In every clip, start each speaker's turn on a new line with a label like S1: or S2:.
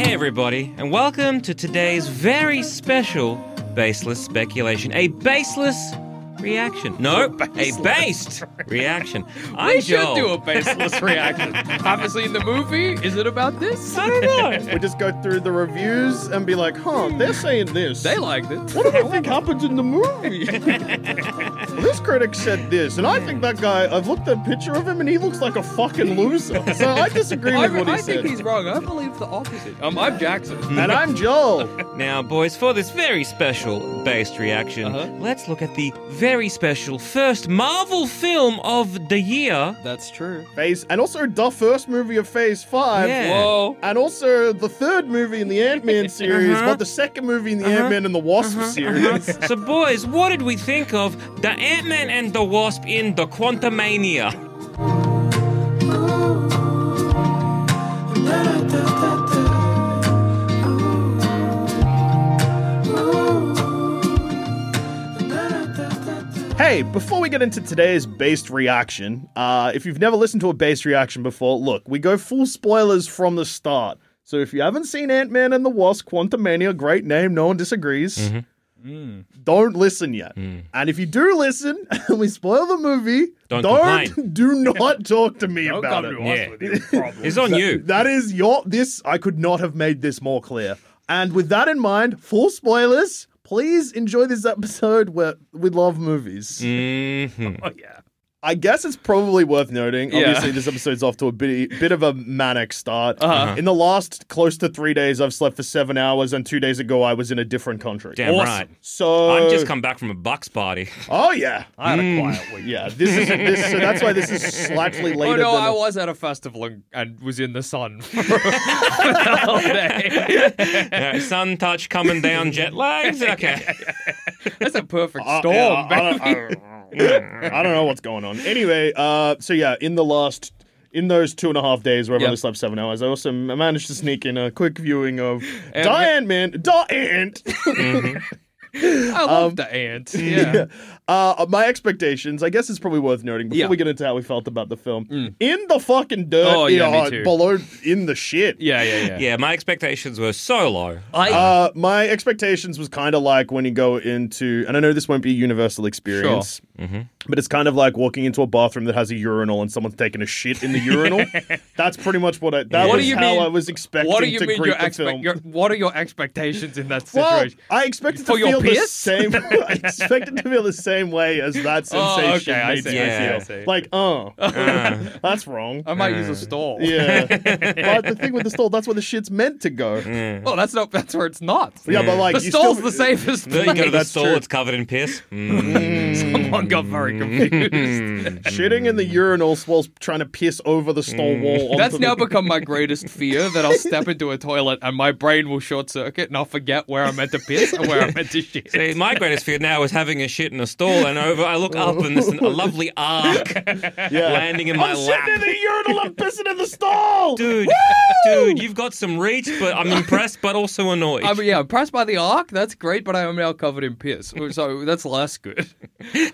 S1: everybody, and welcome to today's very special baseless speculation. A baseless reaction. No, a based reaction.
S2: We
S1: I'm
S2: should
S1: Joel.
S2: do a baseless reaction. Haven't seen the movie. Is it about this?
S1: I don't know.
S3: We just go through the reviews and be like, huh, they're saying this.
S2: They liked it.
S3: what do I think happens in the movie? well, this critic said this, and I think that guy, I've looked at a picture of him and he looks like a fucking loser. So I disagree
S2: I,
S3: with what he
S2: I
S3: said.
S2: think he's wrong. I believe the opposite. Um, I'm Jackson.
S3: And I'm Joel.
S1: Now, boys, for this very special based reaction,
S2: Uh-huh.
S1: let's look at the very special first Marvel film of the year.
S2: That's true.
S3: Phase, and also the first movie of Phase 5.
S1: Yeah.
S2: Whoa.
S3: And also the third movie in the Ant-Man series,
S1: Uh-huh.
S3: but the second movie in the
S1: Uh-huh.
S3: Ant-Man and the Wasp
S2: Uh-huh.
S3: series.
S1: so, boys, what did we think of the Ant Man and the Wasp in the Quantumania?
S3: Hey, before we get into today's based reaction, uh, if you've never listened to a based reaction before, look, we go full spoilers from the start. So if you haven't seen Ant Man and the Wasp, Quantumania, great name, no one disagrees.
S1: Mm-hmm.
S2: Mm.
S3: Don't listen yet. And if you do listen and we spoil the movie,
S1: Mm. Don't complain.
S3: do not talk to me
S2: Don't
S3: about
S2: come
S3: it.
S2: to
S1: Yeah.
S2: us with your problems.
S1: It's on you.
S3: That is your this I could not have made this more clear. And with that in mind, full spoilers, please enjoy this episode where we love movies.
S1: Mhm.
S2: Oh, yeah.
S3: I guess it's probably worth noting.
S2: Yeah.
S3: Obviously, this episode's off to a bit, bit of a manic start.
S2: Uh-huh.
S3: In the last close to three days, I've slept for seven hours, and two days ago, I was in a different country.
S1: Damn
S2: Awesome.
S1: right.
S3: So
S1: I've just come back from a bucks party.
S3: Oh yeah,
S2: I had a quiet week.
S3: yeah. This is this. So that's why this is slightly later.
S2: Oh no,
S3: than
S2: I
S3: a-
S2: was at a festival and, and was in the sun for the whole day.
S1: Uh, sun touch coming down, jet lags. Okay.
S2: That's a perfect
S3: Uh,
S2: storm,
S3: yeah, I,
S2: baby.
S3: don't- I don't- I don't know what's going on. Anyway, uh, so yeah, in the last. In those two and a half days where I've
S2: Yep.
S3: only slept seven hours, I also managed to sneak in a quick viewing of
S2: And-
S3: Diane Man, Diane.
S2: I
S3: um,
S2: love the ant. Yeah.
S3: Uh, my expectations, I guess it's probably worth noting before
S2: Yeah. Mm.
S3: we get into how we felt about the film. In the fucking dirt,
S2: Oh, yeah, me
S3: uh,
S2: too.
S3: below in the shit.
S2: Yeah, yeah, yeah.
S1: Yeah, my expectations were so low.
S2: I
S3: Uh, my expectations was kind of like when you go into, and I know this won't be a universal experience, but it's kind of like walking into a bathroom that has a urinal and someone's taking a shit in the urinal. That's pretty much what I. That
S2: What
S3: was
S2: do you
S3: how
S2: mean-
S3: I was expecting
S2: what do you
S3: to
S2: mean
S3: greet
S2: your,
S3: the film.
S2: expe- your what are your expectations in that
S3: well,
S2: situation?
S3: I expected to
S2: For your
S3: feel the
S2: piss?
S3: same. I expected to feel the same way as that
S2: Oh,
S3: sensation
S2: okay, I
S3: made
S2: see,
S3: me
S1: I see, I
S3: feel.
S2: see.
S3: Like, oh,
S1: Uh,
S3: that's wrong.
S2: I might use a stall.
S3: Yeah. but the thing with the stall, that's where the shit's meant to go. Yeah,
S2: Well, that's not. That's where it's not.
S3: but like
S2: the
S3: you
S2: stall's
S3: still,
S2: the safest
S1: then you go to
S2: place.
S1: the
S3: That's
S1: store,
S3: true. Oh
S1: it's covered in piss. Mm.
S2: Someone got very
S1: Hmm.
S2: confused.
S3: Shitting in the urinal whilst trying to piss over the stall wall. Onto
S2: Mm. That's
S3: the,
S2: now become my greatest fear that I'll step into a toilet and my brain will short circuit and I'll forget where I'm meant to piss and where I'm meant to shit.
S1: See, my greatest fear now is having a shit in a stall, and over I look up and there's an- a lovely arc
S3: yeah.
S1: landing in my
S3: I'm
S1: lap.
S3: sitting in the urinal. I'm pissing in the stall.
S1: dude, dude, you've got some reach, but I'm impressed, but also annoyed.
S2: I mean, yeah, impressed by the arc. That's great, but I am now covered in piss, Oh, so that's less good.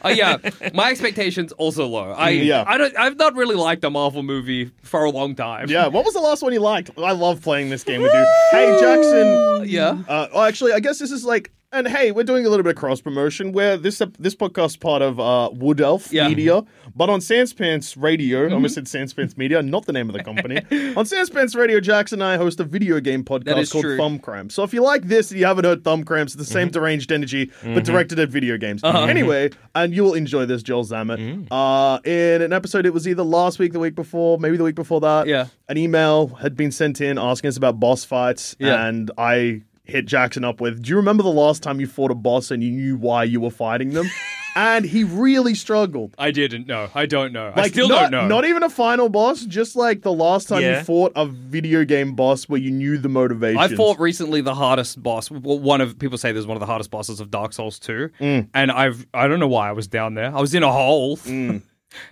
S2: Uh, yeah, my expectations also low. I,
S3: Mm, Yeah.
S2: I don't. I've not really liked a Marvel movie for a long time.
S3: Yeah. What was the last one you liked? I love playing this game with you. Hey, Jackson.
S2: yeah.
S3: Uh, oh, actually, I guess this is like. And hey, we're doing a little bit of cross promotion where this this podcast part of uh, Wood Elf
S2: Yeah. Mm-hmm.
S3: Media, but on Sanspants Radio, I almost said Sanspants Media, not the name of the company. on Sanspants Radio, Jackson and I host a video game
S2: That
S3: podcast
S2: is
S3: called
S2: true. Mm-hmm.
S3: Thumb Cramps. So if you like this and you haven't heard Thumb Cramps, it's the same deranged energy, but directed at video games.
S2: Uh-huh.
S3: Anyway, and you'll enjoy this, Joel Zammett.
S2: Mm.
S3: Uh, in an episode, it was either last week, the week before, maybe the week before that.
S2: Yeah.
S3: An email had been sent in asking us about boss fights,
S2: Yeah.
S3: and I hit Jackson up with, "Do you remember the last time you fought a boss and you knew why you were fighting them?" and he really struggled.
S2: I didn't know. I don't know. I
S3: Like,
S2: still
S3: not,
S2: don't know.
S3: Not even a final boss, just like the last time
S1: Yeah.
S3: you fought a video game boss where you knew the motivation.
S2: I fought recently the hardest boss. w- One of people say there's one of the
S3: Mm. Mm.
S2: hardest bosses of Dark Souls 2, and I've I don't know why I was down there. I was in a hole.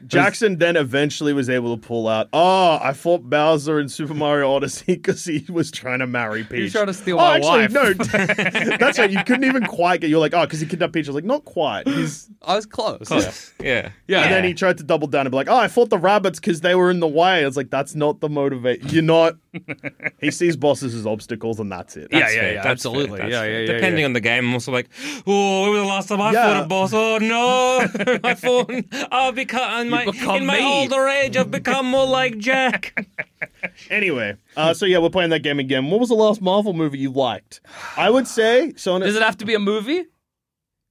S3: Jackson then eventually was able to pull out. Oh, I fought Bowser in Super Mario Odyssey because he was trying to marry Peach.
S2: trying to steal
S3: oh,
S2: my
S3: actually,
S2: wife.
S3: No, that's right. You couldn't even quite get. You're like, oh, because he kidnapped Peach. I was like, not quite. He's,
S2: I was close.
S1: Close. Yeah.
S2: Yeah.
S3: And then he tried to double down and be like, oh, I fought the rabbits because they were in the way. It's like that's not the motivate. You're not. he sees bosses as obstacles, and that's it.
S2: Yeah,
S1: That's
S2: yeah,
S1: fair,
S2: yeah,
S1: that's
S2: absolutely.
S1: fair, that's
S2: Yeah,
S1: fair.
S2: yeah, yeah,
S1: Depending
S2: yeah.
S1: on the game, I'm also like, oh, when was the last time I
S3: Yeah.
S1: fought a boss? Oh no, I fought. I've become in my
S2: become
S1: in my
S2: me.
S1: older age. I've become more like Jack.
S3: Anyway, uh, so yeah, we're playing that game again. What was the last Marvel movie you liked? I would say, so on
S2: Does it have to be a movie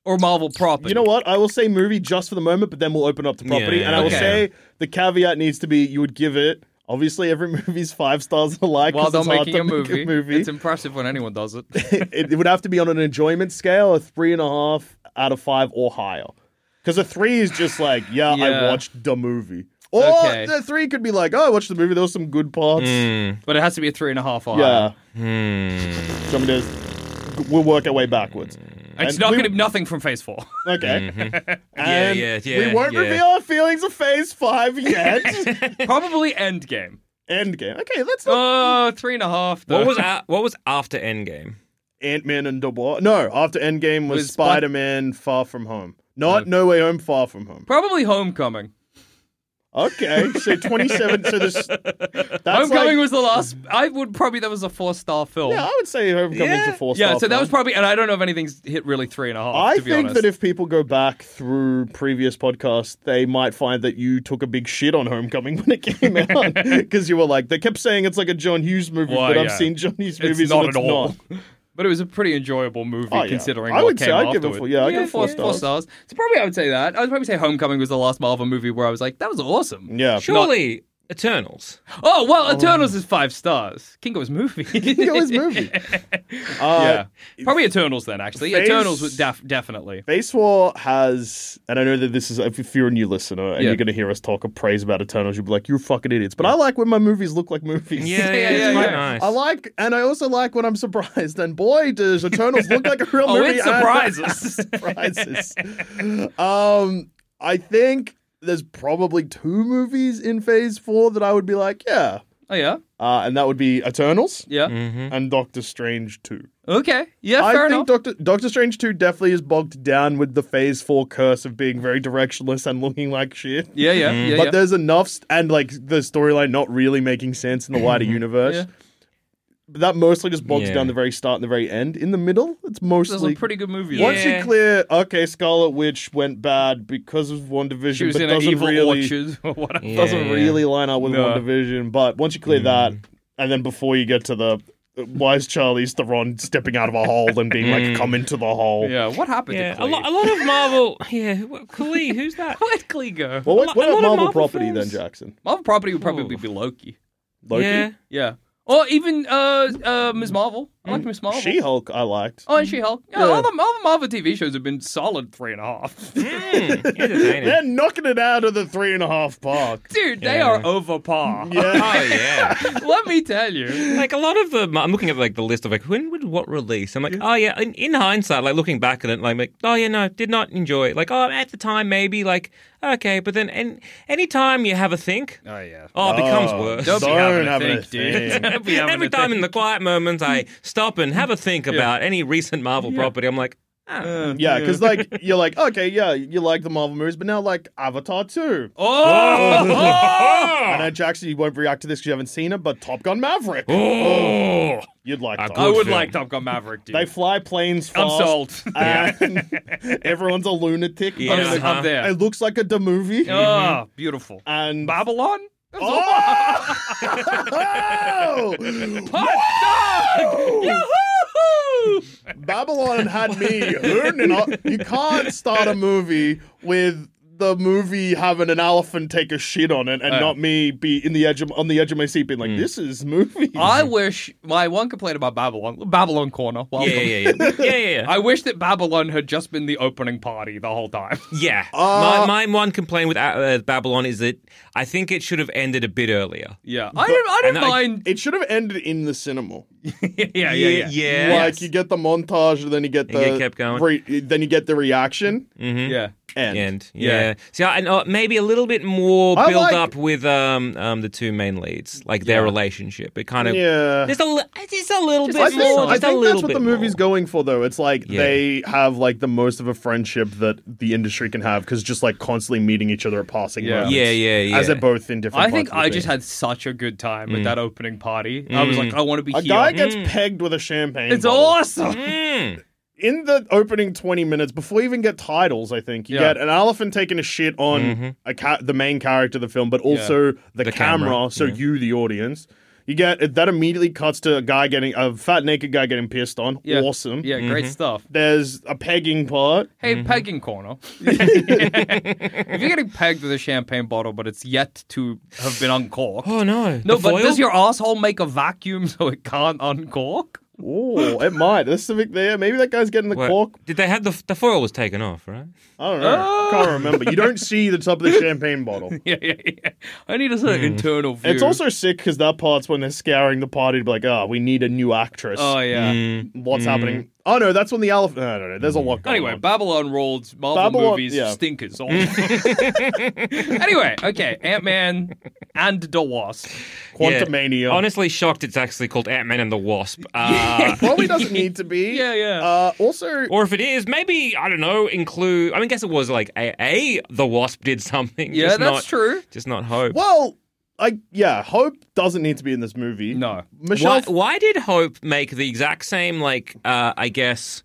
S2: or Marvel property?
S3: You know what? I will say movie just for the moment, but then we'll open up to property.
S1: yeah,
S3: and I will
S2: okay.
S3: say the caveat needs to be you would give it. Obviously, every movie's five stars and a like.
S2: While
S3: 'cause
S2: they're
S3: it's hard
S2: making
S3: to
S2: a
S3: make
S2: movie, it's impressive when anyone does it.
S3: it, it would have to be on an enjoyment scale, a three and a half out of five or higher. Because a three is just like, yeah, I
S2: Yeah.
S3: watched the movie. Or
S2: Okay.
S3: the three could be like, oh, I watched the movie. There was some good parts.
S2: But it has to be a three and a half hour.
S3: Yeah. So I'm gonna- We'll work our way backwards.
S2: It's
S3: And
S2: not
S3: we-
S2: going to be nothing from Phase 4.
S3: Okay.
S1: Yeah,
S3: And
S1: yeah,
S3: We
S1: yeah,
S3: won't
S1: yeah.
S3: reveal our feelings of Phase Five yet.
S2: Probably Endgame.
S3: Endgame. Okay, let's not
S2: Oh, three and a half. Though.
S1: what was a- what was after Endgame?
S3: Ant Man and the Wasp. No, after Endgame was,
S2: Was Spy-
S3: Spider Man Far From Home. Not No Way Home, Far From Home.
S2: Probably Homecoming.
S3: Okay, so 27. so this. That's
S2: Homecoming
S3: like,
S2: was the last. I would probably that was a four star film.
S3: Yeah, I would say Homecoming's
S1: Yeah.
S3: a four star.
S2: Yeah, so that was probably, and I don't know if anything's hit really three and a half.
S3: I
S2: to be
S3: think
S2: honest.
S3: that if people go back through previous podcasts, they might find that you took a big shit on Homecoming when it came out because you were like, they kept saying it's like a John Hughes movie,
S2: Why,
S3: but I've
S2: yeah.
S3: seen John Hughes
S2: it's
S3: movies
S2: not
S3: and
S2: at
S3: it's
S2: all.
S3: not.
S2: But it was a pretty enjoyable movie
S3: Oh, yeah.
S2: considering
S3: I
S2: what
S3: would
S2: came
S3: say I'd give it
S2: afterward.
S3: four- yeah, I'd give it four
S2: Four
S3: stars.
S2: stars. So probably I would say that. I would probably say Homecoming was the last Marvel movie where I was like, that was awesome.
S3: Yeah. Um,
S1: Surely Eternals.
S2: Oh well, Eternals is five stars. Kingo's movie.
S3: Kingo's movie. Uh,
S2: yeah, probably Eternals then. Actually,
S3: Phase-
S2: Eternals was def- definitely.
S3: Phase War has, and I know that this is, if you're a new listener and
S2: Yeah.
S3: you're going to hear us talk of praise about Eternals, you'll be like, you're fucking idiots. But I like when my movies look like movies.
S1: Yeah, yeah,
S2: Yeah,
S1: it's
S2: yeah,
S1: quite
S2: yeah.
S1: nice.
S3: I like, and I also like when I'm surprised. And boy, does Eternals look like a real
S2: Oh,
S3: movie.
S2: it
S3: and-
S2: surprises.
S3: surprises. um, I think there's probably two movies in Phase Four that I would be like, yeah,
S2: oh yeah,
S3: uh, and that would be Eternals
S2: yeah.
S1: Mm-hmm.
S3: and Doctor Strange Two.
S2: Okay, yeah,
S3: Hmm. I
S2: fair
S3: think
S2: enough.
S3: Doctor Doctor Strange Two definitely is bogged down with the Phase Four curse of being very directionless and looking like shit.
S2: yeah, yeah, yeah.
S3: Hmm. but
S2: yeah.
S3: there's enough, st- and like the storyline not really making sense in the wider universe.
S2: Mm-hmm. Yeah.
S3: But That mostly just bogs
S1: Yeah.
S3: down the very start and the very end. In the middle, it's
S2: There's
S3: mostly
S2: some pretty good movies.
S3: once you
S1: Yeah.
S3: clear, okay, Scarlet Witch went bad because of One
S2: She
S3: Division,
S2: was
S3: but
S2: in an
S3: doesn't
S2: evil
S3: really
S2: orchard or whatever.
S1: Yeah,
S3: doesn't
S1: yeah. Mm.
S3: really line up with
S2: No.
S3: One Division. But once you clear that, and then before you get to the uh, why is Charlie's Theron stepping out of a hole and being
S1: Mm.
S3: like, "Come into the hole."
S2: Yeah, what happened
S1: Yeah,
S2: to
S1: a
S2: Klee?
S1: lot, a lot of Marvel. Yeah, wh- Klee, who's that?
S2: Where'd Klee go?
S1: A
S3: Well,
S1: lo-
S3: what, what
S1: a
S3: about
S1: lot of
S3: Marvel,
S1: Marvel
S3: property
S1: films.
S3: then, Jackson?
S2: Marvel property would probably be Loki.
S3: Loki,
S1: Yeah,
S2: Yeah, or even uh, uh, Ms. Marvel. I like Ms. Marvel.
S3: She Hulk, I liked.
S2: Oh, and She Hulk. Yeah,
S3: Mm. Yeah.
S2: All, the, all the Marvel TV shows have been solid three and a half.
S1: Mm, entertaining.
S3: They're knocking it out of the three and a half
S1: Oh,
S3: park.
S2: Dude, they
S1: Yeah.
S2: are over par.
S3: Yeah.
S1: Oh yeah.
S2: Let me tell you.
S1: like a lot of the i'm looking at like the list of like when would what release i'm like oh yeah in, in hindsight like looking back at it like, like oh yeah no did not enjoy it like oh at the time maybe like okay but then and any time you have a think
S2: Oh yeah.
S1: oh it becomes
S3: Oh,
S1: worse
S2: Don't be having
S3: Don't
S2: a
S3: have
S2: think,
S3: a
S2: dude.
S3: think.
S2: Don't be having
S1: every
S2: a
S1: time
S2: think.
S1: in the quiet moments i stop and have a think about any recent marvel property i'm like ah.
S3: Yeah, because like you're like okay, yeah, you like the Marvel movies, but now like Avatar two.
S2: Oh!
S3: I know Jackson, you won't react to this because you haven't seen it, but Top Gun Maverick,
S1: oh
S3: you'd like.
S1: I
S3: Top
S1: could-
S2: I
S3: Gun.
S2: would
S1: film.
S2: like Top Gun Maverick, dude.
S3: They fly planes
S2: I'm
S3: fast.
S2: sold.
S3: and everyone's a lunatic. but
S1: Yeah.
S3: it's
S2: I'm,
S3: like-
S2: I'm there.
S3: It looks like a the movie.
S2: Oh, beautiful.
S3: And
S2: Babylon? That's all-
S3: oh!
S2: Yahoo!
S3: Babylon had me learning. all- You can't start a movie with the movie having an elephant take a shit on it, and
S1: Uh.
S2: Yeah.
S3: not me be in the edge of, on the edge of my seat, being
S1: Mm.
S3: like, "This is movie."
S2: I wish my one complaint about Babylon, Babylon Corner.
S1: yeah
S2: Welcome.
S1: yeah yeah yeah yeah yeah,
S2: I wish that Babylon had just been the opening party the whole time.
S1: yeah.
S3: Uh,
S1: my, my one complaint with uh, uh, babylon is that i think it should have ended a bit earlier
S2: Yeah, I don't, I don't
S1: and I-
S2: mind.
S3: it should have ended in the cinema.
S2: yeah, yeah, yeah, yeah.
S1: yeah.
S3: Like you get the montage, and then you get
S1: And
S3: the
S1: you kept going. Mm.
S3: re- then you get the reaction,
S1: Mm-hmm.
S2: yeah.
S3: and
S1: end.
S2: Yeah.
S1: Yeah. See, I, and, uh, maybe a little bit more
S3: I
S1: build
S3: like-
S1: up with um, um, the two main leads, like their relationship. It kind of
S3: Yeah.
S1: Just a li- just a little
S3: I
S1: bit
S3: think,
S1: more.
S3: I
S1: Just a
S3: think
S1: little
S3: that's what
S1: bit
S3: the movie's
S1: more.
S3: going for, though. It's like
S1: Yeah.
S3: they have like the most of a friendship that the industry can have because just like constantly meeting each other at passing
S2: Yeah.
S3: moments.
S1: Yeah, yeah, yeah.
S3: As they're both in different.
S2: I think
S3: parts of
S2: I
S3: the
S2: just
S3: thing.
S2: had such a good time
S1: Mm.
S2: at that opening party. I was like, I want to be
S3: a
S2: here. Hmm.
S3: guy gets pegged with a champagne.
S2: it's
S3: bottle.
S2: awesome.
S1: Mm.
S3: in the opening 20 minutes before you even get titles i think you
S2: Yeah. Mm-hmm.
S3: get an elephant taking a shit on a ca- the main character of the film but also the,
S1: The
S3: camera,
S1: camera,
S3: so
S1: yeah.
S3: you the audience you get that immediately cuts to a guy getting a fat naked guy getting pissed on
S2: Yeah.
S1: Mm-hmm.
S3: awesome
S2: Yeah, great stuff.
S3: there's a pegging part
S2: Hey, pegging corner. if you're getting pegged with a champagne bottle, but it's yet to have been uncorked.
S1: Oh no.
S2: No,
S1: The
S2: but
S1: foil?
S2: does your asshole make a vacuum so it can't uncork?
S3: oh it might there's something there maybe that guy's getting the
S1: What?
S3: cork
S1: Did they have the the foil was taken off, right?
S3: i don't know can't remember you don't see the top of the champagne bottle
S2: Yeah, yeah, yeah. I need a sort
S1: Hmm.
S2: of internal view.
S3: it's also sick because that part's when they're scouring the party to be like, oh, we need a new actress.
S2: Oh yeah.
S1: Hmm.
S3: what's happening. Oh no, that's when the elephant. No, no, no. There's a lot going
S2: Anyway,
S3: on.
S2: Babylon rolled Marvel
S3: Babylon-
S2: movies
S3: yeah.
S2: stinkers. All anyway, okay, Ant Man and the Wasp.
S3: Quantumania.
S1: Yeah. Honestly, shocked it's actually called Ant Man and the Wasp. Uh,
S3: probably doesn't need to be.
S2: Yeah, yeah.
S3: Uh, also,
S1: Or if it is, maybe I don't know. Include. I mean, guess it was like a, a the Wasp did something.
S2: Yeah,
S1: just
S2: that's
S1: not,
S2: true.
S1: Just not hope.
S3: well, I yeah, Hope doesn't need to be in this movie.
S2: No.
S3: Michelle.
S1: Why, why did Hope make the exact same, like, uh, I guess,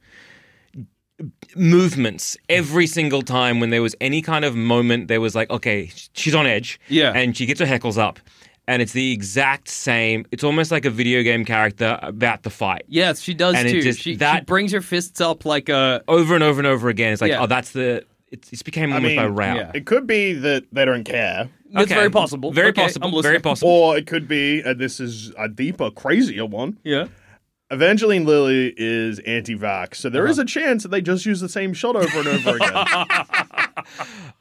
S1: movements every single time when there was any kind of moment there was like, okay, sh- she's on edge.
S2: Yeah.
S1: And she gets her heckles up. And it's the exact same. It's almost like a video game character about the fight.
S2: Yes, she does
S1: And it
S2: too.
S1: just-
S2: she, she
S1: that-
S2: brings her fists up like a
S1: Over and over and over again. It's like,
S2: Yeah.
S1: oh, that's the. It's, it's became
S3: I
S1: almost
S3: mean,
S1: a route.
S2: yeah.
S3: It could be that they don't care,
S2: That's
S1: Okay.
S2: very possible.
S1: Very
S2: Okay, I'm
S1: possible.
S2: listening.
S1: Very possible.
S3: or it could be, and this is a deeper, crazier one.
S2: Yeah.
S3: Evangeline Lilly is anti-vax, so
S2: Uh-huh.
S3: there is a chance that they just use the same shot over and over again.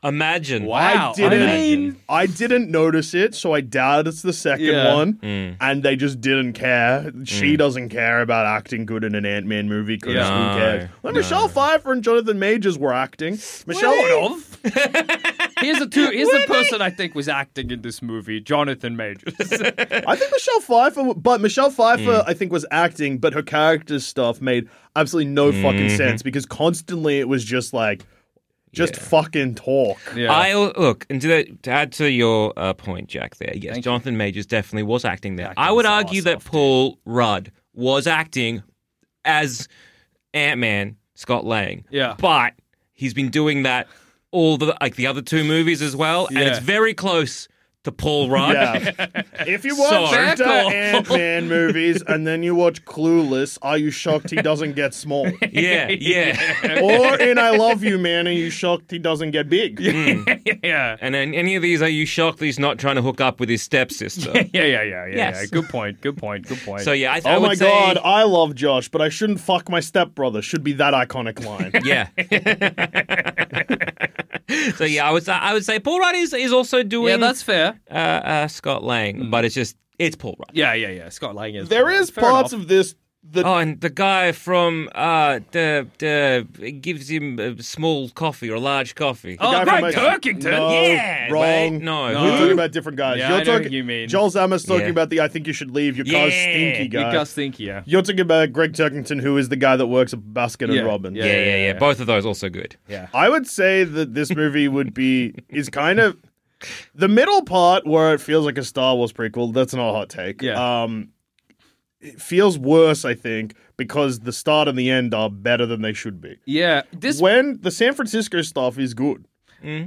S1: Imagine.
S2: Wow.
S3: I didn't.
S1: I mean-
S3: I didn't notice it, so I doubt it's the second
S2: Yeah.
S3: one. And they just didn't care. She doesn't care about acting good in an Ant Man movie because
S1: Yeah.
S3: who cares? Well, Michelle Pfeiffer and Jonathan Majors were acting. Michelle,
S2: Sort of. here's the two. Here's the person I think was acting in this movie, Jonathan Majors.
S3: I think Michelle Pfeiffer, but Michelle Pfeiffer, I think was acting, but her character stuff made absolutely no fucking sense because constantly it was just like, just fucking talk.
S2: yeah.
S1: I look and to, the, to add to your uh, point, Jack. There, yes,
S2: Thank
S1: Jonathan Majors definitely was acting there.
S2: Acting
S1: I would
S2: his
S1: argue
S2: ass
S1: that
S2: off,
S1: Paul Rudd was acting as Ant Man Scott Lang.
S2: Yeah.
S1: but he's been doing that all the like the other two movies as well, and it's
S2: Yeah.
S1: very close to Paul Rudd.
S3: Yeah. if you watch
S1: Sorry.
S3: the
S2: Tackle.
S3: Ant Man movies and then you watch Clueless, are you shocked he doesn't get small?
S1: yeah, yeah.
S3: or in I Love You Man, are you shocked he doesn't get big?
S2: yeah.
S1: and in any of these, are you shocked that he's not trying to hook up with his stepsister?
S2: Yeah, yeah, yeah, yeah, yeah.
S1: Yes.
S2: Good point. Good point. Good point.
S1: So yeah, I, I
S3: Oh
S1: would
S3: my
S1: say-
S3: god, I love Josh, but I shouldn't fuck my stepbrother. Should be that iconic line.
S1: Yeah. so yeah, I would say, I would say Paul Rudd is, is also doing
S2: yeah, that's Mm. fair.
S1: uh, uh, Scott Lang, but it's just it's Paul Rudd.
S2: Yeah, yeah, yeah. Scott Lang is.
S3: there is
S2: fair
S3: parts
S2: enough.
S3: of this that
S1: Oh, and the guy from uh, the the it gives him a small coffee or a large coffee.
S2: Oh,
S3: guy
S2: Greg
S3: from-
S2: Turkington.
S3: No,
S1: Yeah,
S3: Oh, wrong.
S1: wait, no.
S3: we're
S1: No.
S3: talking about different guys.
S2: Yeah,
S3: You're
S2: I know
S3: talking,
S2: who you mean.
S3: Joel Zammers talking
S1: Yeah.
S3: about the "I think you should leave." Your car's
S1: Yeah.
S3: stinky
S2: You
S3: guy.
S2: guys think, yeah.
S3: You're talking about Greg Turkington, who is the guy that works at Baskin
S2: Yeah,
S3: and Robbins.
S1: yeah, yeah, yeah,
S2: yeah.
S1: Both of those also good.
S2: Yeah.
S3: I would say that this movie would be is kind of the middle part where it feels like a Star Wars prequel. That's not a hot take.
S2: Yeah.
S3: Um, it feels worse, I think, because the start and the end are better than they should be.
S2: Yeah. This
S3: When the San Francisco stuff is good,
S2: uh,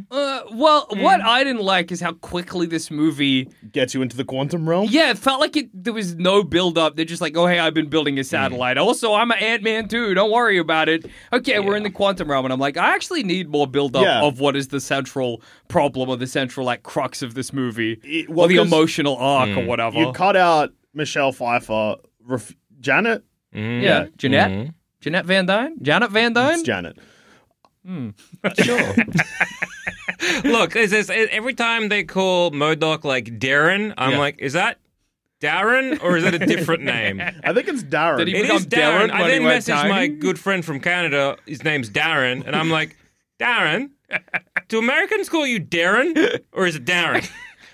S2: well,
S3: Mm.
S2: what I didn't like is how quickly this movie
S3: gets you into the quantum realm.
S2: Yeah, it felt like it there was no build up. They're just like, "Oh, hey, I've been building a
S3: Mm.
S2: satellite. Also, I'm an Ant-Man too. Don't worry about it." Okay, we're in the quantum realm and I'm like, "I actually need more build up
S3: Yeah.
S2: of what is the central problem or the central like crux of this movie
S3: It-
S2: or
S3: well,
S2: the
S3: 'cause
S2: emotional arc or whatever."
S3: You cut out Michelle Pfeiffer, ref- Janet.
S1: Mm.
S2: yeah. Jeanette? Jeanette Van Dyne? Janet Van Dyne?
S3: It's Janet.
S1: Sure. Mm-hmm. Look, it's just, every time they call Modoc like Darren, I'm
S2: Yeah.
S1: like, is that Darren or is that a different name?
S3: I think it's Darren.
S2: Did he-
S1: It
S2: become
S1: is Darren.
S2: Darren
S1: I
S2: when he
S1: then
S2: went
S1: messaged my
S2: tiny?
S1: good friend from Canada. His name's Darren, and I'm like, Darren, Do Americans call you Darren or is it Darren?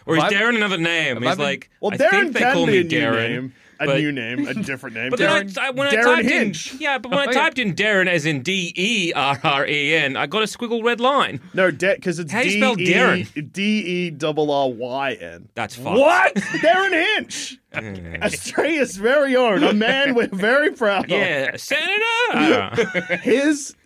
S1: Or is
S2: Have I-
S1: Darren another name? He's
S2: I been-
S1: like,
S3: Well,
S1: I
S3: Darren
S1: think they
S3: can
S1: call
S3: be a
S1: me
S3: new
S1: Darren.
S3: name, a
S1: but-
S3: new name, a different name.
S1: But
S3: Darren,
S1: then I, I, when I
S3: Darren
S1: typed
S3: Hinch. Oh,
S1: in, yeah, but when I
S2: yeah.
S1: typed in Darren as in D E R R E N, I got a squiggle red line.
S3: No, because it's
S1: How do you spell Darren?
S3: D E double R Y N.
S1: That's fucked.
S3: What? Oh. Darren Hinch, Australia's very own, a man we're very proud
S1: Yeah, Senator. I don't know.
S3: of. His,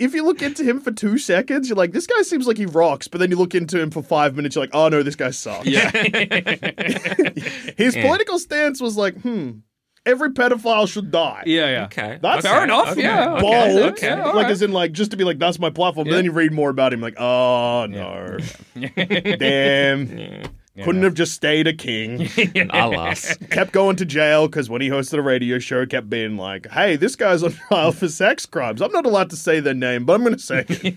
S3: if you look into him for two seconds, you're like, this guy seems like he rocks. But then you look into him for five minutes, you're like, oh no, this guy sucks.
S2: Yeah.
S3: His political stance was like, hmm, every pedophile should die.
S2: Yeah, yeah.
S1: okay,
S3: That's
S2: Fair enough.
S1: okay,
S2: Yeah.
S1: okay,
S3: Bold,
S2: Oh, okay, all
S3: like
S2: right.
S3: as in like just to be like that's my platform. But
S2: Yeah.
S3: then you read more about him, like oh no, damn, couldn't have just stayed a king.
S1: Alas.
S3: kept going to jail because when he hosted a radio show, kept being like, "Hey, this guy's on trial for sex crimes. I'm not allowed to say their name, but I'm going to say it."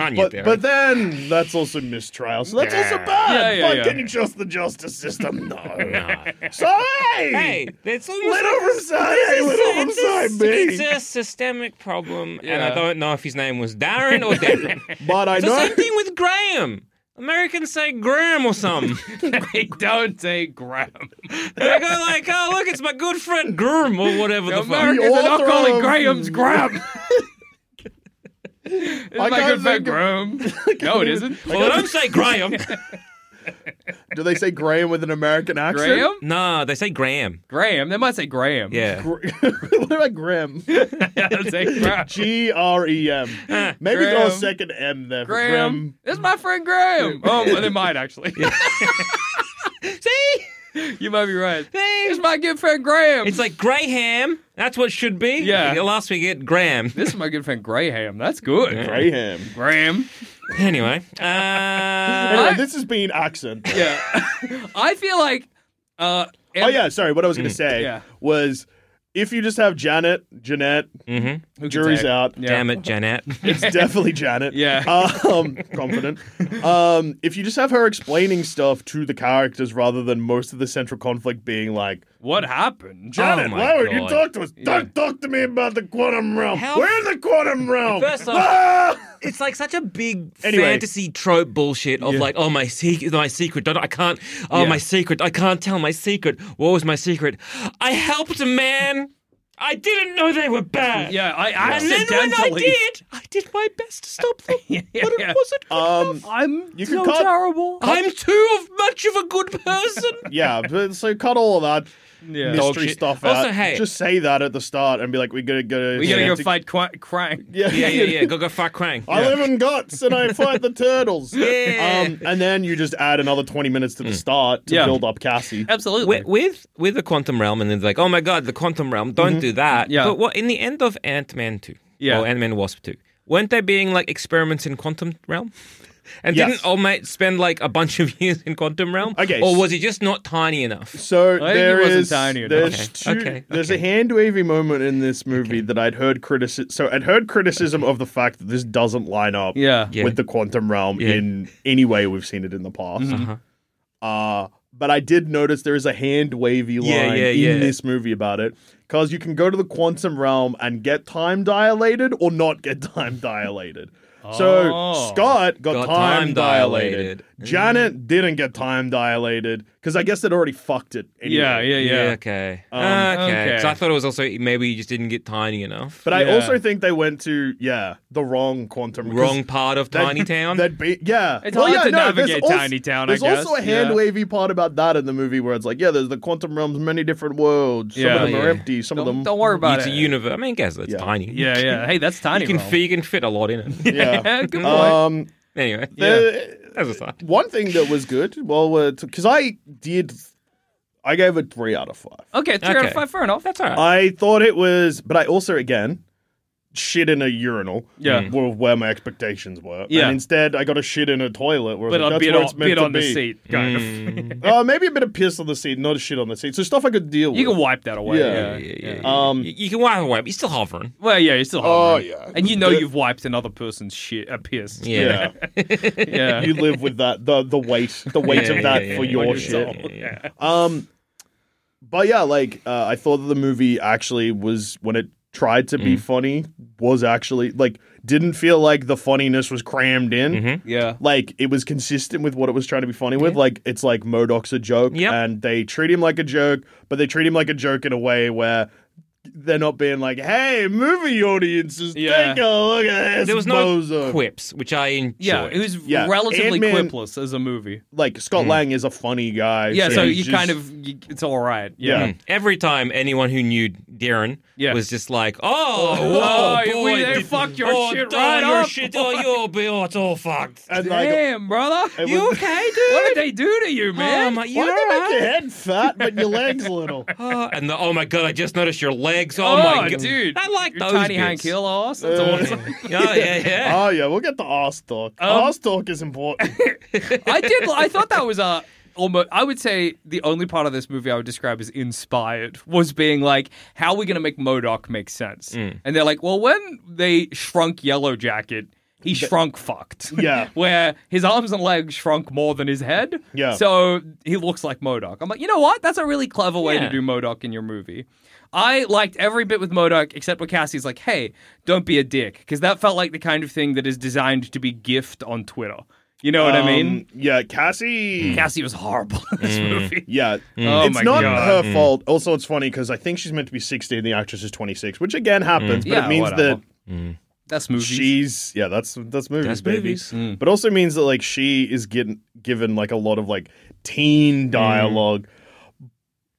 S1: Aren't you,
S3: but,
S1: Darren?
S3: but then that's also mistrial, so that's also
S1: Yeah.
S3: bad.
S2: Yeah, yeah,
S3: like,
S2: yeah.
S3: can you trust the justice system? No.
S1: Nah.
S3: so hey,
S1: Hey, that's
S3: let over say, let over
S1: it's, a,
S3: say
S1: it's
S3: me.
S1: a systemic problem, and
S2: Yeah.
S1: I don't know if his name was Darren or Darren.
S3: But I
S1: it's the
S3: know.
S1: same thing with Graham. Americans say Graham or something.
S2: they don't say Graham.
S1: they go like, "Oh, look, it's my good friend Groom or whatever the fuck."
S2: Americans are not
S3: author
S2: calling
S3: of-
S2: Graham's Graham. It's
S3: I
S2: my good
S3: can't
S2: friend
S3: think of-
S2: Graham. No, it isn't.
S1: Well, they don't say Graham.
S3: Do they say Graham with an American accent?
S2: Graham?
S1: nah, they say Graham.
S2: Graham. They might say Graham.
S1: Yeah.
S3: Graham. what about Graham?
S2: They don't say Graham.
S3: G R E M. Maybe throw a
S2: Graham.
S3: second M there. for
S2: Graham. It's my friend Graham. Oh, well, they might actually.
S1: See,
S2: you might be right. It's my good friend Graham.
S1: it's like Graham. That's what it should be.
S2: Yeah.
S1: Last week it Graham.
S2: this is my good friend Graham. That's good.
S3: Graham.
S2: Graham.
S1: Anyway,
S3: Anyway,
S1: uh,
S3: this has been accent.
S2: Yeah. I feel like. Uh,
S3: Oh yeah, sorry. What I was
S1: Mm.
S3: going to say
S2: yeah.
S3: was, if you just have Janet, Jeanette,
S1: mhm.
S3: jury's
S2: say it?
S3: out.
S2: Yeah.
S1: damn it, Janet.
S3: It's definitely Janet.
S2: Yeah.
S3: Um, confident. Um, if you just have her explaining stuff to the characters rather than most of the central conflict being like,
S2: What happened?
S3: Janet,
S1: Oh my
S3: why would you
S1: God.
S3: talk to us? Don't talk to me about the quantum realm.
S1: How-
S3: Where's the quantum realm?
S1: First off-
S3: Ah!
S1: It's like such a big
S3: Anyway.
S1: fantasy trope bullshit of like, oh my secret, my secret, don't, I can't, oh
S2: Yeah.
S1: my secret, I can't tell my secret. What was my secret? I helped a man. I didn't know they were bad.
S2: Yeah, I
S1: And then when I
S2: accidentally.
S1: did, I did my best to stop them,
S2: Yeah, yeah,
S1: but it
S2: yeah.
S1: wasn't. good.
S3: um,
S2: I'm
S3: You so could cut-
S2: terrible.
S1: I'm too of much of a good person.
S3: yeah. But, so cut all of that.
S2: yeah.
S1: Dog
S3: Mystery
S1: shit.
S3: stuff out.
S1: Also, hey-
S3: Just say that at the start and be like, "We gotta go.
S2: We gotta
S1: Yeah.
S2: go fight Qua- Crank.
S3: Yeah,
S1: yeah, yeah, yeah. Go go fuck Krang.
S3: I live in guts and I fight the turtles.
S1: Yeah.
S3: Um, and then you just add another 20 minutes
S1: Hmm.
S3: to the start to
S2: Yeah.
S3: build up Cassie.
S2: Absolutely.
S1: with, with with the quantum realm, and it's like, oh my god, the quantum realm, don't
S3: Mm-hmm.
S1: do that.
S2: Yeah.
S1: But what in the end of Ant Man two,
S2: Yeah.
S1: or Ant Man Wasp two, weren't they being like experiments in quantum realm? And
S3: Yes.
S1: didn't Old Mate spend like a bunch of years in quantum realm?
S3: Okay,
S1: Or
S3: s-
S1: was he just not tiny enough?
S3: So
S2: think
S3: there
S2: he wasn't
S3: is-
S2: tiny enough.
S3: there's
S1: Okay,
S3: two,
S1: okay,
S3: there's a
S1: okay.
S3: hand wavy moment in this movie that I'd heard criticism. So I'd heard criticism of the fact that this doesn't line up
S2: Yeah.
S1: Yeah.
S3: with the quantum realm
S1: Yeah.
S3: in any way we've seen it in the past.
S1: Uh-huh.
S3: Uh, but I did notice there is a hand wavy line
S1: Yeah, yeah,
S3: in
S1: yeah.
S3: this movie about it. Because you can go to the quantum realm and get time dilated or not get time dilated. So
S2: Oh.
S3: Scott
S1: Got
S3: got, time,
S1: time
S3: dilated.
S1: dilated. Mm.
S3: Janet didn't get time dilated because I guess they'd already fucked it. Anyway.
S2: Yeah, yeah, yeah.
S1: okay.
S3: Um,
S1: okay.
S2: okay.
S1: So I thought it was also maybe you just didn't get tiny enough.
S3: But I
S2: Yeah.
S3: also think they went to yeah the wrong quantum 'cause
S1: Wrong part of
S3: that-
S1: Tiny Town.
S3: That be yeah.
S2: It's
S3: well,
S2: hard
S3: yeah,
S2: to
S3: no, there's
S2: navigate
S3: also-
S2: Tiny Town, I
S3: There's
S2: guess.
S3: also a
S2: Yeah.
S3: hand wavy part about that in the movie where it's like, yeah, there's the quantum realms, many different worlds. Some
S2: Yeah.
S3: of them are
S1: Yeah.
S3: empty. Some of
S2: Don't,
S3: them
S2: don't worry about
S1: it's
S2: it.
S1: a universe. I mean, I guess it's
S3: Yeah.
S1: tiny.
S2: yeah, yeah. Hey, that's tiny.
S1: You can,
S2: Rome.
S1: fit, you can fit a lot in it.
S3: Yeah.
S2: Good point.
S3: um,
S1: anyway,
S3: the-
S1: that's a side.
S3: one thing that was good, well, because I did, I gave it three out of five.
S2: okay, three out of
S1: okay.
S2: five. Fair enough.
S1: That's all right.
S3: I thought it was, but I also again shit in a urinal.
S2: Yeah.
S3: were where my expectations were.
S2: Yeah.
S3: and instead I got a shit in a toilet. Where I was
S2: But
S3: like,
S2: a
S3: that's
S2: bit
S3: where it's
S2: on,
S3: meant
S2: bit
S3: to
S2: on the
S3: be.
S2: seat, kind of.
S3: Uh, maybe a bit of piss on the seat, not a shit on the seat. So stuff I could deal
S2: you
S3: with.
S2: can wipe that away.
S3: Yeah.
S2: Yeah, yeah,
S3: Um,
S1: You, you can wipe away, but you're still hovering.
S2: Well, yeah, you still.
S3: Oh,
S2: hovering.
S3: yeah.
S2: And you know
S3: The-
S2: you've wiped another person's shit, a piss.
S1: Yeah.
S3: yeah,
S2: yeah.
S3: you live with that the the weight the weight
S1: Yeah,
S3: of that
S1: yeah, yeah,
S3: for
S1: yeah,
S3: your
S1: yeah,
S3: shit.
S1: yeah, yeah, yeah.
S3: Um, but yeah, like uh, I thought that the movie actually was when it tried to
S1: Mm-hmm.
S3: be funny was actually like didn't feel like the funniness was crammed in.
S1: Mm-hmm.
S2: Yeah.
S3: Like it was consistent with what it was trying to be funny with. Like it's like Modoc's a joke,
S1: Yep.
S3: and they treat him like a joke, but they treat him like a joke in a way where they're not being like, "Hey, movie audiences,
S2: Yeah.
S3: take a look at this."
S1: There was no
S3: bozo."
S1: quips, which I enjoyed.
S2: Yeah, it was
S3: Yeah,
S2: relatively
S3: Ant-Man-
S2: quipless as a movie.
S3: Like Scott Lang is a funny guy.
S2: Mm. Yeah, so
S3: he's
S2: you
S3: just-
S2: kind of you, it's all right.
S3: Yeah.
S2: Yeah.
S1: Mm. Every time anyone who knew Darren
S2: Yeah.
S1: was just like, "Oh,
S2: Oh,
S1: whoa,
S2: you-
S1: boy,
S2: we- they
S1: did-
S2: fucked your
S1: oh,
S2: shit
S1: damn,
S2: right
S1: your
S2: up."
S1: shit, oh, you'll be, oh, it's all fucked."
S3: and like
S2: Damn, brother.
S3: It
S2: You
S3: was-
S2: okay, dude? What did they do to you,
S1: Oh,
S2: man?
S1: my, you
S3: why do they make
S1: alright?
S3: your head fat but your legs little?
S1: Oh, and the, oh my god, I just noticed your legs. Oh,
S2: Oh,
S1: my god,
S2: dude.
S1: I like
S2: Your
S1: those
S2: tiny
S1: bits.
S2: Hank Hill ass. That's awesome.
S1: Oh yeah, yeah.
S3: Oh yeah, we'll get the ass talk.
S2: Um,
S3: ass talk is important.
S2: I did. I thought that was uh Almost, I would say the only part of this movie I would describe as inspired was being like, how are we going to make Modoc make sense? And they're like, well, when they shrunk Yellow Jacket, he shrunk fucked.
S3: Yeah.
S2: Where his arms and legs shrunk more than his head.
S3: Yeah.
S2: So he looks like Modoc. I'm like, you know what? That's a really clever way
S1: Yeah.
S2: to do Modoc in your movie. I liked every bit with Modoc except when Cassie's like, hey, don't be a dick. Because that felt like the kind of thing that is designed to be gift on Twitter. You know what I mean?
S3: Um, yeah,
S1: Mm.
S3: Cassie.
S2: Cassie was horrible in this movie.
S3: Yeah.
S2: Oh
S3: it's
S2: my
S3: not
S2: God.
S3: her fault. Also, it's funny because I think she's meant to be 60 and the actress is 26, which again happens, but
S2: Mm. Yeah,
S3: it means
S2: whatever.
S3: that
S2: That's movies.
S3: she's yeah, that's that's movies,
S1: That's
S3: baby.
S1: movies.
S2: Hmm.
S1: Mm.
S3: But also means that like she is getting given like a lot of like teen
S2: Hmm.
S3: dialogue.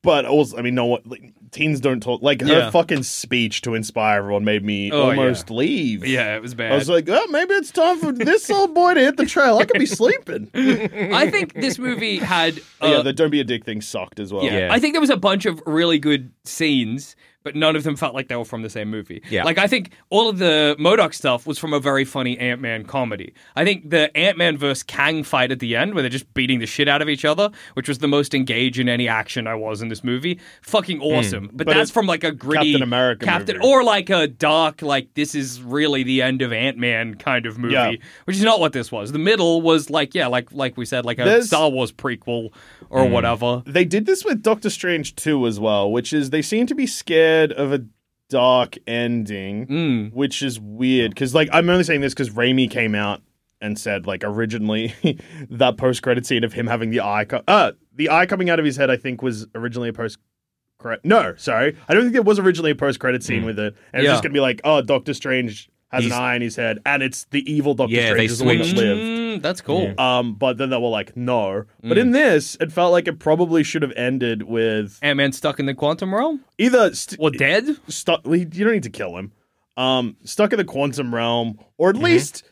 S3: But also, I mean, no one like, teens don't talk. Like her
S2: Yeah.
S3: fucking speech to inspire everyone made me
S2: Oh, yeah.
S3: almost leave.
S2: yeah, it was bad.
S3: I was like, oh, maybe it's time for this old boy to hit the trail. I could be sleeping.
S2: Uh, I think this movie had. Uh,
S3: yeah, the don't be a dick thing sucked as well.
S2: yeah.
S1: Yeah.
S2: I think there was a bunch of really good scenes, but none of them felt like they were from the same movie.
S1: Yeah.
S2: Like I think all of the Modoc stuff was from a very funny Ant Man comedy. I think the Ant Man versus Kang fight at the end, where they're just beating the shit out of each other, which was the most engaged in any action I was in this movie. Fucking awesome. But,
S3: Hmm. But
S2: that's
S3: it-
S2: from like a gritty
S3: Captain America
S2: Captain
S3: movie.
S2: or like a dark, like this is really the end of Ant Man kind of movie,
S3: Yeah.
S2: which is not what this was. The middle was like yeah, like like we said, like a
S3: There's- Hmm.
S2: Star Wars prequel or whatever.
S3: They did this with Doctor Strange 2 as well, which is they seem to be scared of a dark ending,
S2: Mm.
S3: which is weird. Because, like, I'm only saying this because Raimi came out and said, like, originally that post credit scene of him having the eye. Co- uh, the eye coming out of his head, I think, was originally a post credit. No, sorry. I don't think there was originally a post credit scene with it. And
S2: Yeah.
S3: it's just going to be like, oh, Doctor Strange
S1: Mm.
S3: has
S1: He's-
S3: an eye in his head, and it's the evil Doctor
S1: Yeah, they
S3: Strange is the one that
S1: switched.
S3: lived.
S2: Mm, that's cool.
S3: Um, but then they were like, no. But
S1: Mm.
S3: in this, it felt like it probably should have ended with
S2: Ant Man stuck in the quantum realm?
S3: either st-
S2: Well, dead?
S3: stuck. You don't need to kill him. Um, stuck in the quantum realm, or
S1: Mm-hmm.
S3: at least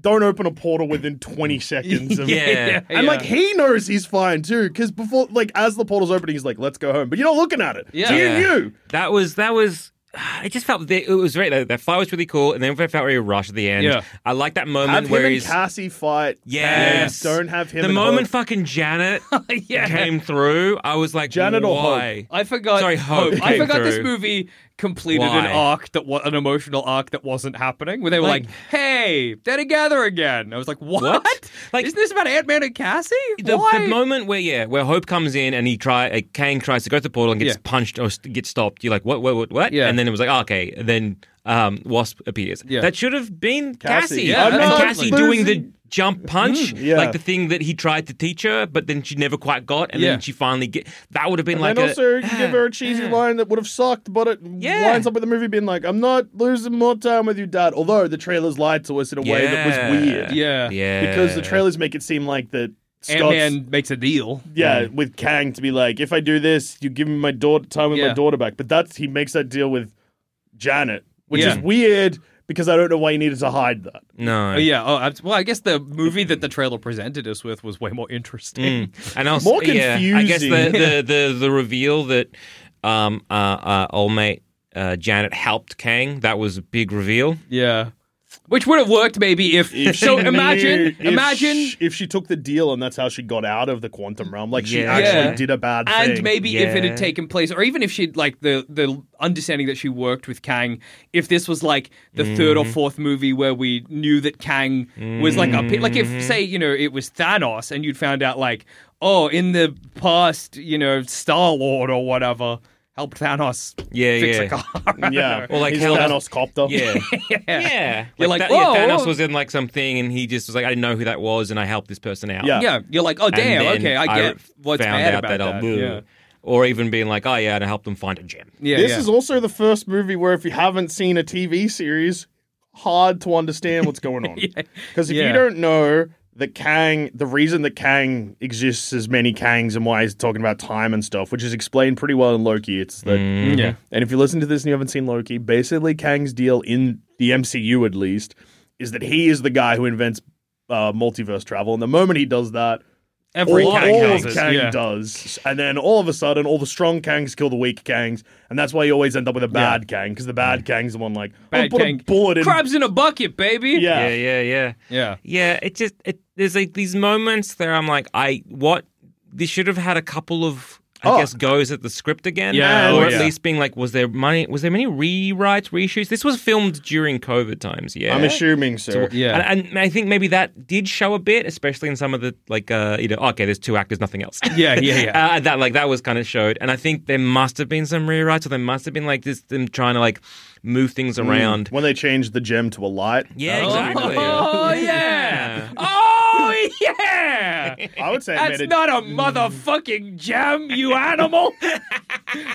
S3: don't open a portal within twenty seconds. Of-
S1: Hmm. Yeah.
S3: And like he knows he's fine too, because before, like as the portal's opening, he's like, "Let's go home," but you're not looking at it.
S2: Yeah.
S3: so you
S1: Yeah.
S3: knew.
S1: That was that was. It just felt it was great. That, that fight was really cool, and then it felt very rushed at the end.
S2: Yeah.
S1: I like that moment
S3: Have
S1: where
S3: him and
S1: he's
S3: Cassie fight.
S1: Yes.
S3: and don't have him.
S1: the
S3: and
S1: moment
S3: Hope.
S1: fucking Janet
S2: yeah.
S1: came through. I was like,
S3: Janet or Hope?
S1: why?
S2: I forgot.
S1: Sorry, Hope
S2: I
S1: came
S2: forgot this
S1: through.
S2: movie completed an
S1: Why?
S2: arc that was an emotional arc that wasn't happening. Where they were like,
S1: Like-
S2: "Hey, they're together again." I was like, "What?
S1: What?
S2: Like,
S1: Like-
S2: isn't this about Ant Man and Cassie?
S1: The,
S2: Why?"
S1: the moment where yeah, where Hope comes in and he try, uh, Kang tries to go to the portal and gets
S2: Yeah.
S1: punched or st- gets stopped. You're like, what, what, what, what?
S2: Yeah.
S1: And then it was like, oh, okay. And then um, Wasp appears.
S2: Yeah.
S1: That should have been
S3: Cassie.
S1: Cassie.
S2: Yeah,
S1: and
S2: absolutely.
S1: Cassie doing the jump punch,
S3: Mm, yeah.
S1: like the thing that he tried to teach her, but then she never quite got, and
S2: Yeah.
S1: then she finally get. That would have been
S3: and
S1: like
S3: also,
S1: a, ah,
S3: you give her a cheesy line that would have sucked, but it
S1: Yeah.
S3: lines up with the movie being like, "I'm not losing more time with you, Dad." Although the trailers lied to us in a way that
S1: Yeah.
S3: was weird,
S2: yeah,
S1: yeah,
S3: because the trailers make it seem like that Scott's,
S2: Ant Man makes a deal.
S3: yeah, with Kang to be like, "If I do this, you give me my daughter time with
S2: Yeah.
S3: my daughter back." But that's he makes that deal with Janet, which
S2: Yeah.
S3: is weird because I don't know why he needed to hide that.
S1: No.
S2: Oh, yeah. Oh, abs- well, I guess the movie that the trailer presented us with was way more interesting.
S1: And also,
S3: More
S1: Yeah, I guess
S3: confusing.
S1: the, the, the, the reveal that um, uh, uh, old mate uh, Janet helped Kang, that was a big reveal.
S2: Yeah. Which would have worked maybe if,
S3: If
S2: so
S3: she
S2: imagine
S3: knew- if
S2: imagine
S3: sh- if she took the deal and that's how she got out of the quantum realm, like she
S1: Yeah.
S2: Yeah.
S3: actually did a bad
S2: and
S3: thing.
S2: maybe if it
S1: Yeah.
S2: had taken place, or even if she'd like the the understanding that she worked with Kang, if this was like the third
S1: Mm-hmm.
S2: or fourth movie where we knew that Kang was like a pe- like
S1: Mm-hmm.
S2: if say you know it was Thanos and you'd found out like oh in the past you know Star Lord or whatever help Thanos
S1: Yeah,
S2: fix
S1: yeah.
S2: a car.
S3: Yeah.
S1: Or like
S3: He's
S1: how-
S3: Thanos copter.
S1: Yeah. yeah.
S2: You're
S1: Like,
S2: like,
S1: that, yeah,
S2: "Whoa,
S1: Thanos
S2: whoa."
S1: was in like something and he just was like, I didn't know who that was and I helped this person out.
S3: Yeah.
S2: yeah, you're like, oh
S1: And
S2: damn,
S1: then
S2: okay, I get what's
S1: found
S2: bad
S1: out
S2: about
S1: that. I'll
S2: that.
S1: boo.
S2: Yeah,
S1: Or even being like, oh yeah, and I helped them find a gem.
S2: yeah.
S3: This
S2: yeah.
S3: is also the first movie where if you haven't seen a TV series, hard to understand what's going on. Because if
S2: Yeah.
S3: you don't know that Kang, the reason that Kang exists as many Kangs and why he's talking about time and stuff, which is explained pretty well in Loki, it's that.
S2: Mm.
S1: Mm. Mm-hmm.
S2: yeah.
S3: And if you listen to this and you haven't seen Loki, basically Kang's deal in the MCU at least is that he is the guy who invents uh, multiverse travel, and the moment he does that,
S2: Every
S3: all,
S2: Kang
S3: all
S2: has
S3: of
S2: it,
S3: Kang
S2: yeah.
S3: does, and then all of a sudden, all the strong Kangs kill the weak Kangs, and that's why you always end up with a bad Kang because the bad Kang's the one like
S2: Bad
S3: oh, put
S2: Kang.
S3: a bullet in.
S2: Crabs in a bucket, baby.
S3: Yeah.
S1: Yeah, yeah, yeah.
S2: yeah.
S1: Yeah, it just it, there's like these moments there. I'm like, I what they should have had a couple of I
S3: Oh.
S1: guess goes at the script again,
S2: Yeah,
S1: or
S2: oh,
S1: at
S2: yeah.
S1: least being like, was there money? Was there many rewrites, reshoots? This was filmed during COVID times. Yeah,
S3: I'm assuming, sir.
S2: Yeah.
S1: And, and I think maybe that did show a bit, especially in some of the like, uh, you know, okay, there's two actors, nothing else.
S2: Yeah, yeah, yeah.
S1: uh, that like that was kind of showed, and I think there must have been some rewrites, or there must have been like this them trying to like move things
S3: Hmm.
S1: around.
S3: When they changed the gem to a light,
S1: Yeah, exactly.
S2: Oh yeah. oh yeah.
S3: I would say it
S2: That's
S3: made it-
S2: not a motherfucking gem, you animal.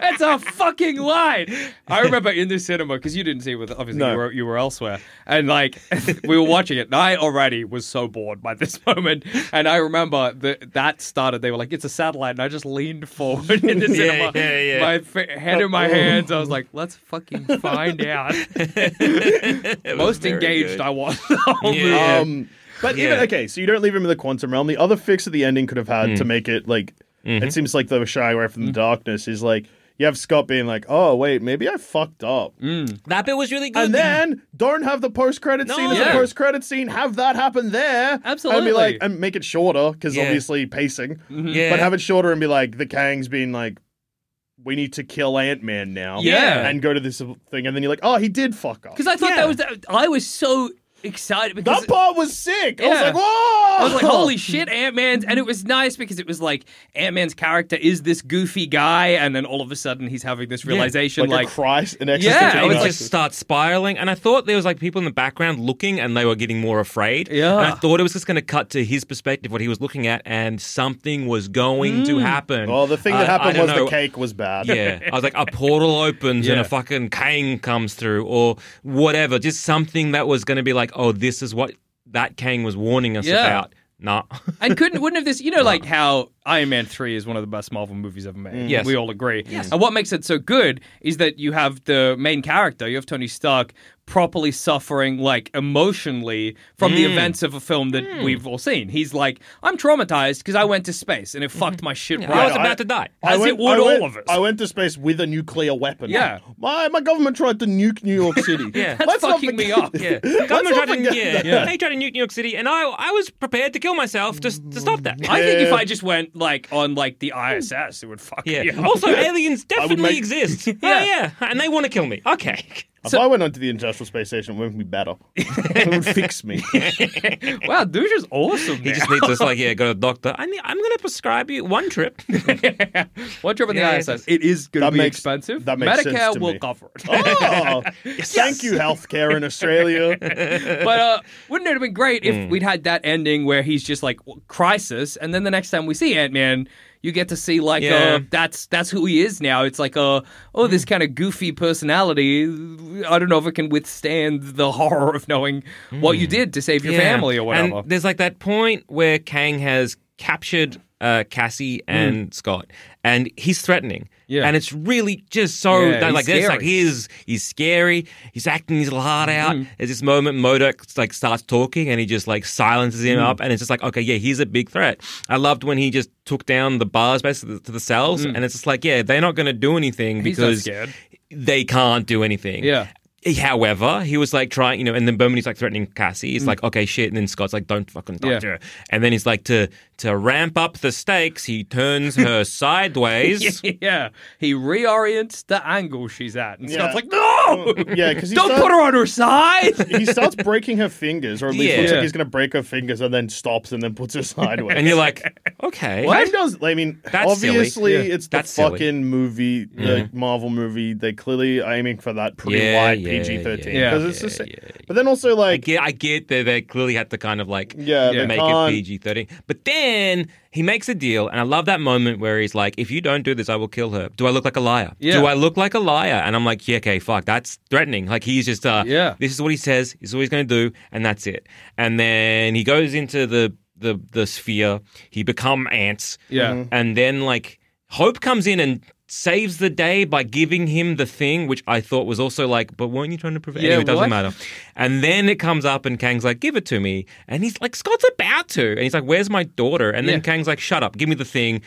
S2: That's a fucking line. I remember in the cinema because you didn't see it with obviously
S3: No.
S2: you, were, you were elsewhere, and like we were watching it. And I already was so bored by this moment, and I remember that that started. They were like, "It's a satellite," and I just leaned forward in the cinema,
S1: yeah, yeah.
S2: my fa- head in my hands. I was like, "Let's fucking find out."
S1: It was
S2: Most
S1: very
S2: engaged
S1: good.
S2: I was. the whole
S1: Yeah.
S2: movie.
S3: Um, but even
S1: Yeah.
S3: okay, so you don't leave him in the quantum realm. The other fix at the ending could have had
S2: Hmm.
S3: to make it like
S1: Mm-hmm.
S3: it seems like they were shying away from the darkness. Is like you have Scott being like, "Oh wait, maybe I fucked up,"
S1: That bit was really good.
S3: and then don't have the post credit
S1: No.
S3: scene as
S2: Yeah.
S3: a post credit scene. Have that happen there, and
S2: Absolutely. Mm-hmm.
S3: be like, and make it shorter because
S1: Yeah.
S3: obviously pacing,
S1: yeah.
S3: but have it shorter and be like the Kang's being like. We need to kill Ant Man now.
S2: Yeah.
S3: And go to this thing. And then you're like, oh, he did fuck up.
S2: Because I thought
S1: Yeah.
S2: that was that, I was so excited because
S3: That part was sick. I was
S2: Yeah.
S3: like, whoa!
S2: I was like, holy shit, Ant Man's. And it was nice because it was like, Ant Man's character is this goofy guy. And then all of a sudden he's having this realization
S3: like,
S2: like,
S3: a Christ, an
S2: Yeah,
S1: it
S3: existential
S1: would
S2: it's
S1: just start spiraling. And I thought there was like people in the background looking and they were getting more afraid.
S2: Yeah.
S1: And I thought it was just going to cut to his perspective, what he was looking at, and something was going
S2: Mm.
S1: to happen.
S3: Well, the thing that
S1: I- I
S3: happened
S1: don't
S3: was
S1: know.
S3: the cake was bad.
S1: Yeah. I was like, a portal opens and
S2: Yeah.
S1: a fucking Kang comes through or whatever. Just something that was going to be like, oh, this is what that Kang was warning us
S2: Yeah.
S1: about. Nah.
S2: and couldn't, wouldn't have this, you know, like how Iron Man 3 is one of the best Marvel movies ever made.
S1: Yes.
S2: We all agree. And what makes it so good is that you have the main character, you have Tony Stark properly suffering, like emotionally, from the events of a film that we've all seen. He's like, I'm traumatized because I went to space and it fucked my shit
S1: I
S2: right
S1: was
S2: up.
S1: about to die.
S2: as it would
S3: I went,
S2: all of us.
S3: I went to space with a nuclear weapon.
S2: Yeah.
S3: My my government tried to nuke New York City.
S1: Yeah.
S2: That's
S3: Let's not
S2: fucking me
S3: forget-
S2: up.
S1: Yeah. Government
S3: Let's not
S1: tried to,
S3: forget
S1: yeah,
S3: that.
S1: They tried to nuke New York City, and I, I was prepared to kill myself just to stop that.
S2: I think if
S3: Yeah.
S2: I just went like on like the ISS, it would fuck
S1: Yeah.
S2: me up.
S1: Also, aliens
S3: would
S1: definitely
S3: make-
S1: exist. yeah. yeah, and they want to kill me. Okay.
S3: If I went onto the Industrial Space Station, it wouldn't be better. it would fix me.
S2: wow, douche is awesome.
S1: He
S2: now.
S1: just needs to like, yeah, go to the doctor. I need, I'm going to prescribe you one trip.
S2: One trip on the
S1: Yeah,
S2: ISS, it is going to
S3: That
S2: be
S3: makes-
S2: expensive.
S3: that makes sense
S2: Medicare
S3: to
S2: will
S3: me.
S2: cover it.
S3: Oh, Thank you, healthcare in Australia.
S2: but uh, wouldn't it have been great if we'd had that ending where he's just like w- crisis, and then the next time we see Ant Man, you get to see like
S1: Yeah.
S2: uh, that's that's who he is now. It's like uh, oh, this kind of goofy personality. I don't know if it can withstand the horror of knowing what you did to save your
S1: Yeah.
S2: family or whatever.
S1: And there's like that point where Kang has captured uh, Cassie and Scott, and he's threatening.
S2: Hmm. Yeah.
S1: And it's really just so
S2: Yeah,
S1: that,
S2: he's
S1: like that's
S2: scary.
S1: like his he's scary. He's acting his little heart out.
S2: Mm-hmm.
S1: There's this moment Modoc like starts talking and he just like silences him
S2: Mm.
S1: up, and it's just like okay, yeah, he's a big threat. I loved when he just took down the bars basically to the cells, and it's just like yeah, they're not going to do anything
S2: Mm. He's not
S1: because
S2: scared.
S1: they can't do anything.
S2: Yeah.
S1: However, he was like trying, you know, and then Bermany's like threatening Cassie. He's like, okay, shit. And then Scott's like, don't fucking touch
S2: Mm. Yeah.
S1: her. And then he's like, to to ramp up the stakes, he turns her sideways.
S2: yeah, he reorients the angle she's at, and Scott's
S3: Yeah.
S2: like, "No,
S3: Yeah, because
S2: don't put her on her side."
S3: He starts breaking her fingers, or at least
S1: Yeah.
S3: looks
S2: Yeah.
S3: like he's going to break her fingers, and then stops and then puts her sideways.
S1: And you're like, okay.
S3: What? does. I mean,
S1: That's silly.
S3: obviously,
S1: Yeah.
S3: it's the
S1: That's silly.
S3: fucking movie, the Marvel movie. They clearly are aiming for that pretty
S1: Yeah,
S3: wide
S1: yeah,
S3: PG thirteen.
S2: yeah,
S3: because it's
S1: yeah,
S3: the same.
S1: yeah,
S3: But then also
S1: I
S3: like,
S1: get, I get that they clearly had to kind of like
S3: yeah,
S2: Yeah.
S3: they
S1: make it
S3: can't-
S1: PG 13. But then he makes a deal, and I love that moment where he's like, if you don't do this, I will kill her. Do I look like a liar?
S2: Yeah.
S1: Do I look like a liar? And I'm like, yeah, okay, fuck, that's threatening. Like, he's just, uh,
S2: Yeah.
S1: this is what he says, this is what he's going to do, and that's it. And then he goes into the, the, the sphere, he become ants,
S2: Yeah.
S3: Mm-hmm.
S1: and then like Hope comes in and saves the day by giving him the thing, which I thought was also like, but weren't you trying to prevent?
S2: Yeah,
S1: anyway, it doesn't
S2: what?
S1: matter. And then it comes up and Kang's like, give it to me, and he's like, Scott's about to, and he's like, where's my daughter? And then
S2: Yeah.
S1: Kang's like, shut up, give me the thing.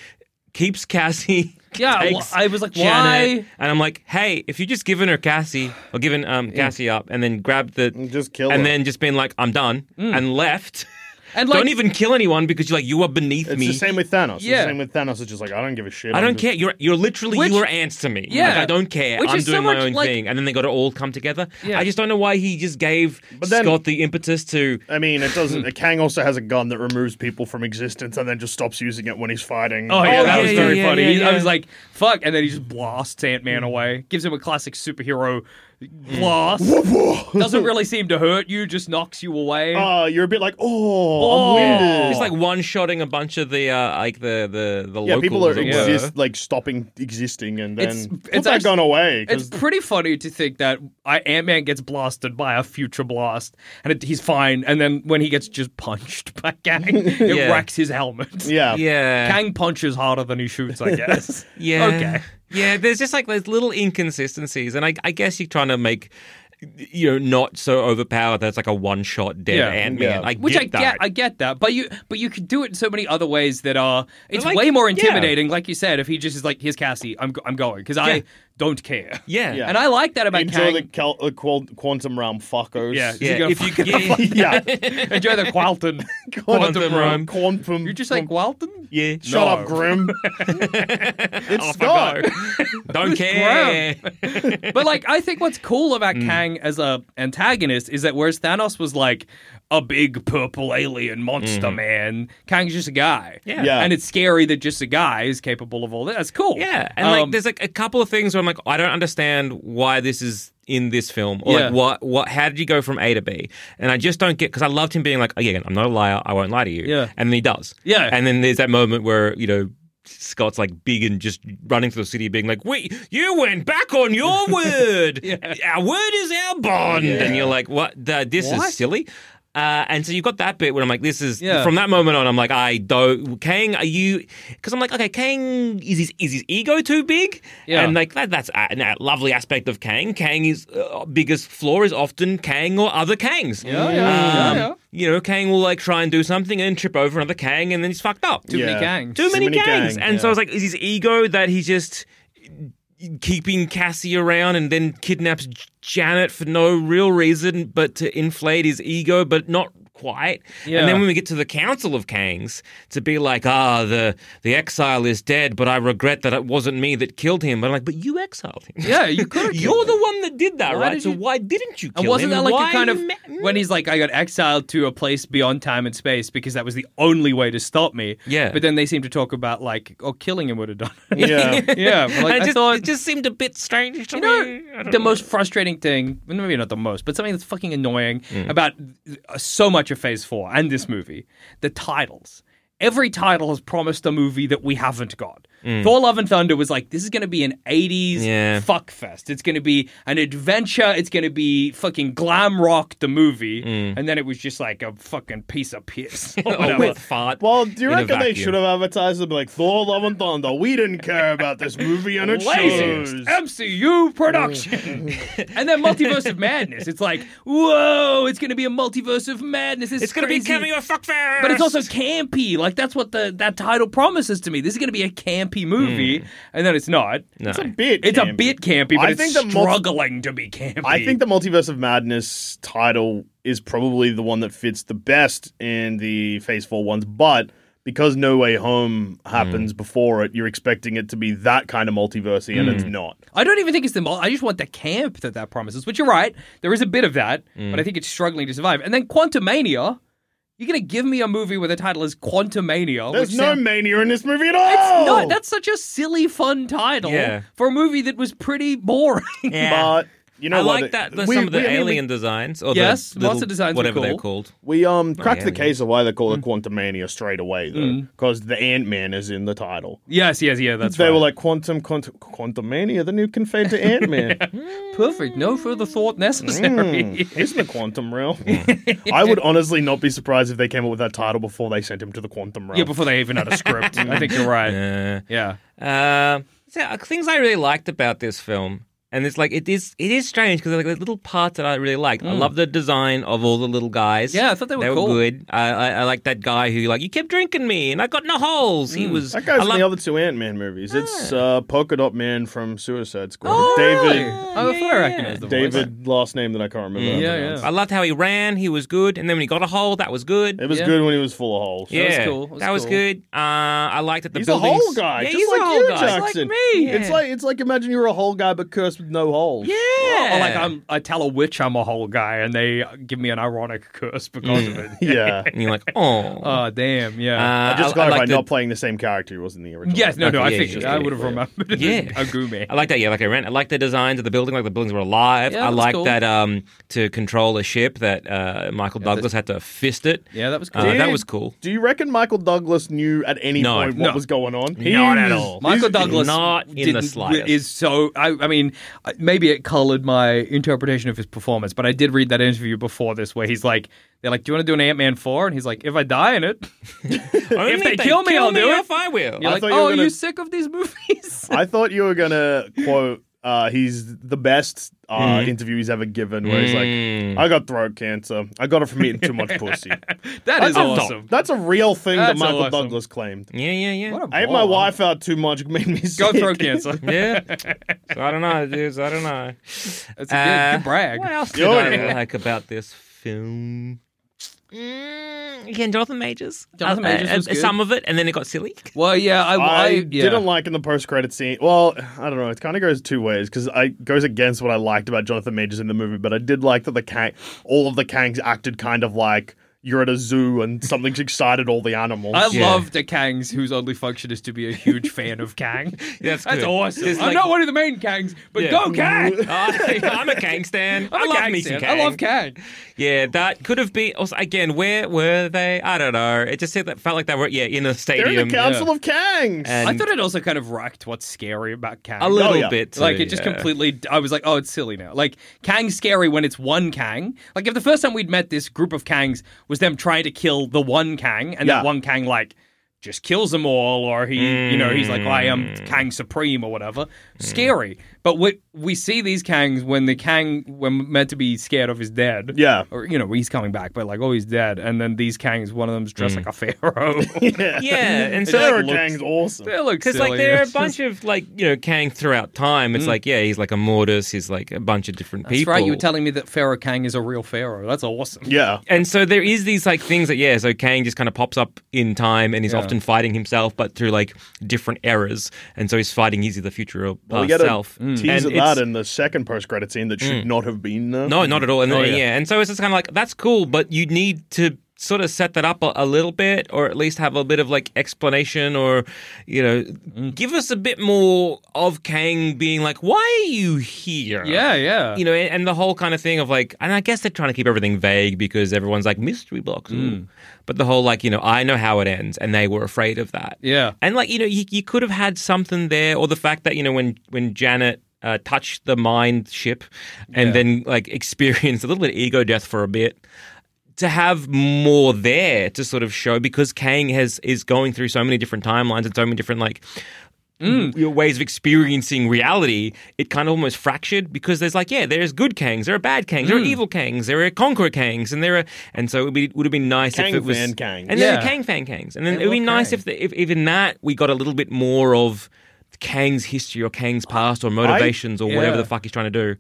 S1: Keeps Cassie.
S2: Yeah, wh-
S1: takes
S2: I was like,
S1: Janet,
S2: why?
S1: And I'm like, hey, if you just given her Cassie or given um, Cassie up, and then grabbed the
S3: Just kill
S1: and
S3: her.
S1: then just been like, I'm done, and left.
S2: And Mm. like,
S1: Don't even kill anyone because you're like you are beneath
S3: It's
S1: me.
S3: the same with Thanos. It's
S2: Yeah.
S3: the same with Thanos. It's just like I don't give a shit.
S1: I
S3: I'm
S1: don't
S3: just-
S1: care. You're you're literally
S2: Which-
S1: you were ants to me.
S2: Yeah.
S1: like, I don't care.
S2: Which
S1: I'm
S2: is so
S1: doing my
S2: much
S1: own
S2: like-
S1: thing. And then they got to all come together.
S2: Yeah.
S1: I just don't know why he just gave
S3: But then-
S1: Scott the impetus to.
S3: I mean, it doesn't. Kang also has a gun that removes people from existence and then just stops using it when he's fighting.
S2: Oh yeah, Mm-hmm.
S1: Oh,
S2: that
S1: yeah,
S2: was
S1: yeah,
S2: very
S1: yeah,
S2: funny.
S1: yeah,
S2: He- I
S1: yeah.
S2: was like, "Fuck!" And then he just blasts Ant Man away. Gives him a classic superhero Mm. blast. Doesn't really seem to hurt you. Just knocks you away.
S3: Oh, you're a bit like, oh,
S2: Oh.
S3: I'm winded.
S1: It's like one shotting a bunch of the uh, like the the the
S3: yeah,
S1: locals.
S3: people are
S1: as it were.
S3: exist like stopping existing and then
S2: It's-
S3: put
S2: it's
S3: that
S2: actu-
S3: gun away.
S2: It's
S3: 'cause-
S2: pretty funny to think that Ant Man gets blasted by a future blast, and it, he's fine. And then when he gets just punched by Kang, it
S1: Yeah.
S2: wrecks his helmet.
S3: yeah,
S1: Yeah,
S2: Kang punches harder than he shoots, I guess.
S1: yeah,
S2: Okay.
S1: yeah. There's just like those little inconsistencies, and I I guess you're trying to make. You know, not so overpowered that it's like a one shot dead
S2: Yeah,
S1: Ant Man.
S3: yeah.
S1: I
S2: Which
S1: get
S2: I
S1: that.
S2: get, I get that, but you, but you could do it in so many other ways that are. It's
S1: like,
S2: way more
S1: yeah.
S2: intimidating, like you said. If he just is like, "Here's Cassie, I'm, go- I'm going," because
S1: Yeah.
S2: I don't care,
S1: yeah,
S3: Yeah.
S2: and I like that about
S3: enjoy
S2: Kang.
S3: the cal- uh, qual- quantum realm fuckers.
S2: Yeah,
S1: Yeah,
S2: You're
S1: If
S2: gonna
S1: you get,
S3: yeah.
S2: enjoy the Qualton.
S1: Quantum realm.
S3: Quantum.
S2: You're just like Qualton.
S1: yeah,
S3: shut up, Grim. it's
S1: Off I
S3: Scott.
S1: go. Don't care.
S2: but like I think what's cool about
S1: Mm.
S2: Kang as a antagonist is that whereas Thanos was like a big purple alien monster man, Kang's just a guy.
S1: Mm-hmm. Yeah.
S3: Yeah.
S2: And it's scary that just a guy is capable of all that. That's cool.
S1: Yeah, and like
S2: Um,
S1: there's like a couple of things where I'm like, I don't understand why this is in this film, or
S2: Yeah.
S1: like what what how did you go from A to B? And I just don't get because I loved him being like, again, I'm not a liar, I won't lie to you.
S2: Yeah.
S1: and then he does.
S2: Yeah.
S1: and then there's that moment where you know. Scott's like big and just running through the city, being like, "Wait, you went back on your word. Our word is our bond." And you're like, "What? The, this is
S2: What?
S1: silly." Uh, and so you've got that bit where I'm like, "This is
S2: Yeah.
S1: from that moment on." I'm like, "I don't, Kang, are you?" Because I'm like, "Okay, Kang is his is his ego too big?"
S2: Yeah.
S1: And like that, that's a, an- a lovely aspect of Kang. Kang is uh, biggest flaw is often Kang or other Kangs.
S2: Yeah, yeah, yeah,
S1: Um,
S2: yeah.
S1: You know, Kang will like try and do something and trip over another Kang, and then he's fucked up.
S2: Too many
S3: Yeah.
S2: Kangs.
S1: Too many,
S3: many
S1: gangs.
S3: gangs,
S1: And so
S3: yeah.
S1: I was like, is his ego that he's just keeping Cassie around and then kidnaps J- Janet for no real reason but to inflate his ego, but not quite.
S2: Yeah.
S1: And then when we get to the Council of Kangs, to be like, ah, the the exile is dead, but I regret that it wasn't me that killed him. But I'm like, but you exiled him.
S2: Yeah, you could.
S1: You're the one that did that,
S2: Why
S1: right?
S2: did
S1: so
S2: you-
S1: why didn't you kill
S2: And wasn't
S1: him?
S2: that like
S1: Why
S2: a kind of
S1: ma-
S2: when he's like, I got exiled to a place beyond time and space because that was the only way to stop me.
S1: Yeah.
S2: But then they seem to talk about like, oh, killing him would have done it.
S3: Yeah.
S2: yeah. but, Like,
S1: And it
S2: I
S1: just,
S2: thought,
S1: it just seemed a bit strange to
S2: You know,
S1: me. I
S2: the
S1: don't
S2: most frustrating thing, well, maybe not the most, but something that's fucking annoying
S1: Mm.
S2: about uh, so much of Phase 4 and this movie, the titles. Every title has promised a movie that we haven't got. Thor Love and Thunder was like, this is going to be an 80s
S1: Mm. Yeah.
S2: fuck fest. It's going to be an adventure. It's going to be fucking glam rock, the movie. And then it was just like a fucking piece of piss. or
S1: Mm. Oh,
S2: whatever.
S1: with fart.
S3: Well, do you
S1: in a
S3: reckon they
S1: vacuum.
S3: should have advertised them like Thor, Love, and Thunder? We didn't care about this movie and it
S2: Blazes,
S3: shows.
S2: MCU production. and then Multiverse of Madness. It's like, whoa, it's going to be a Multiverse of Madness. This
S1: It's going to be a cameo fuck fair.
S2: But it's also campy. Like, Like that's what the that title promises to me. This is going to be a campy movie, and then it's not.
S1: No.
S3: It's a bit.
S2: It's a
S3: campy.
S2: bit campy, but
S3: I
S2: it's
S3: think the multi-
S2: struggling to be campy.
S3: I think the Multiverse of Madness title is probably the one that fits the best in the Phase 4 ones, but because No Way Home
S1: Mm.
S3: happens before it, you're expecting it to be that kind of multiversey, and
S1: Mm.
S3: it's not.
S2: I don't even think it's the mall. I just want the camp that that promises, which you're right. There is a bit of that, but I think it's struggling to survive. And then Quantumania, you're going to give me a movie where the title is Quantumania.
S3: There's
S2: which
S3: no
S2: sound-
S3: mania in this movie at all!
S2: It's not. That's such a silly, fun title
S1: Yeah.
S2: for a movie that was pretty boring.
S1: Yeah.
S3: But you know
S1: I
S3: what?
S1: like that. the-
S3: We-
S1: some of the
S3: we- I mean, we-
S1: alien designs, or
S2: Yes,
S1: the little-
S2: monster designs were
S1: whatever they're
S2: cool.
S1: called.
S3: We um cracked the
S1: alien.
S3: case of why they
S2: Mm.
S3: call it Quantum Mania straight away though, because the Ant Man is in the title.
S2: yes, yes, yeah. Mm. That's
S3: they
S2: right.
S3: were like Quantum Quantum Quantum Mania, the new conveyed to Ant Man.
S2: perfect. No further thought necessary.
S3: Isn't the quantum realm? I would honestly not be surprised if they came up with that title before they sent him to the quantum realm.
S2: yeah, before they even had a script. I think you're right.
S1: Uh,
S2: yeah.
S1: Uh, so, things I really liked about this film, and it's like it is it is strange because like there's little parts that I really liked. I love the design of all the little guys.
S2: Yeah, I thought they were
S1: they
S2: cool.
S1: were good. I, I, I like that guy who like you kept drinking me and I got no holes. He was
S3: that guy's
S1: I
S3: in
S1: love-
S3: the other two Ant Man movies. It's uh, Polka Dot Man from Suicide Squad.
S1: Oh,
S3: David,
S1: really?
S2: I thought I
S1: yeah,
S2: recognized the voice.
S3: David, last name that I can't remember. how to
S2: Yeah,
S3: pronounce.
S2: yeah.
S1: I loved how he ran. He was good, and then when he got a hole, that was good.
S3: It was
S2: Yeah.
S3: good when he was full of holes.
S1: yeah,
S2: cool, that was
S1: that was
S2: cool.
S1: good. Uh, I liked that the
S3: He's a
S1: buildings.
S3: hole guy,
S1: Yeah,
S3: just
S1: he's
S3: like
S1: a hole
S3: you,
S1: guy. Just
S3: Jackson.
S1: like me.
S3: It's like it's like imagine you're a hole guy but cursed with no holes.
S1: yeah,
S2: Or oh, like I'm, I tell a witch I'm a whole guy, and they give me an ironic curse because of it.
S3: Mm. yeah.
S1: and you're like, oh.
S2: Oh damn! Yeah.
S1: Uh,
S3: I just
S1: I,
S3: got it
S1: like
S3: by
S1: the-
S3: not playing the same character he was in the original.
S2: yes. No. No.
S1: okay,
S2: I
S1: yeah,
S2: think
S1: yeah,
S2: I
S1: yeah,
S2: would have remembered. it as
S1: Yeah.
S2: A gume.
S1: I like that. Yeah, like I ran. I like the designs of the building. Like the buildings were alive.
S2: Yeah,
S1: I
S2: that's
S1: like
S2: cool.
S1: that um, to control a ship that uh, Michael Douglas had to fist it.
S2: Yeah, that was
S1: Uh,
S2: cool.
S1: that was cool.
S3: Do you reckon Michael Douglas knew at any
S1: No.
S3: point what
S2: No.
S3: was going on?
S1: Not at
S3: He's-
S1: all.
S2: Michael
S3: he's-
S2: Douglas
S1: not in the
S2: didn't-
S1: slightest.
S2: is so. I, I mean, I- maybe it colored my interpretation of his performance, but I did read that interview before this where he's like, "They're like, do you want to do an Ant Man 4? And he's like, "If I die in it,
S1: Only
S2: they kill me, I'll do it.
S1: If I will.
S2: you're
S3: I
S2: like,
S3: thought
S2: oh,
S3: you were
S2: are
S3: gonna-
S2: you sick of these movies?"
S3: I thought you were gonna quote. Uh, he's the best uh,
S1: Mm-hmm.
S3: interview he's ever given. Where he's
S1: Mm.
S3: like, "I got throat cancer. I got it from eating too much pussy."
S2: that
S3: That's
S2: is
S3: a-
S2: awesome.
S3: That's a real thing that
S2: That's
S3: Michael
S2: awesome.
S3: Douglas claimed.
S1: yeah, yeah, yeah.
S2: What a
S3: I ate my
S2: baller.
S3: wife out too much. it Made me
S2: Go
S3: sick.
S2: throat cancer.
S1: yeah. So I don't know, dudes. I don't know.
S2: That's a
S1: Uh,
S2: good, good brag.
S1: What else did
S3: Yo,
S1: I
S3: yeah.
S1: like about this film? Mm, again, Jonathan Majors. Uh,
S2: Jonathan Majors was good.
S1: Some of it, and then it got silly.
S2: Well, yeah, I,
S3: I
S2: I, yeah.
S3: didn't like in the post credit scene. Well, I don't know. It kind of goes two ways because I goes against what I liked about Jonathan Majors in the movie. But I did like that the Kang, all of the Kangs acted kind of like you're at a zoo and something's excited all the animals.
S2: I
S1: Yeah.
S2: love the Kangs whose only function is to be a huge fan of Kang.
S1: That's
S2: That's
S1: good.
S2: awesome.
S1: It's
S2: I'm
S1: like-
S2: not one of the main Kangs, but
S1: Yeah.
S2: go Kang!
S1: I- Oh, I'm a Kang stan. I
S2: I'm a
S1: love
S2: Kang
S1: me some
S2: fan. I love
S1: Kang.
S2: Kang.
S1: Yeah, that could have been. Also, again, where were they? I don't know. It just said that felt like they were yeah in a
S3: They're in
S1: stadium.
S3: the Council of Kangs.
S1: And
S2: I thought it also kind of racked what's scary about Kang.
S1: a little
S3: Oh, yeah.
S1: bit.
S2: like
S1: too,
S2: it just
S1: yeah.
S2: completely. I was like, oh, it's silly now. Like Kang's scary when it's one Kang. Like if the first time we'd met this group of Kangs was them trying to kill the one Kang, and
S3: Yeah.
S2: that one Kang like just kills them all, or he, you know, he's like, "Oh, I am
S1: Mm.
S2: Kang Supreme or whatever. Scary. But we we see these Kangs when the Kang when meant to be scared of is dead.
S3: Yeah.
S2: Or you know he's coming back, but like oh he's dead, and then these Kangs, one of them's
S1: Mm.
S2: dressed like a pharaoh.
S3: yeah.
S1: Yeah, and so
S3: Sarah
S1: like,
S3: Gang's awesome.
S2: they look
S1: Because
S2: silly.
S1: like there are a
S2: It's just-
S1: bunch of like you know Kang throughout time. It's like yeah, he's like a mortis. He's like a bunch of different
S2: That's
S1: people.
S2: right. You were telling me that Pharaoh Kang is a real pharaoh. That's awesome.
S3: Yeah.
S1: and so there is these like things that yeah. So Kang just kind of pops up in time, and he's
S2: Yeah.
S1: often fighting himself, but through like different errors. And so he's fighting either the future or
S3: Well,
S1: past
S3: we get a
S1: Oh, self. Mm.
S3: tease
S1: And
S3: of
S1: it's-
S3: that in the second post credit scene that should not have been there.
S1: No, not at all. And then,
S2: Oh, yeah.
S1: yeah. and so it's just kind of like that's cool, but you need to sort of set that up a, a little bit, or at least have a bit of like explanation, or you know,
S2: Mm.
S1: give us a bit more of Kang being like, "Why are you here?"
S2: Yeah, yeah.
S1: You know, and, and the whole kind of thing of like, and I guess they're trying to keep everything vague because everyone's like mystery box, ooh. but the whole like, you know, I know how it ends, and they were afraid of that.
S2: Yeah.
S1: And like you know, you, you could have had something there, or the fact that you know when when Janet uh, touched the mind ship, and then like experienced a little bit of ego death for a bit. To have more there to sort of show because Kang has is going through so many different timelines and so many different like your ways of experiencing reality, it kind of almost fractured because there's like, yeah, there's good Kangs, there are bad Kangs, there are evil Kangs, there are Conqueror Kangs, and there are, and so it would, be, would have been nice
S3: Kang
S1: if it was
S3: fan Kangs.
S1: and then
S2: Yeah.
S1: the Kang fan Kangs, and then
S2: They
S1: it would be
S2: love
S1: nice
S2: Kang.
S1: if, the, if if in that we got a little bit more of Kang's history or Kang's past or motivations or whatever
S2: Yeah.
S1: the fuck he's trying to do.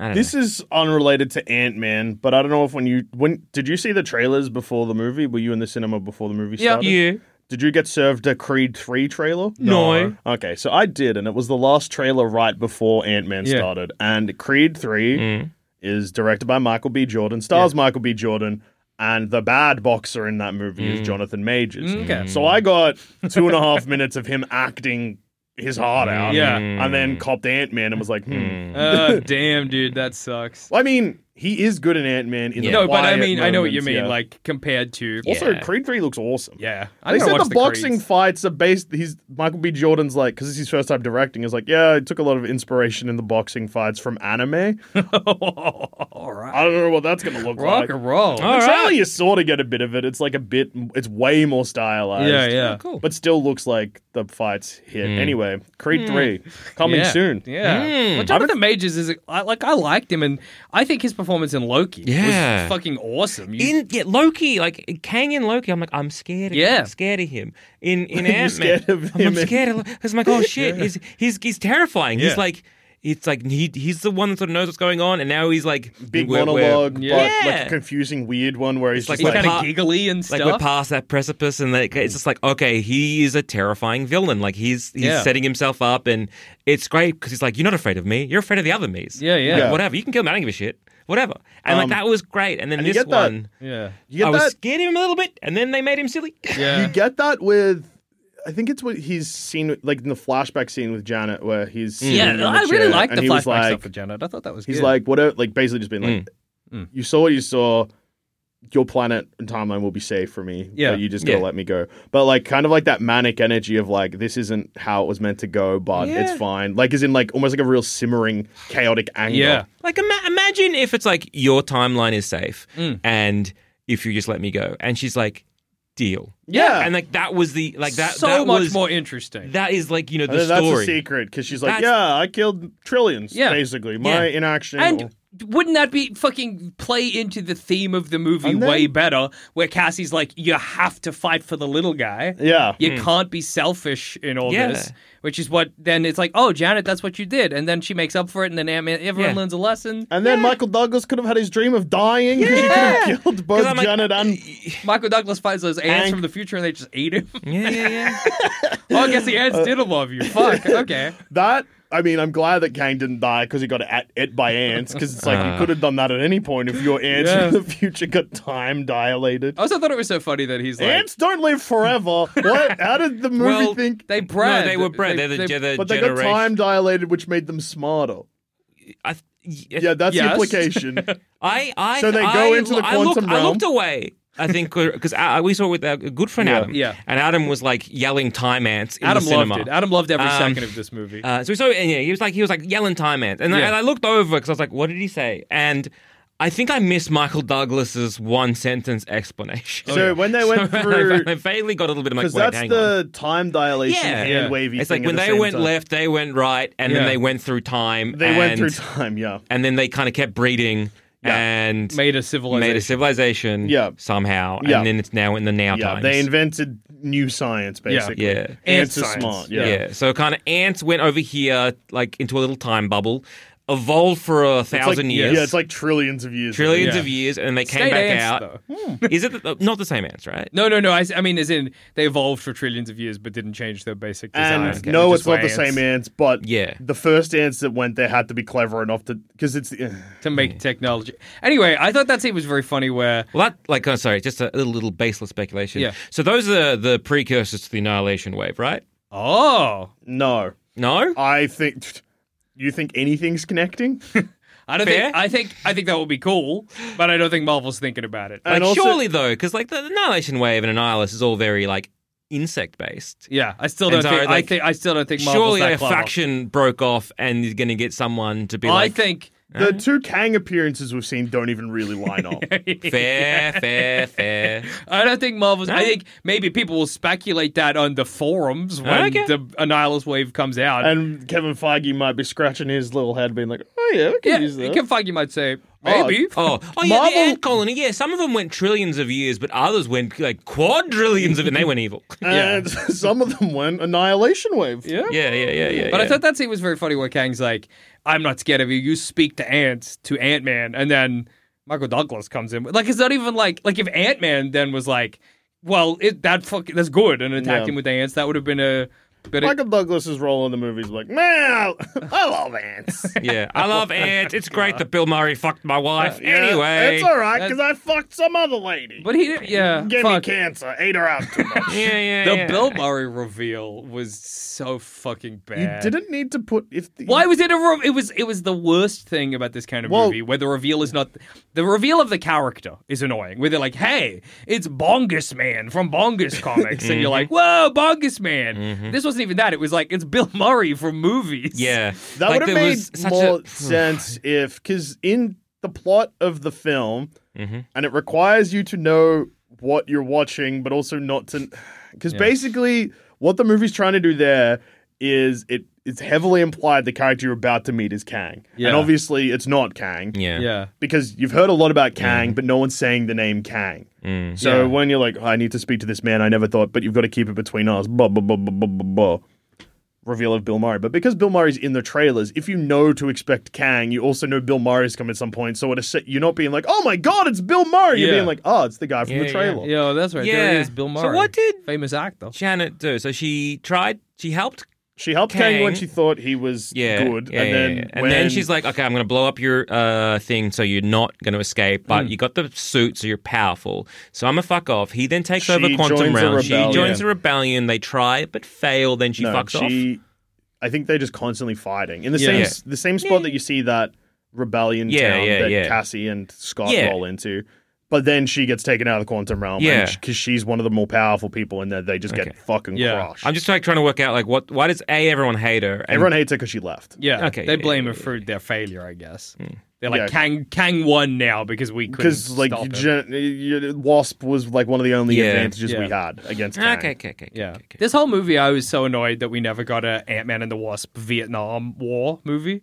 S1: I don't
S3: This is unrelated to Ant Man, but I don't know if when you when did you see the trailers before the movie? Were you in the cinema before the movie
S2: Yeah.
S1: know.
S3: started?
S1: you.
S3: Did you get served a Creed 3 trailer?
S1: No.
S3: Okay, so I did, and it was the last trailer right before Ant Man
S2: Yeah.
S3: started. And Creed 3
S2: Mm.
S3: is directed by Michael B. Jordan, stars Michael B. Jordan, and the bad boxer in that movie
S2: Mm.
S3: is Jonathan Majors.
S2: Okay.
S3: So I got two and a half minutes of him acting his heart out.
S2: Yeah.
S3: And then copped Ant Man and was like, hmm.
S2: Uh, damn, dude, that sucks.
S3: Well, I mean, he is good in Ant Man in the
S2: No, but I
S3: quiet
S2: mean, I know what you
S3: moments,
S2: mean.
S3: yeah.
S2: Like compared to,
S3: also,
S1: Yeah.
S3: Creed 3 looks awesome.
S2: yeah, I
S3: They said the, boxing fights are based. He's Michael B. Jordan's like because it's his first time directing. He's like, yeah, I took a lot of inspiration in the boxing fights from anime.
S2: All right,
S3: I don't know what that's gonna look
S2: rock
S3: like.
S2: and roll.
S1: All
S3: The
S1: right.
S3: trailer you sort of get a bit of it. It's like a bit. It's way more stylized.
S2: Yeah, yeah.
S1: Oh,
S2: Hmm.
S1: cool.
S3: But still looks like the fights hit. Anyway, Creed three coming
S2: yeah.
S3: soon.
S2: Yeah. Well, Jonathan Majors is I- like I liked him, and I think his performance in Loki
S1: Yeah.
S2: was fucking awesome. You-
S1: In yeah, Loki, like Kang in Loki, I'm like, I'm scared. Of,
S2: Yeah.
S1: I'm scared of him. In in Ant Man,
S3: scared of
S1: I'm,
S3: him
S1: I'm
S3: in-
S1: scared of because like, oh shit, he's he's he's terrifying.
S2: Yeah.
S1: He's like, it's like he he's the one that sort of knows what's going on, and now he's like
S3: Big
S1: we're- we're-
S3: monologue,
S2: Yeah.
S3: but like
S1: Yeah.
S3: a confusing, weird one where he's
S1: It's
S3: just
S1: like
S3: like,
S2: He's kind of
S1: pa-
S2: giggly and
S1: like
S2: stuff.
S1: we're past that precipice, and like it's just like okay, he is a terrifying villain. Like he's he's
S2: Yeah.
S1: setting himself up, and it's great because he's like, you're not afraid of me, you're afraid of the other me's.
S2: Yeah, yeah.
S1: Like,
S3: Yeah.
S1: whatever, you can kill me. I don't give a shit. Whatever, and
S3: Um,
S1: like that was great. And then
S3: and you
S1: this
S3: get that-
S1: one,
S2: yeah,
S3: you get
S1: I
S3: that.
S1: was scared of him a little bit, and then they made him silly.
S2: yeah.
S3: You get that with. I think it's what he's seen, like in the flashback scene with Janet, where he's
S1: Mm.
S3: sitting
S2: yeah,
S3: in the
S2: I really
S3: chair,
S2: liked
S3: and
S2: the
S3: he was
S2: flashback
S3: like,
S2: stuff with Janet. I thought that was
S3: He's
S2: good.
S3: like, whatever, like basically just being like,
S1: Mm.
S3: you saw what you saw. Your planet and timeline will be safe for me.
S2: Yeah.
S3: But you just gotta
S1: Yeah.
S3: let me go. But like, kind of like that manic energy of like, this isn't how it was meant to go, but
S1: Yeah.
S3: it's fine. Like, is in like almost like a real simmering, chaotic anger.
S2: yeah,
S1: Like, ima- imagine if it's like your timeline is safe,
S2: Mm.
S1: and if you just let me go, and she's like, "Deal."
S3: Yeah.
S1: and like that was the like that
S2: so
S1: that
S2: much
S1: was,
S2: more interesting.
S1: That is like you know the
S3: And that's
S1: story.
S3: a secret because she's like,
S1: That's-
S3: yeah, I killed trillions.
S2: Yeah.
S3: Basically, my
S1: Yeah.
S3: inaction.
S2: and wouldn't that be fucking play into the theme of the movie
S3: And then-
S2: way better? Where Cassie's like, you have to fight for the little guy.
S3: yeah.
S2: You can't be selfish in all
S1: Hmm. Yeah.
S2: this, which is what then it's like, oh, Janet, that's what you did. And then she makes up for it, and then Ant Man- everyone
S1: Yeah.
S2: learns a lesson.
S3: And then Michael Douglas could have had his dream of dying because he could have killed both
S1: 'Cause I'm like- eh.
S3: Janet and
S2: Michael Douglas finds those ants
S3: Hank.
S2: from the future and they just eat him.
S1: Yeah, yeah, yeah.
S2: oh, I guess
S3: Uh,
S2: the ants didn't love you. Fuck. Okay.
S3: That I mean, I'm glad that Kang didn't die because he got at it by ants. Because it's like
S1: Uh.
S3: you could have done that at any point if your ants
S2: Yeah.
S3: in the future got time dilated.
S2: I
S1: Oh,
S2: also thought it was so funny that he's like,
S3: ants don't live forever. what? How did the movie
S1: Well,
S3: think?
S2: they bred.
S1: No, they were bred. They, are the, they,
S3: But they got time dilated, which made them smarter.
S1: I, th-
S3: Yeah, that's
S2: Yes.
S3: the
S1: Oh,
S3: implication.
S1: I, I,
S3: So they
S1: I,
S3: go into the
S1: I looked,
S3: quantum
S1: I looked
S3: realm?
S1: away. I think uh, because we saw it with our good friend
S3: Yeah.
S1: Adam,
S2: Yeah.
S1: and Adam was like yelling "time ants" in
S2: Adam
S1: the
S2: loved it.
S1: cinema.
S2: Adam loved every
S1: Um,
S2: second of this movie.
S1: Uh, so so and, yeah, he was like he was like yelling time ants, and, I,
S2: Yeah.
S1: and I looked over because I was like, what did he say? And I think I missed Michael Douglas's one sentence explanation.
S3: so when they went through,
S1: I vaguely got a little bit of like,
S3: because
S1: wait,
S3: that's
S1: hang on.
S3: the time dilation
S1: Yeah.
S3: hand
S2: Yeah.
S3: wavy.
S1: It's
S3: thing
S1: like
S3: at
S1: when
S3: the
S1: they
S3: same
S1: went
S3: time.
S1: left, they went right, and
S2: Yeah.
S1: then they went through time.
S3: they
S1: and,
S3: went through time. Yeah,
S1: and then they kind of kept breeding and
S2: made a civilization.
S1: made a civilization
S3: Yeah.
S1: somehow,
S3: Yeah.
S1: and then it's now in the now
S3: yeah.
S1: times.
S3: They invented new science, basically.
S1: Yeah.
S2: Ant
S3: Ants are
S2: science.
S3: smart.
S1: Yeah. So kind of ants went over here, like into a little time bubble, evolved for a
S3: It's like-
S1: thousand years.
S3: Yeah, it's like trillions of years.
S1: trillions
S2: Yeah.
S1: of years, and they came
S2: Stayed
S1: back
S2: ants,
S1: out.
S2: though.
S3: Hmm.
S1: Is it the, not the same ants, right?
S2: No, no, no. I, s- I mean, as in they evolved for trillions of years, but didn't change their basic design.
S3: And
S2: They
S3: no,
S2: just
S3: it's not
S2: were
S3: the same
S2: ants
S3: ants, but
S1: Yeah.
S3: the first ants that went there had to be clever enough to because it's eh, the-
S2: to make technology. Anyway, I thought that scene was very funny. Where
S1: Well, that like, oh, sorry, just a little, little baseless speculation.
S2: Yeah.
S1: So those are the precursors to the annihilation wave, right?
S2: oh,
S3: no.
S1: No.
S3: I think you think anything's connecting,
S2: I don't
S1: Fair.
S2: think I think I think that would be cool, but I don't think Marvel's thinking about it.
S1: Like
S3: and also-
S1: surely though, because like the annihilation wave and annihilus is all very like insect based.
S2: yeah, I still don't
S1: And
S2: think.
S1: sorry,
S2: I
S1: like,
S2: think I still don't think Marvel's
S1: Surely
S2: that
S1: a
S2: clever.
S1: faction broke off and is going to get someone to be
S2: I
S1: like,
S2: think
S3: The two Kang appearances we've seen don't even really line up.
S1: Fair, fair, fair.
S2: I don't think Marvel's. I
S1: No.
S2: think maybe people will speculate that on the forums when
S1: Okay.
S2: the Annihilus wave comes out.
S3: and Kevin Feige might be scratching his little head, being like, "Oh yeah, we can
S2: yeah,
S3: use that."
S2: Kim Feige might say maybe.
S1: Oh, oh yeah,
S3: Marvel-
S1: the ant colony. Yeah, some of them went trillions of years, but others went like quadrillions of, and they went evil.
S3: and some of them went Annihilation Wave.
S2: yeah.
S1: yeah, yeah, yeah, yeah.
S2: But I
S1: yeah.
S2: thought that scene was very funny where Kang's like, I'm not scared of you. You speak to ants, to Ant Man. And then Michael Douglas comes in. Like, it's not even like, like if Ant Man then was like, well, it, that fuck, that's good, and attacked
S3: Yeah.
S2: him with the ants, that would have been a. But it,
S3: Michael Douglas's role in the movie is like, man, I love ants.
S1: yeah, I love ants. It's great that Bill Murray fucked my wife.
S3: Yeah,
S1: anyway,
S3: it's all right because I fucked some other lady.
S2: but he didn't, yeah.
S3: Gave
S2: fuck.
S3: me cancer, ate her out too much.
S1: yeah, yeah.
S2: The
S1: yeah.
S2: Bill Murray reveal was so fucking
S3: you
S2: bad.
S3: didn't need to put if the,
S2: Why was it a? Re- it was it was the worst thing about this kind of
S3: Well-
S2: movie, where the reveal is not the reveal of the character is annoying. Where they're like, "Hey, it's Bongus Man from Bongus Comics," and you're
S1: Mm-hmm.
S2: like, "Whoa, Bongus Man!" This wasn't even that. It was like it's Bill Murray from movies.
S1: Yeah,
S3: that
S1: Like,
S3: would have
S1: there
S3: made
S1: was such
S3: more
S1: a-
S3: sense if because in the plot of the film,
S1: Mhm.
S3: and it requires you to know what you're watching, but also not to because basically what the movie's trying to do there is it it's heavily implied the character you're about to meet is Kang,
S2: Yeah.
S3: and obviously it's not Kang.
S1: yeah,
S2: yeah.
S3: because you've heard a lot about Kang, but no one's saying the name Kang.
S1: Mm.
S3: So
S2: Yeah.
S3: when you're like, "Oh, I need to speak to this man, I never thought, but you've got to keep it between us. Blah, blah, blah, blah, blah, blah, blah. Reveal of Bill Murray. But because Bill Murray's in the trailers, if you know to expect Kang, you also know Bill Murray's coming at some point. So it is, you're not being like, oh my God, it's Bill Murray. You're
S2: Yeah.
S3: being like, oh, it's the guy from
S1: Yeah,
S3: the
S1: yeah.
S3: trailer.
S2: Yo, that's right. There it
S1: Yeah.
S2: is, Bill
S1: So
S2: Murray.
S1: what did-
S2: famous actor?
S1: Janet do? So she tried. She helped.
S3: She helped Kang. when
S1: Kang.
S3: she thought he was
S1: Yeah,
S3: good.
S1: yeah,
S3: and
S1: yeah,
S3: then
S1: yeah. and
S3: when-
S1: then she's like, "Okay, I'm going to blow up your uh, thing, so you're not going to escape. But
S3: Mm.
S1: you got the suit, so you're powerful. So I'm a fuck off." He then takes
S3: She
S1: over Quantum
S3: joins the
S1: Realm. She
S3: rebellion.
S1: joins the rebellion. They try but fail. Then she
S3: no,
S1: fucks off.
S3: she, I think they're just constantly fighting in the
S2: Yeah.
S3: same
S1: Yeah.
S3: s- the same spot that you see that rebellion
S1: Yeah,
S3: town
S1: yeah,
S3: that
S1: yeah.
S3: Cassie and Scott
S1: Yeah.
S3: roll into. But then she gets taken out of the quantum realm,
S1: Yeah.
S3: because she's one of the more powerful people, and then they just
S1: Okay.
S3: get fucking
S2: Yeah.
S3: crushed.
S1: I'm just like trying to work out like what why does a everyone hate her? And-
S3: Everyone hates her because she left.
S2: Yeah.
S1: Okay,
S2: They
S1: yeah,
S2: blame
S1: yeah, Hmm.
S2: her for their failure, I guess. They're like
S3: Yeah.
S2: Kang. Kang won now because we couldn't
S3: Because like
S2: stop him."
S3: gen- you- Wasp was like one of the only
S1: Yeah.
S3: advantages we
S2: Yeah.
S3: had against.
S1: Okay,
S3: Kang.
S1: Ah, okay, okay, okay,
S2: Yeah.
S1: okay, okay.
S2: This whole movie, I was so annoyed that we never got a Ant Man and the Wasp Vietnam War movie.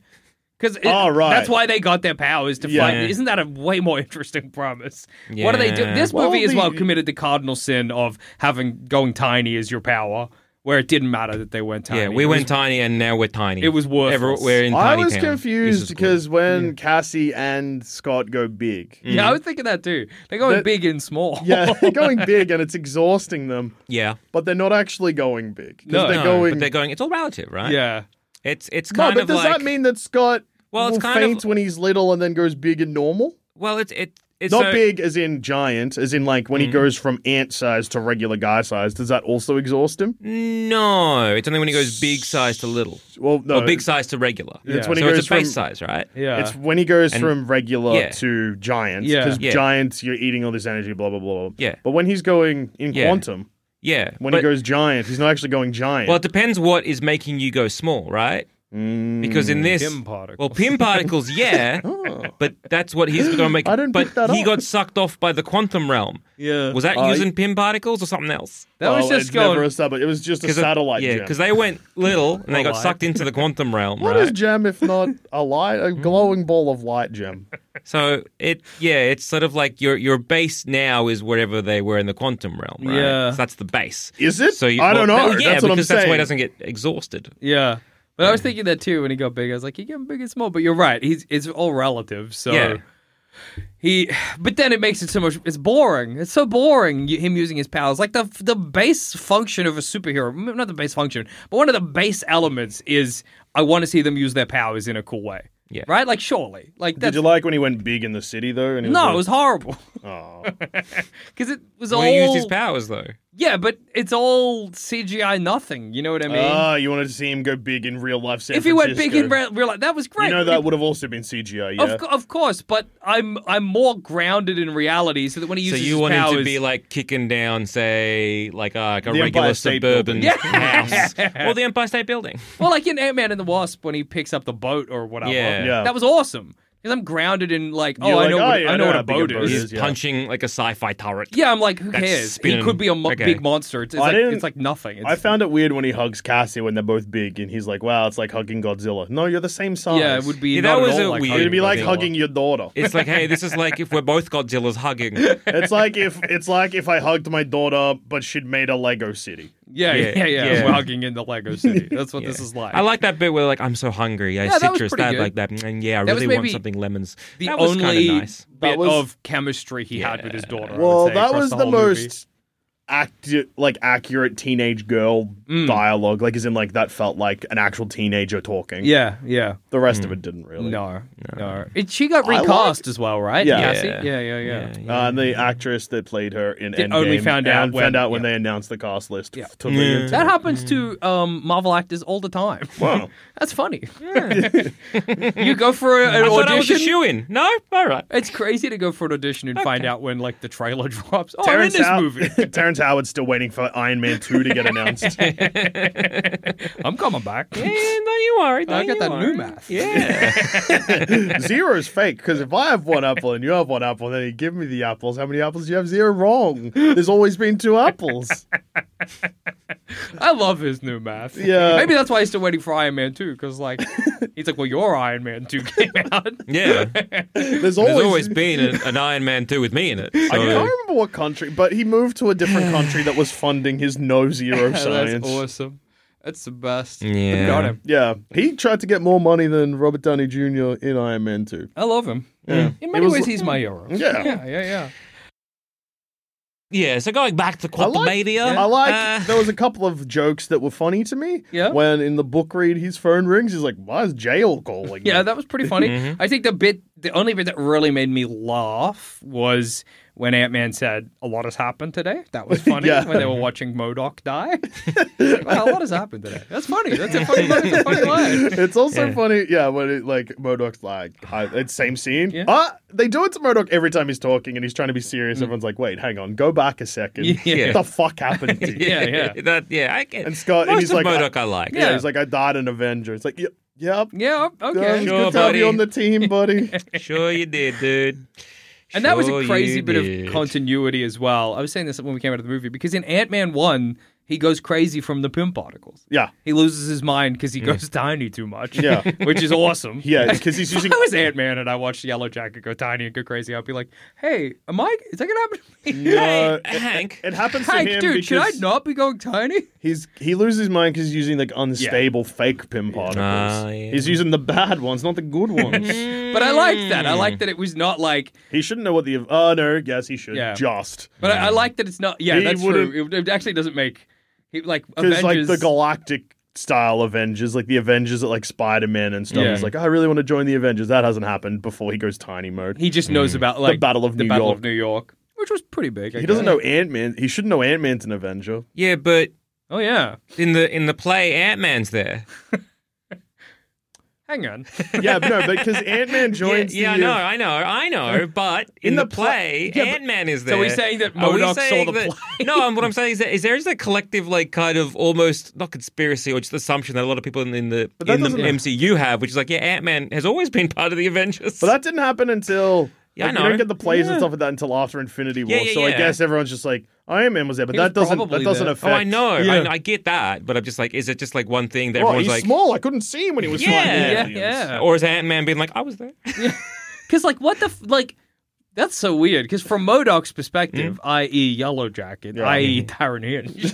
S2: Because
S3: Oh, right.
S2: that's why they got their powers to
S3: Yeah.
S2: fight. Isn't that a way more interesting premise? What do they do?
S1: Yeah.
S2: This
S3: Well,
S2: movie as well
S3: the-
S2: committed the cardinal sin of having going tiny as your power, where it didn't matter that they went tiny.
S1: Yeah, we
S2: It was-
S1: went tiny and now we're tiny.
S2: it was worthless.
S1: Every- we're in
S3: I
S1: tiny
S3: was
S1: town. This
S3: confused
S1: is good.
S3: because when Cassie and Scott go big,
S2: Yeah, I was thinking that too. They're going
S3: That-
S2: big and small.
S3: yeah, they're going big and it's exhausting them,
S1: yeah,
S3: but they're not actually going big. 'Cause
S2: No.
S3: they're
S1: no,
S3: going
S1: but they're going. It's all relative, right?
S2: yeah.
S1: it's it's
S3: No,
S1: kind
S3: but
S1: of
S3: does
S1: like
S3: that mean that Scott
S1: Well, it's
S3: will
S1: kind of-
S3: faint when he's little and then goes big and normal?
S1: well, it's it, it's
S3: Not
S1: so- Mm.
S3: big as in giant, as in like when he goes from ant size to regular guy size. Does that also exhaust him?
S1: No, it's only when he goes big size to little.
S3: Well, no.
S1: or big size to regular.
S3: It's
S2: Yeah.
S3: when he
S1: so
S3: goes
S1: it's a base
S3: from,
S1: size, right?
S2: Yeah.
S3: It's when he goes
S1: And-
S3: from regular
S1: Yeah.
S3: to giant.
S2: Yeah.
S3: Because
S1: Yeah.
S3: giants, you're eating all this energy, blah blah blah. blah.
S1: Yeah.
S3: But when he's going in
S1: Yeah.
S3: quantum,
S1: Yeah.
S3: when
S1: but,
S3: he goes giant, he's not actually going giant.
S1: well, it depends what is making you go small, right?
S3: Mm.
S1: Because
S3: Hmm.
S1: in this,
S2: Pim particles.
S1: well, pim particles, yeah, but that's what he's going to make.
S3: I didn't
S1: but
S3: pick that
S1: he
S3: up.
S1: got sucked off by the quantum realm.
S2: yeah.
S1: Was that
S3: Uh,
S1: using pim particles or something else?
S2: that was
S3: Well,
S2: just
S3: oh, it's never
S2: going.
S3: a satellite. It was just a
S1: 'Cause it-
S3: satellite.
S1: yeah,
S3: gem.
S1: because they went little and they got
S2: Alright.
S1: sucked into the quantum realm,
S3: What
S1: right?
S3: is gem if not a light, a glowing ball of light gem?
S1: So it, yeah, it's sort of like your your base now is wherever they were in the quantum realm, right?
S2: Yeah.
S1: so that's the base.
S3: Is it?
S1: So you,
S3: I
S1: well,
S3: don't know.
S1: that- yeah,
S3: that's what I'm
S1: because
S3: saying.
S1: that's why it doesn't get exhausted.
S2: Yeah. But I
S1: Mm.
S2: was thinking that too when he got big. I was like, he getting big and small, but you're right. He's it's all relative. So
S1: Yeah.
S2: he but then it makes it so much it's boring. It's so boring y- him using his powers. Like the the base function of a superhero, m- not the base function, but one of the base elements is I want to see them use their powers in a cool way.
S1: Yeah.
S2: Right? Like surely. Like
S3: Did
S2: that's
S3: you like when he went big in the city though? And he
S2: no, it was
S3: was
S2: horrible
S3: like, oh.
S2: because it was
S1: Well,
S2: all
S1: he used his powers though.
S2: yeah, but it's all CGI nothing. You know what I mean?
S3: Ah, you wanted to see him go big in real life. San
S2: if he went big in
S3: Francisco.
S2: re- real life, that was great.
S3: you know
S2: It-
S3: that would have also been CGI. Yeah,
S2: Of, cou- of course, but I'm I'm more grounded in reality, so that when he
S1: So
S2: uses
S1: you
S2: his
S1: want
S2: powers,
S1: him to be like kicking down, say, like, uh, like a
S3: The Empire
S1: regular
S3: State
S1: suburban
S3: Building.
S1: house or the Empire State Building.
S2: well, like in Ant Man and the Wasp when he picks up the boat or whatever.
S1: Yeah.
S3: Yeah.
S2: that was awesome. because I'm grounded in like, oh,
S3: You're
S2: I know,
S3: like, oh,
S2: what,
S3: yeah,
S2: I know what a
S3: big
S2: boat
S3: boat
S2: is.
S1: He's
S3: yeah.
S1: punching like a sci-fi turret.
S2: Yeah, I'm like, who
S1: That's
S2: cares?
S1: spinning.
S2: It could be a mo-
S1: Okay.
S2: big monster. It's, it's
S3: I
S2: like
S3: didn't-
S2: it's like nothing. It's,
S3: I found it weird when he hugs Cassie when they're both big, and he's like, "Wow, it's like hugging Godzilla." No, you're the same size.
S2: yeah, it would be
S1: Yeah,
S2: not
S1: that
S2: at
S1: was
S2: all
S1: a
S2: like
S1: weird-
S3: It'd be like
S1: Godzilla.
S3: hugging your daughter.
S1: It's like, hey, this is like if we're both Godzillas hugging.
S3: It's like if it's like if I hugged my daughter, but she'd made a Lego city.
S2: Yeah,
S1: Yeah,
S2: yeah, yeah.
S1: yeah.
S2: We're hugging in the Lego City. That's what this is like.
S1: I like that bit where like I'm so hungry. I
S2: Yeah, that was
S1: citrus
S2: pretty
S1: that
S2: good.
S1: like that, Mm, and yeah, I
S2: That was
S1: really want
S2: maybe
S1: something lemons.
S2: the
S1: that was kinda
S2: only
S1: nice.
S2: bit
S3: That was-
S2: of chemistry he had with his daughter. I would
S3: Well,
S2: say,
S3: that
S2: across
S3: was the,
S2: whole movie.
S3: most acti- like accurate teenage girl
S2: Hmm.
S3: dialogue. Like, as in, like that felt like an actual teenager talking.
S2: Yeah, yeah.
S3: The rest of it didn't really.
S2: No, no. It, she got
S3: I like-
S2: recast as well, right?
S3: Yeah.
S2: Cassie?
S1: Yeah.
S2: yeah, yeah, yeah.
S3: Uh, and the actress that played her in
S2: Did-
S3: Endgame
S2: only found out
S3: and
S2: when-
S3: found out when
S2: yeah.
S3: they announced the cast list.
S2: Yeah.
S3: To the entire-
S2: That happens
S1: Mm.
S2: to um, Marvel actors all the time.
S3: Wow.
S2: That's funny. you go for a- an
S1: I thought I was a
S2: audition.
S1: shoe in. No, all right.
S2: it's crazy to go for an audition and find out when like the trailer drops. Oh,
S3: Terrence
S2: I'm in this
S3: Howard-
S2: movie.
S3: Terrence Howard's still waiting for Iron Man 2 to get announced.
S2: I'm coming back.
S1: Yeah, don't you worry. Don't
S2: I got
S1: you
S2: that
S1: worry.
S2: new math.
S1: Yeah.
S3: zero is fake, because if I have one apple and you have one apple, then you give me the apples. How many apples do you have? Zero wrong. There's always been two apples.
S2: I love his new math.
S3: Yeah.
S2: Maybe that's why he's still waiting for Iron Man 2, because, like, he's like, well, your Iron Man 2 came out.
S1: yeah.
S3: There's
S1: There's
S3: always,
S1: always been an, an Iron Man 2 with me in it.
S3: I can't
S1: So.
S3: remember what country, but he moved to a different country that was funding his no zero science.
S2: That's awesome. That's the best.
S1: Yeah.
S2: Got him.
S3: Yeah, he tried to get more money than Robert Downey Jr. in Iron Man 2.
S2: I love him. In many
S3: was-
S2: ways, he's my hero.
S3: Yeah.
S2: Yeah, yeah, yeah.
S1: Yeah, so going back to
S3: I like,
S1: Quantumania.
S3: I like
S1: uh,
S3: there was a couple of jokes that were funny to me.
S2: Yeah.
S3: When in the book read, his phone rings. He's like, "Why is jail calling?"
S2: Yeah,
S3: me?"
S2: that was pretty funny. I think the bit, the only bit that really made me laugh was when Ant Man said, "A lot has happened today." That was funny
S3: Yeah.
S2: when they were watching Modoc die. wow, a lot has happened today. That's funny. That's a funny, that's a funny line.
S3: it's also
S1: Yeah.
S3: funny, yeah. When it like Modoc's like, hi, it's same scene.
S2: Yeah. Mm.
S3: Ah, they do it to Modoc every time he's talking and he's trying to be serious. Everyone's like, "Wait, hang on, go back a second.
S2: Yeah.
S3: What the fuck happened to you?"
S2: Yeah, yeah.
S1: that, yeah, I get
S3: And Scott- and
S1: most
S3: he's
S1: of
S3: like,
S1: Modoc I, like.
S3: Yeah, he's like, "I died an Avenger." It's like, "Yep, yep."
S2: Yeah,
S3: Yeah,
S2: okay.
S3: it's
S1: Sure,
S3: good to have
S1: buddy.
S3: you on the team, buddy.
S1: Sure you did, dude.
S2: And that was
S1: Sure
S2: a crazy
S1: you
S2: bit
S1: did.
S2: of continuity as well. I was saying this when we came out of the movie because in Ant Man 1, he goes crazy from the pimp particles.
S3: yeah,
S2: He loses his mind because he goes tiny too much.
S3: Yeah.
S2: Which is awesome.
S3: yeah, because he's
S2: If
S3: using.
S2: I was Ant Man and I watched Yellow Jacket go tiny and go crazy, I'd be like, hey, am I, is that going to happen to me?
S3: No,
S1: Hey, Hank.
S3: It happens to
S2: Hank,
S3: him
S2: dude,
S3: because
S2: should I not be going tiny?
S3: he's he loses his mind because he's using like unstable fake pin particles.
S1: Ah, yeah.
S3: He's using the bad ones, not the good ones.
S2: But I liked that. I
S3: Mm.
S2: liked that it was not like,
S3: he shouldn't know what the. Oh no, yes, he should.
S2: Yeah.
S3: Just
S2: but I, I like that it's not, yeah,
S3: Mm. He
S2: that's
S3: would've-
S2: true. It, it actually doesn't make, he, like,
S3: because like
S2: Avengers.
S3: the galactic style Avengers, like the Avengers that like Spider Man and stuff.
S2: Yeah.
S3: He's like, I really want to join the Avengers. That hasn't happened before. He goes tiny mode. He,
S2: he just knows about, like,
S3: Mm. Battle of
S2: the
S3: New
S2: Battle
S3: York.
S2: of New York, which was pretty big. I
S3: doesn't
S2: guess.
S3: know Ant Man. He should not know Ant Man's an Avenger.
S1: Yeah, but
S2: Oh yeah.
S1: in the in the play, Ant Man's there.
S2: Hang on.
S3: yeah, no, but because Ant Man joins.
S1: yeah,
S3: the,
S1: yeah, I know, I know, I know. But in,
S3: In
S1: the,
S3: the pla-
S1: play,
S3: Yeah, but-
S1: Ant Man is there.
S2: So we're saying that
S1: Are we
S2: Modok saw
S1: saying
S2: the
S1: that-
S2: play?
S1: No, um, what I'm saying is that is there is a collective like kind of almost not conspiracy or just assumption that a lot of people in, in the
S3: that
S1: in the
S3: doesn't-
S1: MCU have, which is like, yeah, Ant Man has always been part of the Avengers.
S3: But that didn't happen until
S1: Yeah, I
S3: like,
S1: know.
S3: You don't get the plays and
S1: Yeah.
S3: stuff like that until after Infinity War.
S1: Yeah, yeah,
S3: so I
S1: yeah.
S3: guess everyone's just like Iron Man was there, but
S2: He was
S3: that doesn't that
S2: probably
S3: doesn't
S2: there.
S1: oh,
S3: affect.
S1: I know,
S3: Yeah.
S1: I, I get that, but I'm just like, is it just like one thing that
S3: Oh,
S1: everyone's
S3: he's
S1: like,
S3: small. I couldn't see him when he was
S1: Yeah,
S3: fighting
S2: yeah,
S3: aliens.
S2: yeah.
S1: or is Ant Man being like, I was there?
S2: Because like what the f- like. That's so weird. Because from Modoc's perspective, i.e., Yellow Jacket,
S3: Mm. Yeah.
S2: i.e., Taron Hinch,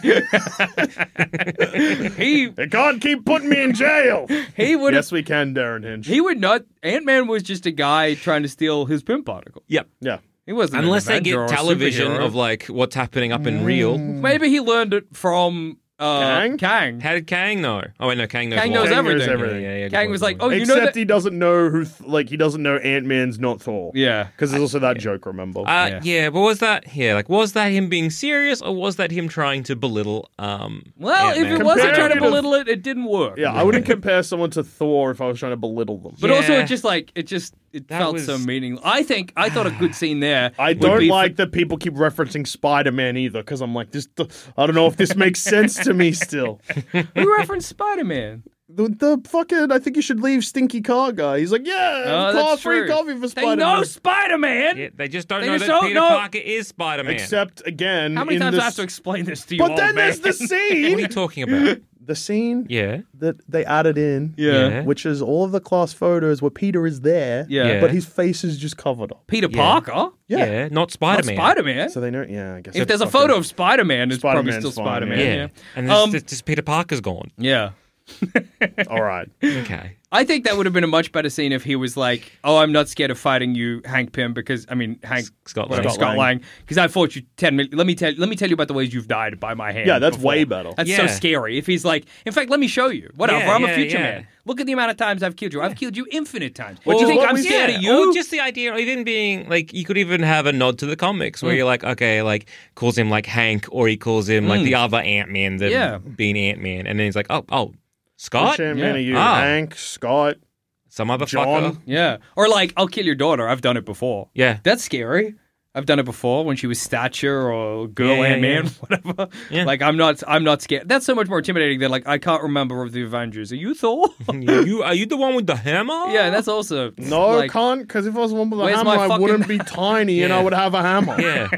S2: he
S3: They can't keep putting me in jail.
S2: he would
S3: yes, we can, Darren Hinch.
S2: he would not. Ant Man was just a guy trying to steal his pimp particle.
S1: Yep.
S3: yeah.
S2: He wasn't an
S1: Unless they
S2: Avenger or
S1: get
S2: a
S1: television
S2: superhero.
S1: of like what's happening up in real.
S2: maybe he learned it from uh,
S3: Kang?
S2: Kang.
S1: How did Kang know? Oh wait, no, Kang knows.
S2: Kang
S1: a lot.
S2: knows
S3: Kang knows
S2: everything.
S3: everything.
S1: Yeah, yeah, good
S2: Kang
S1: point,
S2: was
S1: good
S2: like,
S1: point.
S2: "Oh, you know
S3: Except
S2: that."
S3: he doesn't know who, th- like, he doesn't know Ant Man's not Thor.
S2: yeah,
S3: Because there's also that joke, remember?
S1: Uh, yeah.
S2: Yeah.
S1: but was that yeah? Like, was that him being serious, or was that him trying to belittle? Um,
S2: Well, if
S1: Ant-Man?
S2: it wasn't trying to
S3: Comparative-
S2: belittle it, it didn't work.
S3: yeah, I wouldn't compare someone to Thor if I was trying to belittle them.
S2: But also,
S1: Yeah.
S2: it just like it just it
S1: That
S2: felt
S1: was-
S2: so meaningless. I think I thought a good scene there.
S3: I
S2: would
S3: don't
S2: be for-
S3: like that people keep referencing Spider Man either, because I'm like, this. I don't know if this makes sense to me still.
S2: we referenced Spider Man.
S3: the, the fucking I think you should leave stinky car guy. He's like, yeah,
S2: Oh,
S3: car
S2: that's
S3: free
S2: true.
S3: coffee for
S2: They
S3: Spider
S2: know
S3: Man.
S2: Spider Man.
S1: Yeah, they just don't
S2: They
S1: know
S2: just
S1: that
S2: don't
S1: Peter
S2: know-
S1: Parker is Spider Man.
S3: Except again,
S2: How many
S3: in
S2: times do
S3: this...
S2: I have to explain this to you?
S3: But
S2: old
S3: then there's
S2: man?
S3: the
S1: what are you
S3: scene,
S1: talking about?
S3: the scene
S1: yeah,
S3: that they added in,
S1: Yeah.
S3: which is all of the class photos where Peter is there,
S2: Yeah.
S3: but his face is just covered up.
S2: Peter
S1: Yeah.
S2: Parker,
S1: yeah,
S3: Yeah.
S1: not Spider Man.
S2: Spider Man.
S3: So they know, yeah, I guess
S2: If
S3: it's
S2: there's a
S3: fucking-
S2: photo of Spider Man, it's probably
S3: Spider-Man's
S2: still
S3: fine,
S2: Spider Man.
S1: yeah.
S3: yeah.
S2: Yeah.
S1: and this,
S2: Um,
S1: this, this Peter Parker's gone.
S2: yeah.
S3: All right,
S1: Okay,
S2: I think that would have been a much better scene if he was like, "Oh, I'm not scared of fighting you, Hank Pym," because I mean Hank
S1: Scott
S2: whatever,
S1: Lang.
S2: Scott Lang, because I fought you ten minutes. Let me tell let me tell you about the ways you've died by my hand.
S3: Yeah, that's
S2: before.
S3: way better.
S2: That's
S1: Yeah.
S2: so scary. If he's like, in fact, let me show you. Whatever,
S1: Yeah,
S2: I'm
S1: yeah,
S2: a future
S1: yeah.
S2: man. Look at the amount of times I've killed you. I've killed you infinite times.
S3: Which
S2: do you
S3: is
S2: think
S3: what
S2: I'm
S3: we
S2: scared
S3: did.
S2: of
S1: Or
S2: you?
S1: just the idea of even being like you could even have a nod to the comics
S2: Mm.
S1: where you're like, okay, like calls him like Hank or he calls him like the other Ant Man that
S2: Mm. Yeah.
S1: been Ant Man, and then he's like, oh, oh,
S3: which
S1: Scott,
S3: Ant Man are you?
S1: Ah.
S3: Hank, Scott,
S1: some other
S3: John.
S1: fucker.
S2: yeah, or like, I'll kill your daughter. I've done it before.
S1: Yeah.
S2: that's scary. I've done it before when she was stature or girl
S1: Yeah, yeah,
S2: and man,
S1: yeah.
S2: whatever.
S1: Yeah.
S2: Like I'm not, I'm not scared. That's so much more intimidating than like I can't remember of the Avengers. Are you Thor?
S1: you are you the one with the hammer?
S2: yeah, that's also
S3: No,
S2: like,
S3: can't. Because if I was one with a
S2: Where's
S3: hammer,
S2: my
S3: I
S2: fucking-
S3: wouldn't be tiny, and I
S1: Yeah.
S3: would have a hammer.
S1: yeah.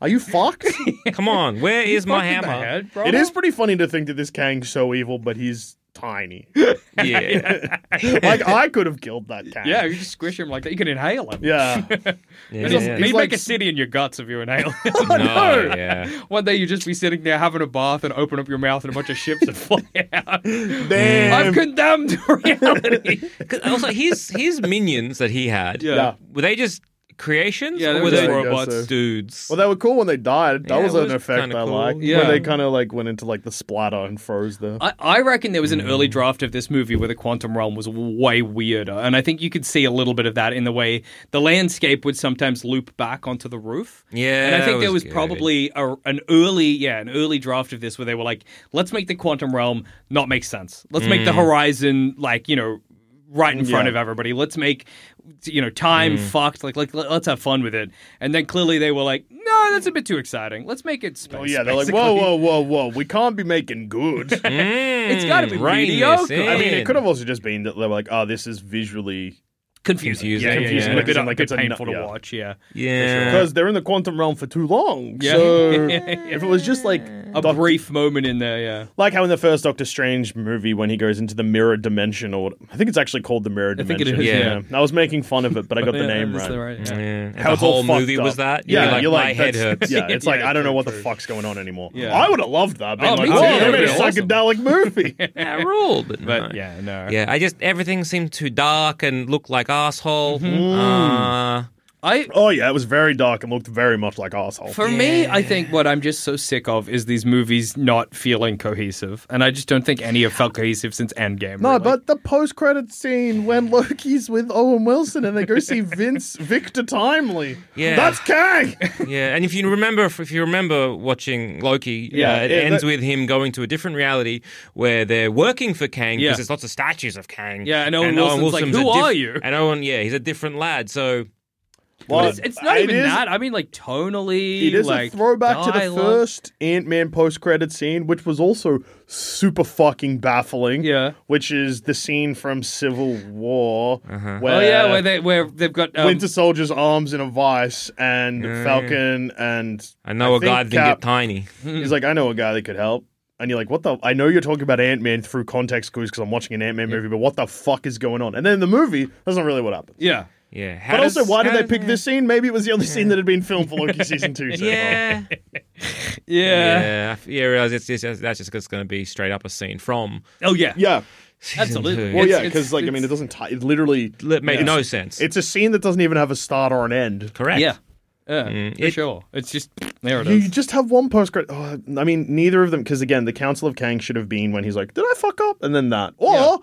S3: Are you fucked?
S1: Come on, where is my
S2: fucking
S1: hammer?
S2: bad, bro.
S3: it is pretty funny to think that this Kang's so evil, but he's tiny.
S1: Yeah,
S3: like I could have killed that Kang.
S2: Yeah, you just squish him like that. You can inhale him.
S3: yeah.
S1: yeah.
S2: It's
S3: He's
S2: just-
S1: yeah.
S2: Maybe
S3: like-
S2: make a city in your guts if you inhale.
S1: No, yeah.
S2: One day you just be sitting there having a bath and open up your mouth and a bunch of ships would fly out. I'm
S3: Damn.
S2: condemned to reality.
S1: 'Cause Also, his his minions that he had,
S3: Yeah.
S1: were they just creations?
S2: Yeah, they
S1: or
S2: were
S1: were
S2: just
S1: they
S3: robots.
S1: just dudes?
S3: Well, they were cool when they died. That
S1: Yeah,
S3: was
S1: it
S3: an
S1: was
S3: effect
S1: kinda
S3: I
S1: cool.
S3: like.
S2: Yeah.
S3: Where they kind of like went into like the splatter and froze the.
S2: I, I reckon there was an early draft of this movie where the quantum realm was way weirder. And I think you could see a little bit of that in the way the landscape would sometimes loop back onto the roof.
S1: Yeah,
S2: And I think
S1: that
S2: there
S1: was
S2: was
S1: good.
S2: probably a, an early, yeah, an early draft of this where they were like, let's make the quantum realm not make sense. Let's make
S1: Mm.
S2: the horizon, like, you know, right in front
S3: Yeah.
S2: of everybody. Let's make, you know, time
S1: Mm.
S2: fucked. Like, like, let's have fun with it. And then clearly they were like, no, that's a bit too exciting. Let's make it space.
S3: Oh yeah, they're like,
S2: basically.
S3: whoa, woo, whoa, whoa, whoa! We can't be making good.
S2: It's got to be
S1: Rein this
S2: mediocre.
S1: Mm. in.
S3: I mean, it could have also just been that they were like, "Oh, this is visually
S2: confusing.
S1: Confusing,
S2: Yeah,
S1: yeah,
S2: confusing. A
S1: yeah.
S2: bit,
S3: Confusing,
S2: a
S3: like,
S2: bit
S3: it's a nu-
S2: painful to
S3: yeah.
S2: watch. Yeah.
S1: yeah.
S3: because they're in the quantum realm for too long."
S2: Mm. Yeah.
S3: So if it was just like
S2: A
S3: Doc-
S2: brief moment in there, yeah.
S3: like how in the first Doctor Strange movie when he goes into the mirror dimension, or what- I think it's actually called the mirror
S2: I think it
S3: dimension.
S2: is,
S1: yeah.
S3: I was making fun of it, but I got
S2: Yeah,
S3: the name
S2: that's
S3: right.
S2: the right, yeah.
S1: Yeah.
S3: How
S1: the
S3: it's all
S1: whole
S3: fucked
S1: movie was
S3: up.
S1: that?
S3: Yeah,
S1: You're like,
S3: you're
S1: my
S3: like,
S1: head
S3: that's-
S1: hurts.
S3: Yeah, it's
S2: Yeah,
S3: like I don't know
S2: true,
S3: what the
S2: true.
S3: fuck's going on anymore.
S2: Yeah.
S3: I would have loved that. Being
S2: Oh,
S3: like,
S2: me
S3: oh,
S2: too.
S3: they made a
S2: That'd be
S3: psychedelic movie.
S1: That ruled, but,
S2: But
S1: no.
S2: yeah, no.
S1: Yeah, I just everything seemed too dark and looked like asshole. Uh,
S2: I
S3: oh yeah, it was very dark and looked very much like asshole.
S2: for me, I think what I'm just so sick of is these movies not feeling cohesive, and I just don't think any have felt cohesive since Endgame.
S3: No,
S2: really.
S3: but the post-credit scene when Loki's with Owen Wilson and they go see Vince Victor Timely.
S1: Yeah.
S3: that's Kang.
S1: yeah, and if you remember, if you remember watching Loki,
S3: Yeah,
S1: uh, it
S3: yeah,
S1: ends
S3: that-
S1: with him going to a different reality where they're working for Kang because
S2: Yeah.
S1: there's lots of statues of Kang.
S2: Yeah, and Owen Wilson's like,
S1: a
S2: "Who
S1: diff-
S2: are you?"
S1: And Owen, yeah, he's a different lad. So
S2: But
S3: Well,
S2: it's, it's not
S3: it
S2: even
S3: is-
S2: that. I mean, like tonally,
S3: It is
S2: like
S3: a throwback to the
S2: dialogue.
S3: first Ant-Man post-credit scene, which was also super fucking baffling.
S2: Yeah.
S3: which is the scene from Civil War where,
S2: Oh yeah, where they where they've got um,
S3: Winter Soldier's arms in a vice and
S1: Yeah,
S3: Falcon and
S1: I know a
S3: think
S1: guy that can
S3: Cap-
S1: get tiny.
S2: Mm.
S3: He's like, I know a guy that could help. And you're like, what the? I know you're talking about Ant Man through context clues because I'm watching an Ant Man movie, but what the fuck is going on? And then in the movie, that's not really what happens.
S2: yeah.
S1: Yeah, How
S3: But also,
S1: does-
S3: why did
S1: how
S3: they
S1: does-
S3: pick
S1: yeah.
S3: this scene? Maybe it was the only scene that had been filmed for Loki season two. So far.
S1: Yeah.
S2: yeah,
S1: Yeah, I- yeah, I realize it's, it's, that's just it's going to be straight up a scene from.
S2: Oh yeah,
S3: yeah,
S1: season
S2: absolutely.
S1: two.
S3: well,
S2: It's-
S3: yeah,
S2: it's-
S3: because like I mean, it
S2: it's-
S3: doesn't. T- it literally,
S1: It made
S3: yeah.
S1: no sense.
S3: it's a scene that doesn't even have a start or an end.
S1: correct.
S2: yeah, yeah, for
S1: it-
S2: sure. It's just there it
S3: Mm. You,
S2: is.
S3: you just have one post credit. Oh, I mean, neither of them, because again, the Council of Kang should have been when he's like, "Did I fuck up?" and then that, or
S2: Yeah.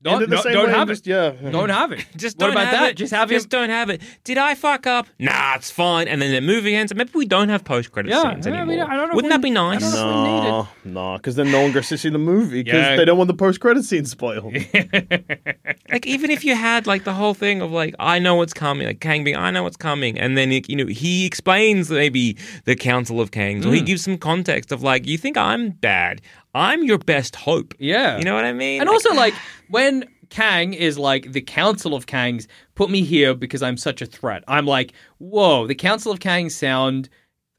S2: Don't-
S3: end it the
S2: don't-
S3: same
S2: don't
S3: way and
S2: have it.
S3: just- Yeah,
S2: Don't have it.
S1: Just
S2: what
S1: don't
S2: about
S1: have
S2: that?
S1: It.
S2: Just have him.
S1: Just don't have it. Did I fuck up? Nah, it's fine. And then the movie ends. Maybe we don't have post credit
S2: Yeah,
S1: scenes
S2: yeah, I
S1: anymore.
S2: mean, I don't know if
S1: Wouldn't that
S2: we-
S1: be nice?
S2: I don't know. if we need it.
S3: No, no, because then no one goes to see the movie because
S2: Yeah.
S3: they don't want the post-credit scene spoiled.
S1: Like even if you had like the whole thing of like I know what's coming, like Kang being I know what's coming, and then you know he
S2: Mm.
S1: explains maybe the Council of Kangs or he gives some context of like you think I'm bad. I'm your best hope.
S2: Yeah.
S1: You know what I mean?
S2: And also, like, when Kang is like, the Council of Kangs put me here because I'm such a threat, I'm like, whoa, the Council of Kangs sound.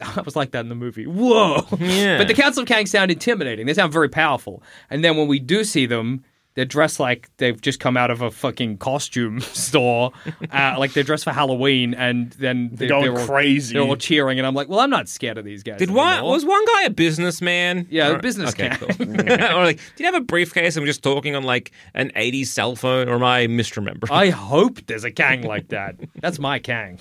S2: I was like that in the movie. Whoa.
S1: Yeah.
S2: But the Council of Kangs sound intimidating. They sound very powerful. And then when we do see them, they're dressed like they've just come out of a fucking costume store. Uh, like they're dressed for Halloween, and then they,
S3: going
S2: are all,
S3: crazy.
S2: They're all cheering, and I'm like, well, I'm not scared of these guys.
S1: Did one
S2: anymore.
S1: was one guy a businessman?
S2: Yeah, a
S1: Or-
S2: business
S1: okay,
S2: guy.
S1: cool. or like, did you have a briefcase and we're just talking on like an '80s cell phone? Or am I misremembering?
S2: I hope there's a Kang like that. That's my Kang.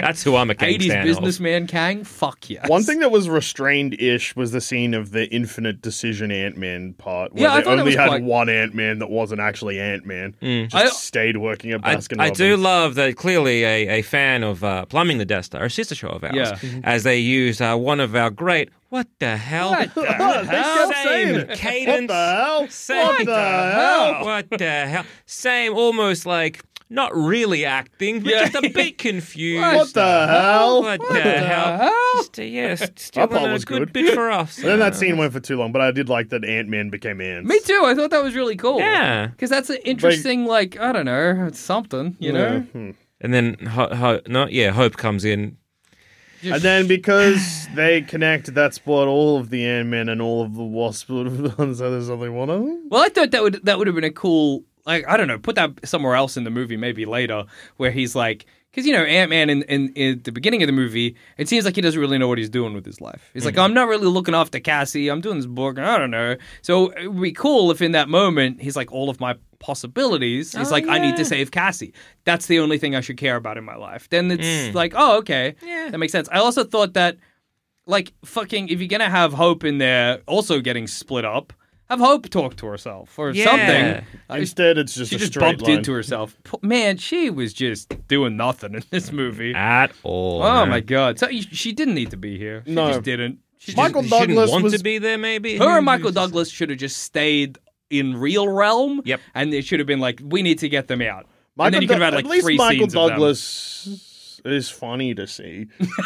S1: That's who I'm a Kang
S2: 80s
S1: stan of.
S2: businessman Kang? Fuck yes.
S3: One thing that was restrained ish was the scene of the infinite decision Ant Man part, where
S2: Yeah, I
S3: they
S2: thought that
S3: only
S2: was
S3: had
S2: quite-
S3: one Ant Man that wasn't actually Ant Man. Just
S2: I-
S3: stayed working at
S1: I,
S3: Baskin
S1: I do
S3: Robbins.
S1: love that clearly a, a fan of uh, Plumbing the Death Star, a sister show of ours,
S2: Yeah.
S1: as they use uh, one of our great, what the hell?
S2: What the
S3: Oh, they kept saying
S1: Same
S3: it.
S1: cadence.
S3: What the hell?
S1: Same,
S3: What the hell?
S1: What the hell? Same, almost like not really acting, but
S2: Yeah.
S1: just a bit confused.
S3: What the hell?
S1: What,
S3: And
S1: the, hell?
S2: hell?
S1: Just, uh, yes, still
S3: thought
S1: not
S3: it
S1: a
S3: was
S1: good
S3: good.
S1: bit for us. Uh,
S3: then that scene went for too long, but I did like that Ant Man became ants.
S2: Me too. I thought that was really cool.
S1: Yeah.
S2: Because that's an interesting, like, I don't know, it's something, you know?
S1: and then ho- ho- no, yeah, Hope comes in.
S3: And then because they connect, that's what all of the Ant Man and all of the Wasp would have done, so there's only one of them.
S2: Well, I thought that would that would have been a cool, like, I don't know, put that somewhere else in the movie, maybe later, where he's like, because, you know, Ant Man in, in, in the beginning of the movie, it seems like he doesn't really know what he's doing with his life. He's
S1: Mm-hmm.
S2: like, I'm not really looking after Cassie. I'm doing this book. and I don't know. So it would be cool if in that moment, he's like, all of my possibilities. He's
S1: Oh,
S2: like, I need
S1: yeah.
S2: to save Cassie. That's the only thing I should care about in my life. Then it's like, oh, okay.
S1: Mm. Yeah.
S2: That makes sense. I also thought that, like, fucking, if you're going to have Hope in there also getting split up, have Hope talk to herself or
S1: Yeah.
S2: something. Uh,
S3: Instead, it's just
S2: she
S3: a
S2: just
S3: straight
S2: bumped
S3: line.
S2: into herself. P- Man, she was just doing nothing in this movie.
S1: At all. Uh,
S2: Oh
S1: man.
S2: my god! So you- she didn't need to be here. She
S3: No.
S2: just didn't. She
S3: Michael
S1: She
S3: Douglas
S1: didn't want
S3: was
S1: to be there, maybe.
S2: just, her and Michael Douglas should have just stayed in real realm.
S1: Yep.
S2: And it should have been like, we need to get them out. and
S3: Michael
S2: then you could have had like
S3: Doug- at least
S2: three
S3: Michael
S2: scenes of them.
S3: Douglas is funny to see.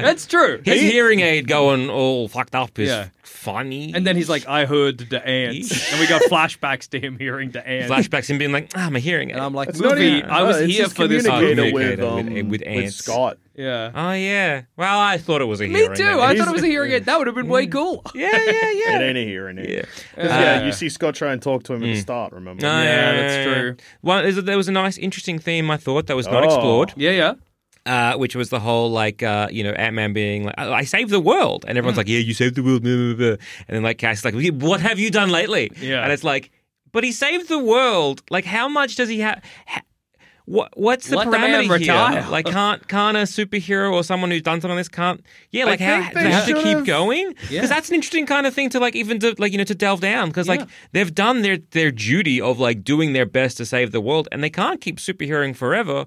S2: That's true.
S1: his hearing aid going all fucked up is
S2: Yeah.
S1: funny.
S2: and then he's like, I heard the ants, and we got flashbacks to him hearing the ants.
S1: flashbacks and being like, ah, I'm a hearing aid.
S2: And I'm like,
S3: It's not
S2: movie,
S3: even-
S2: I was
S3: no, it's
S2: here
S3: his
S2: for this
S3: communicator
S2: movie.
S3: with,
S1: Communicator with-
S3: um,
S1: with
S3: with,
S1: ants.
S3: Scott.
S2: Yeah.
S1: oh yeah. Well, I thought it was a
S2: Me
S1: hearing.
S2: too.
S1: aid.
S2: I
S3: He's-
S2: thought it was a hearing aid. That would have been way cool.
S1: yeah, yeah, yeah.
S3: It ain't a hearing aid.
S1: Mm. Yeah.
S3: 'Cause, yeah,
S2: Uh,
S3: you see Scott try and talk to him at the start. Remember?
S1: Oh,
S2: Yeah, that's true.
S1: Well, is that there was a nice, interesting theme I thought that was not
S3: Oh.
S1: explored,
S2: Yeah, yeah.
S1: uh, which was the whole like uh, you know Ant Man being like, "I I saved the world," and everyone's like, "Yeah, you saved the world," blah, blah, blah. and then like Cassie's like, "What have you done lately?"
S2: Yeah.
S1: and it's like, "But he saved the world. Like, how much does he have?" Ha- what, what's the
S2: Let the man
S1: parameter
S2: retire.
S1: here? Like, can't can't a superhero or someone who's done something like this can't? Yeah, like how
S3: think
S1: they
S3: they
S1: have to keep
S3: should've-
S1: going because
S2: Yeah.
S1: that's an interesting kind of thing to like even to like you know to delve down because
S2: Yeah.
S1: like they've done their their duty of like doing their best to save the world and they can't keep superheroing forever.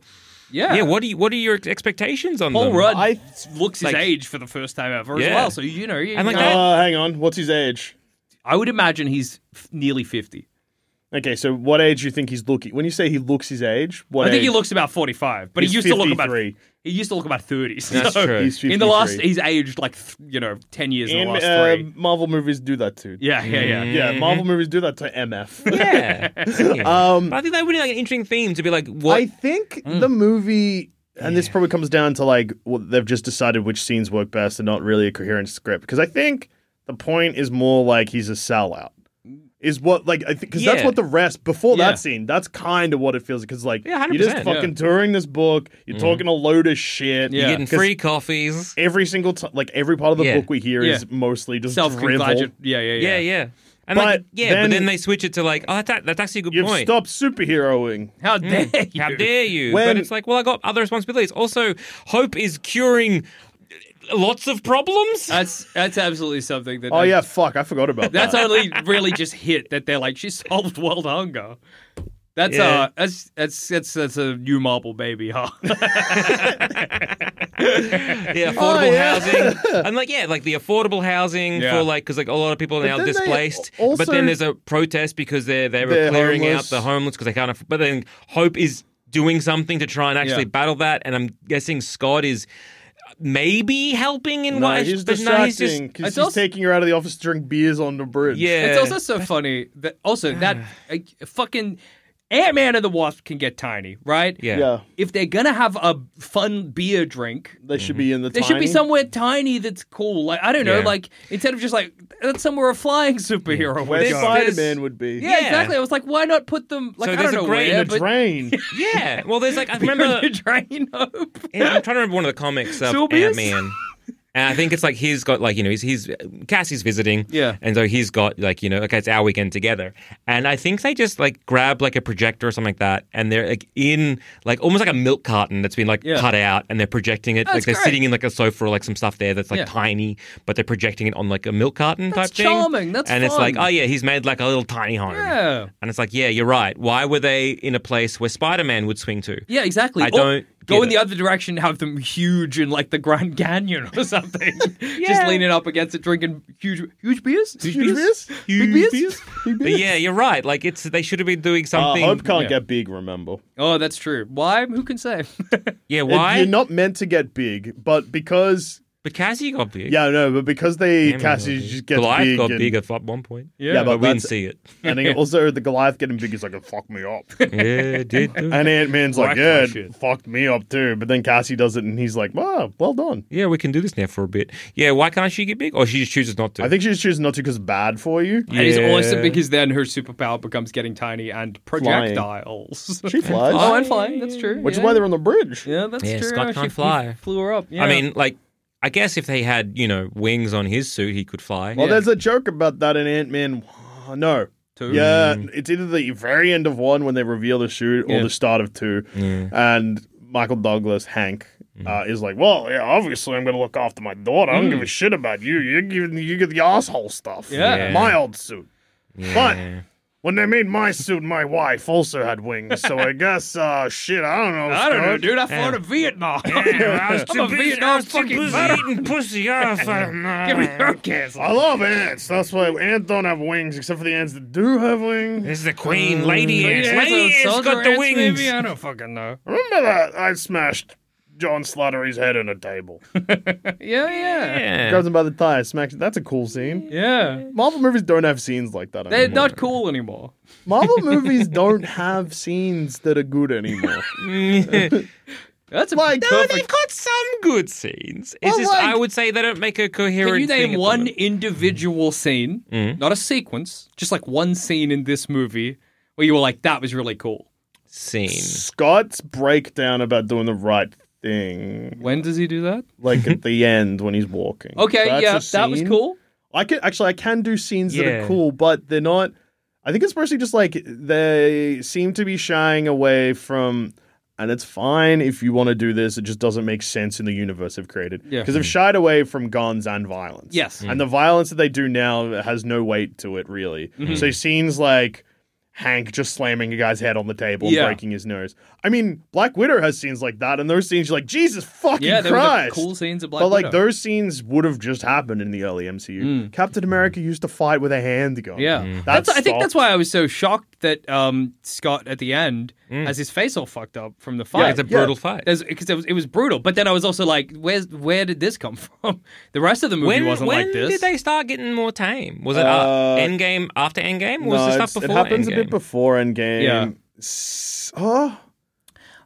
S2: Yeah.
S1: Yeah, what do you what are your expectations on
S2: Paul
S1: them?
S2: Rudd
S3: I-
S2: looks his
S1: like-
S2: age for the first time ever as
S1: Yeah.
S2: well. So you know, you
S1: And like
S2: know-
S1: that-
S3: Uh, hang on. What's his age?
S2: I would imagine he's f- nearly fifty.
S3: Okay, so what age do you think he's looking? When you say he looks his age, what
S2: I think he
S3: age?
S2: looks about forty-five, but
S3: He's
S2: he used to look about
S3: 53.
S2: he used to look about thirty. So
S1: That's true.
S3: He's
S2: In the last,
S3: 53.
S2: he's aged like th- you know ten years in,
S3: And,
S2: the last
S3: uh,
S2: three.
S3: Marvel movies do that too.
S2: Yeah, yeah, yeah.
S1: Mm.
S3: Yeah,
S1: Mm-hmm.
S3: Marvel movies do that to MF.
S1: Yeah.
S3: um,
S1: But I think that would be like an interesting theme to be like what Mm.
S3: I think the movie, and this probably comes down to like well, they've just decided which scenes work best and not really a coherent script. Because I think the point is more like he's a sellout. Is what like I think because that's
S1: Yeah.
S3: what the rest before
S2: Yeah.
S3: that scene. That's kind of what it feels because like
S1: Yeah,
S3: you're just
S1: 100%,
S3: fucking touring this book. You're talking a load of shit.
S2: You're
S1: you're
S2: yeah,
S1: getting
S3: 'cause
S1: free coffees.
S3: Every single time, like every part of the
S1: Yeah.
S3: book we hear
S2: Yeah.
S3: is mostly just drivel.
S2: Self-congratulate. Yeah, yeah, yeah.
S1: Yeah, yeah. And
S3: But
S1: like yeah,
S3: then-
S1: but then they switch it to like, oh that's, that's actually a good
S3: You've
S1: point.
S3: stopped superheroing.
S2: How dare you?
S1: Mm. How dare you?
S3: When-
S1: But it's like, well, I got other responsibilities. Also, hope is curing lots of problems.
S2: That's that's absolutely something that.
S3: Oh yeah, fuck! I forgot about
S2: That's
S3: that.
S2: only really just hit that they're like she solved world hunger. That's
S1: Yeah.
S2: uh that's that's that's that's a new marble baby, huh?
S1: yeah, affordable
S3: Oh, yeah.
S1: housing. And like, yeah, like the affordable housing
S2: Yeah.
S1: for like, because like a lot of people are now
S3: then they
S1: displaced.
S3: al-
S1: but then
S3: also-
S1: there's a protest because they're they were
S3: They're
S1: clearing
S3: homeless.
S1: out the homeless because they can't. Afford, but then hope is doing something to try and actually
S2: Yeah.
S1: battle that. And I'm guessing Scott is. maybe helping in
S3: No,
S1: what
S3: he's
S1: but no, he's just
S3: distracting because
S2: It's
S3: he's,
S2: also-
S3: taking her out of the office to drink beers on the bridge.
S1: yeah.
S2: It's also so funny that also that like, fucking Ant Man and the Wasp can get tiny, right?
S1: yeah.
S3: yeah.
S2: If they're gonna have a fun beer drink,
S3: They should be in the.
S2: there should be
S3: tiny.
S2: somewhere tiny that's cool. Like I don't know,
S1: Yeah.
S2: like instead of just like that's somewhere a flying superhero
S3: where
S2: would go.
S1: Spider-
S3: Spider Man would be.
S2: yeah,
S1: Yeah.
S2: exactly. I was like, why not put them like
S1: So
S2: I
S1: there's
S2: don't
S1: a
S2: know
S1: great-
S2: where,
S3: The
S2: but
S3: drain.
S1: Yeah. Well, there's like I
S2: remember
S1: remember
S2: the drain up.
S1: I'm trying to remember one of the comics of
S2: Silvius?
S1: Ant Man. And I think it's like he's got like you know he's he's Cassie's visiting,
S2: Yeah.
S1: and so he's got like you know okay it's our weekend together, and I think they just like grab like a projector or something like that, and they're like in like almost like a milk carton that's been like
S2: Yeah.
S1: cut out, and they're projecting it
S2: That's
S1: like they're
S2: great.
S1: sitting in like a sofa or like some stuff there that's like
S2: Yeah.
S1: tiny, but they're projecting it on like a milk carton
S2: That's
S1: type
S2: charming.
S1: thing.
S2: That's
S1: and it's
S2: fun.
S1: like oh yeah he's made like a little tiny home,
S2: Yeah.
S1: and it's like yeah you're right why were they in a place where Spider Man would swing to?
S2: Yeah, exactly.
S1: I
S2: Or
S1: don't
S2: go
S1: get
S2: in the
S1: it.
S2: other direction, have them huge in like the Grand Canyon or something. Just
S1: Yeah.
S2: leaning up against it, drinking huge, huge beers, huge
S3: beers?
S2: big beers.
S1: Huge But yeah, you're right. Like it's they should have been doing
S3: Uh,
S1: something.
S3: hope can't
S2: Yeah.
S3: get big. Remember,
S2: Oh, that's true. Why? Who can say?
S1: yeah,
S3: It-
S1: why?
S3: you're not meant to get big, but because
S1: but Cassie got big.
S3: yeah, no, but because they
S1: Cameron
S3: Cassie
S1: got big.
S3: just gets
S1: Goliath
S3: big.
S1: got
S3: and,
S1: big at one point.
S2: Yeah,
S1: but, we didn't
S3: that's-
S1: see it.
S3: and then also the Goliath getting big is like, fuck me up.
S1: Yeah, it did. do.
S3: And Ant Man's
S2: Whack
S3: like,
S2: my
S3: yeah, it
S2: shit."
S3: fucked me up too. But then Cassie does it, and he's like, wow, well done.
S1: yeah, we can do this now for a bit. Yeah, why can't she get big? Or she just chooses not to.
S3: I think she's choosing not to because bad for you.
S1: Yeah.
S2: And it's awesome because then her superpower becomes getting tiny and projectiles.
S3: She flies,
S2: oh, and flying. That's true.
S3: which
S2: yeah.
S3: is why they're on the bridge.
S2: Yeah, that's
S1: Yeah,
S2: true.
S1: Scott
S2: She-
S1: can't
S2: he
S1: fly.
S2: Flew her up.
S1: I
S2: yeah.
S1: mean, like, I guess if they had you know wings on his suit, he could fly.
S3: Well,
S2: Yeah.
S3: there's a joke about that in Ant Man. No.
S2: Two? Mm.
S3: Yeah, it's either the very end of one when they reveal the shoot or
S2: Yeah.
S3: the start of two. And Michael Douglas, Hank,
S2: Mm.
S3: uh, is like, well, yeah, obviously I'm going to look after my daughter. I don't give a shit about you. You give you get the asshole stuff.
S2: Mm. Yeah.
S1: Yeah.
S3: my old suit.
S1: Yeah.
S3: When they made my suit, my wife also had wings. So I guess, uh, shit, I don't know.
S2: I don't know,
S3: Scott.
S2: dude. I fought in Vietnam.
S1: Yeah, I was
S2: I'm a Vietnam fucking veteran.
S1: eating pussy. I fucking-
S2: Give me your kiss.
S3: I love ants. That's why ants don't have wings, except for the ants that do have wings.
S1: This is the queen, lady ants.
S2: Mm, Yeah,
S1: Lady
S2: so
S1: ants
S2: soldier
S1: got the
S2: ants,
S1: wings.
S2: Maybe uh, I don't fucking know.
S3: Remember that I smashed John Slattery's head on a table.
S2: Yeah, yeah,
S1: Yeah.
S3: Grabs him by the thigh, smacks. That's a cool scene.
S2: yeah.
S3: Marvel movies don't have scenes like that
S2: They're
S3: anymore.
S2: not cool anymore.
S3: Marvel movies don't have scenes that are good anymore.
S2: That's a
S3: Like-
S1: No,
S2: perfect.
S1: they've got some good scenes. It's
S2: Well,
S1: just I
S2: like-
S1: would say they don't make a coherent.
S2: Can you
S1: thing at
S2: name
S1: the
S2: one
S1: moment.
S2: individual scene,
S1: Mm.
S2: not a sequence, just like one scene in this movie where you were like, "That was really cool."
S1: scene?
S3: Scott's breakdown about doing the right thing,
S2: When does he do that?
S3: like at the end when he's walking.
S2: Okay,
S3: That's
S2: yeah,
S3: a
S2: that was
S3: scene.
S2: cool.
S3: I can actually I can do scenes that are
S1: Yeah.
S3: cool, but they're not. I think it's mostly just like they seem to be shying away from, and it's fine if you want to do this. It just doesn't make sense in the universe they've created
S2: Yeah.
S3: because they've shied away from guns and violence.
S2: Yes.
S3: and the violence that they do now has no weight to it really.
S2: Mm-hmm.
S3: So scenes like. Hank just slamming a guy's head on the table
S2: Yeah.
S3: and breaking his nose. I mean, Black Widow has scenes like that, and those scenes you're like, Jesus fucking
S2: Yeah, there were the
S3: Christ!
S2: cool scenes of Black
S3: But like
S2: Widow.
S3: those scenes would have just happened in the early MCU. Captain America used to fight with a handgun.
S2: Mm. yeah,
S3: That
S1: Mm.
S2: that's. I think
S3: stopped.
S2: that's why I was so shocked that um, Scott at the end has his face all fucked up from the
S1: Mm. Yeah,
S2: fight.
S1: it's a brutal fight.
S2: because it was, it was brutal, but then I was also like, "Where's where did this come from?" The rest of the movie
S1: When,
S2: wasn't
S1: when
S2: like this.
S1: did they start getting more tame? Was it
S3: Uh,
S1: uh, Endgame after Endgame? Was
S3: No,
S1: the
S3: it's-
S1: stuff before
S3: it happens a
S1: Endgame?
S3: bit before Endgame.
S2: Yeah.
S3: S- Oh,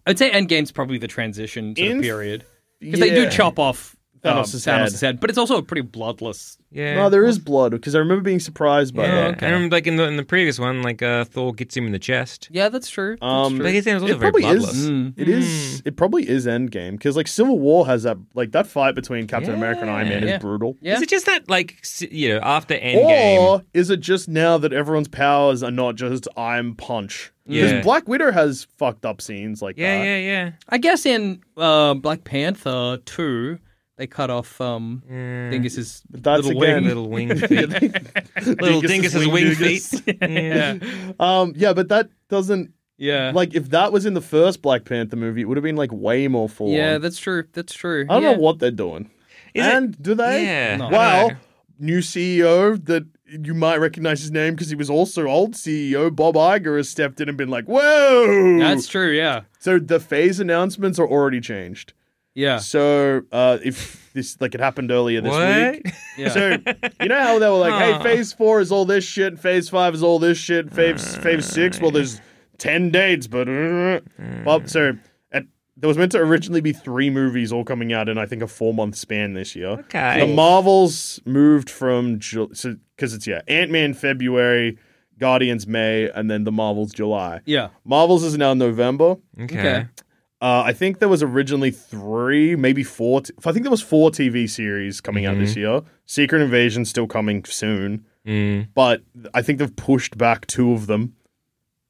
S2: I'd say Endgame's probably the transition to
S3: In-
S2: the period. Because they do
S3: yeah.
S2: chop off um,
S3: Thanos'
S2: Thanos'
S3: head.
S2: head. but it's also a pretty bloodless.
S1: Yeah.
S3: No, there is blood because I remember being surprised by
S1: Yeah.
S3: that.
S1: I remember, like in the in the previous one, like uh, Thor gets him in the chest.
S2: Yeah, that's true.
S3: Um,
S1: But his name was also
S3: it
S1: very
S3: probably
S1: bloodless.
S3: is. Mm. It is. It probably is Endgame because like Civil War has that like that fight between Captain America and Iron Man
S2: Yeah.
S3: is brutal.
S2: Yeah.
S1: Is it just that like s- you know after Endgame?
S3: Or is it just now that everyone's powers are not just I'm punch? Because
S1: Yeah.
S3: Black Widow has fucked up scenes like
S1: yeah,
S3: that.
S1: yeah, yeah.
S2: I guess in uh, Black Panther 2, they cut off um, Dingus's
S3: Mm. that's
S2: little
S3: again-
S2: wing.
S1: Little wing feet. Little
S3: Dingus'
S1: Dingus's
S3: wing
S1: wing
S3: dingus.
S1: feet. Yeah.
S2: Yeah.
S3: Um, yeah, but that doesn't
S2: Yeah.
S3: like if that was in the first Black Panther movie, it would have been like way more full.
S2: yeah,
S3: on.
S2: that's true. That's true.
S3: I don't
S2: yeah.
S3: know what they're doing.
S1: Is it-
S3: and do they?
S1: Yeah. No.
S3: Well,
S1: No.
S3: new CEO that you might recognize his name because he was also old CEO Bob Iger has stepped in and been like, "Whoa!"
S2: That's true, yeah.
S3: so the phase announcements are already changed.
S2: Yeah.
S3: So uh, if this like it happened earlier this
S1: What?
S3: week.
S2: Yeah.
S3: So you know how they were like,
S1: Aw.
S3: hey, phase four is all this shit, phase five is all this shit, phase phase six, well there's ten dates, but uh, well, so at, there was meant to originally be three movies all coming out in I think a four month span this year.
S1: Okay.
S3: The Marvels moved from because it's yeah, Ant Man February, Guardians May, and then the Marvels July.
S2: Yeah.
S3: Marvels is now November.
S1: Okay.
S2: Okay.
S3: Uh, I think there was originally three, maybe four. T- I think there was four TV series coming out
S2: Mm-hmm.
S3: this year. Secret Invasion still coming soon,
S1: Mm.
S3: but I think they've pushed back two of them.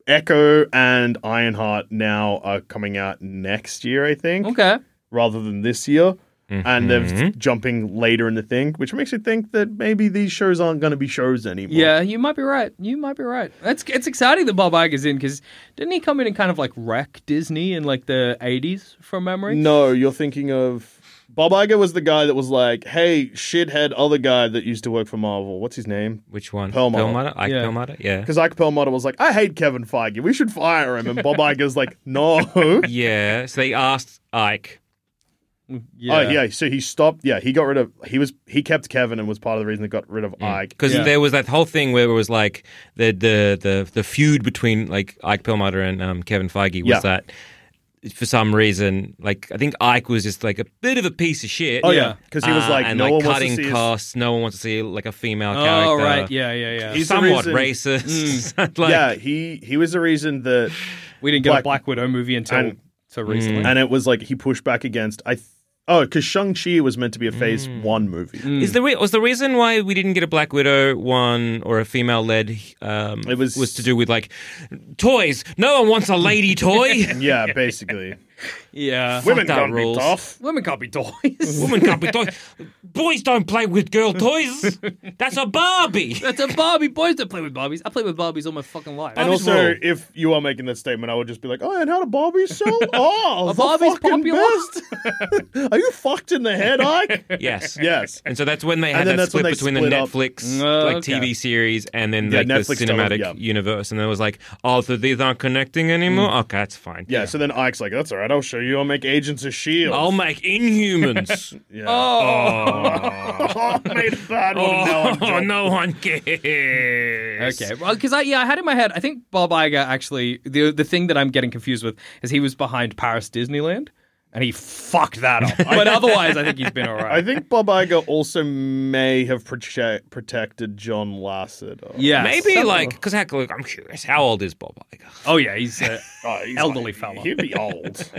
S3: Echo and Ironheart now are coming out next year, I think,
S2: Okay. Mm-hmm.
S3: rather than this year. And they're
S1: Mhm.
S3: jumping later in the thing, which makes you think that maybe these shows aren't going to be shows anymore.
S2: Yeah, you might be right. You might be right. That's it's exciting that Bob Iger's in because didn't he come in and kind of like wreck Disney in like the eighties from memory?
S3: No, you're thinking of Bob Iger was the guy that was like, "Hey, shithead, other guy that used to work for Marvel. What's his name?"
S1: Which one?
S3: Perlmutter.
S1: Perlmutter? Ike
S2: Yeah.
S1: Perlmutter? Yeah.
S3: Because Ike Perlmutter was like, "I hate Kevin Feige. We should fire him." And Bob Iger's like, "No." oh
S1: Yeah. So they asked Ike.
S2: Yeah.
S3: Oh, yeah. So he stopped. Yeah, he got rid of. He was he kept Kevin and was part of the reason they got rid of Ike.
S1: Because
S2: Yeah.
S1: there was that whole thing where it was like the the the, the feud between like Ike Perlmutter and um, Kevin Feige was
S3: Yeah.
S1: that for some reason, like I think Ike was just like a bit of a piece of shit.
S3: Oh
S2: Yeah.
S3: yeah, because he was
S1: Uh,
S3: like,
S1: and
S3: "No
S1: like
S3: one wants
S1: cutting
S3: to see." his-
S1: costs. No one wants to see like a female
S2: Oh
S1: character.
S2: right. Yeah. Yeah. Yeah.
S3: He's the
S1: Somewhat
S3: reason- Mm.
S1: racist. like,
S3: yeah, he he was the reason that,
S2: we didn't get a
S3: Black-
S2: Black Widow movie until
S3: And- Mm.
S2: so recently.
S3: and it was like he pushed back against. I th- oh, because Shang Chi was meant to be a Phase One movie.
S1: Is the re- was the reason why we didn't get a Black Widow one or a female led? Um,
S3: It was-
S1: was to do with like toys. No one wants a lady toy.
S3: Yeah, basically,
S2: yeah.
S3: women
S1: that
S3: can't
S1: rules.
S3: be tough.
S2: Women can't be toys.
S1: Women can't be toys. Boys don't play with girl toys. That's a Barbie.
S2: That's a Barbie. Boys don't play with Barbies. I play with Barbies all my fucking life.
S3: And
S1: Barbie's
S3: also,
S1: rule.
S3: if you are making that statement, I would just be like, "Oh, and how do Barbies sell? Oh,
S2: Are
S3: the
S2: Barbies
S3: fucking best. are you fucked in the head, Ike?
S1: Yes.
S3: yes.
S1: And so that's when they had
S3: then
S1: that
S3: that's
S1: split
S3: when they
S1: between the
S3: split up.
S1: Netflix
S2: Oh,
S1: like
S2: okay.
S1: TV series and then
S3: Yeah,
S1: like, the
S3: Netflix started,
S1: cinematic
S3: yeah.
S1: universe, and then it was like, oh, so these aren't connecting anymore.
S3: Mm.
S1: Okay, that's fine.
S3: Yeah, So then Ike's like, "That's all right. I'll show you. I'll make Agents of Shield."
S1: I'll make Inhumans.
S3: E yeah.
S2: Oh.
S3: I made a bad one.
S1: oh,
S3: and now I'm joking.
S1: no one cares.
S3: Oh.
S2: Okay, well, because I yeah, I had in my head. I think Bob Iger actually the the thing that I'm getting confused with is he was behind Paris Disneyland, and he fucked that up. but otherwise, I think he's been all
S3: I
S2: right.
S3: think Bob Iger also may have prote- protected John Lasseter.
S2: yeah,
S1: Maybe
S2: so-
S1: like because I'm curious. How old is Bob Iger?
S2: oh yeah, he's uh,
S3: Oh, he's
S2: Elderly
S3: like-
S2: fella.
S3: He'd be old.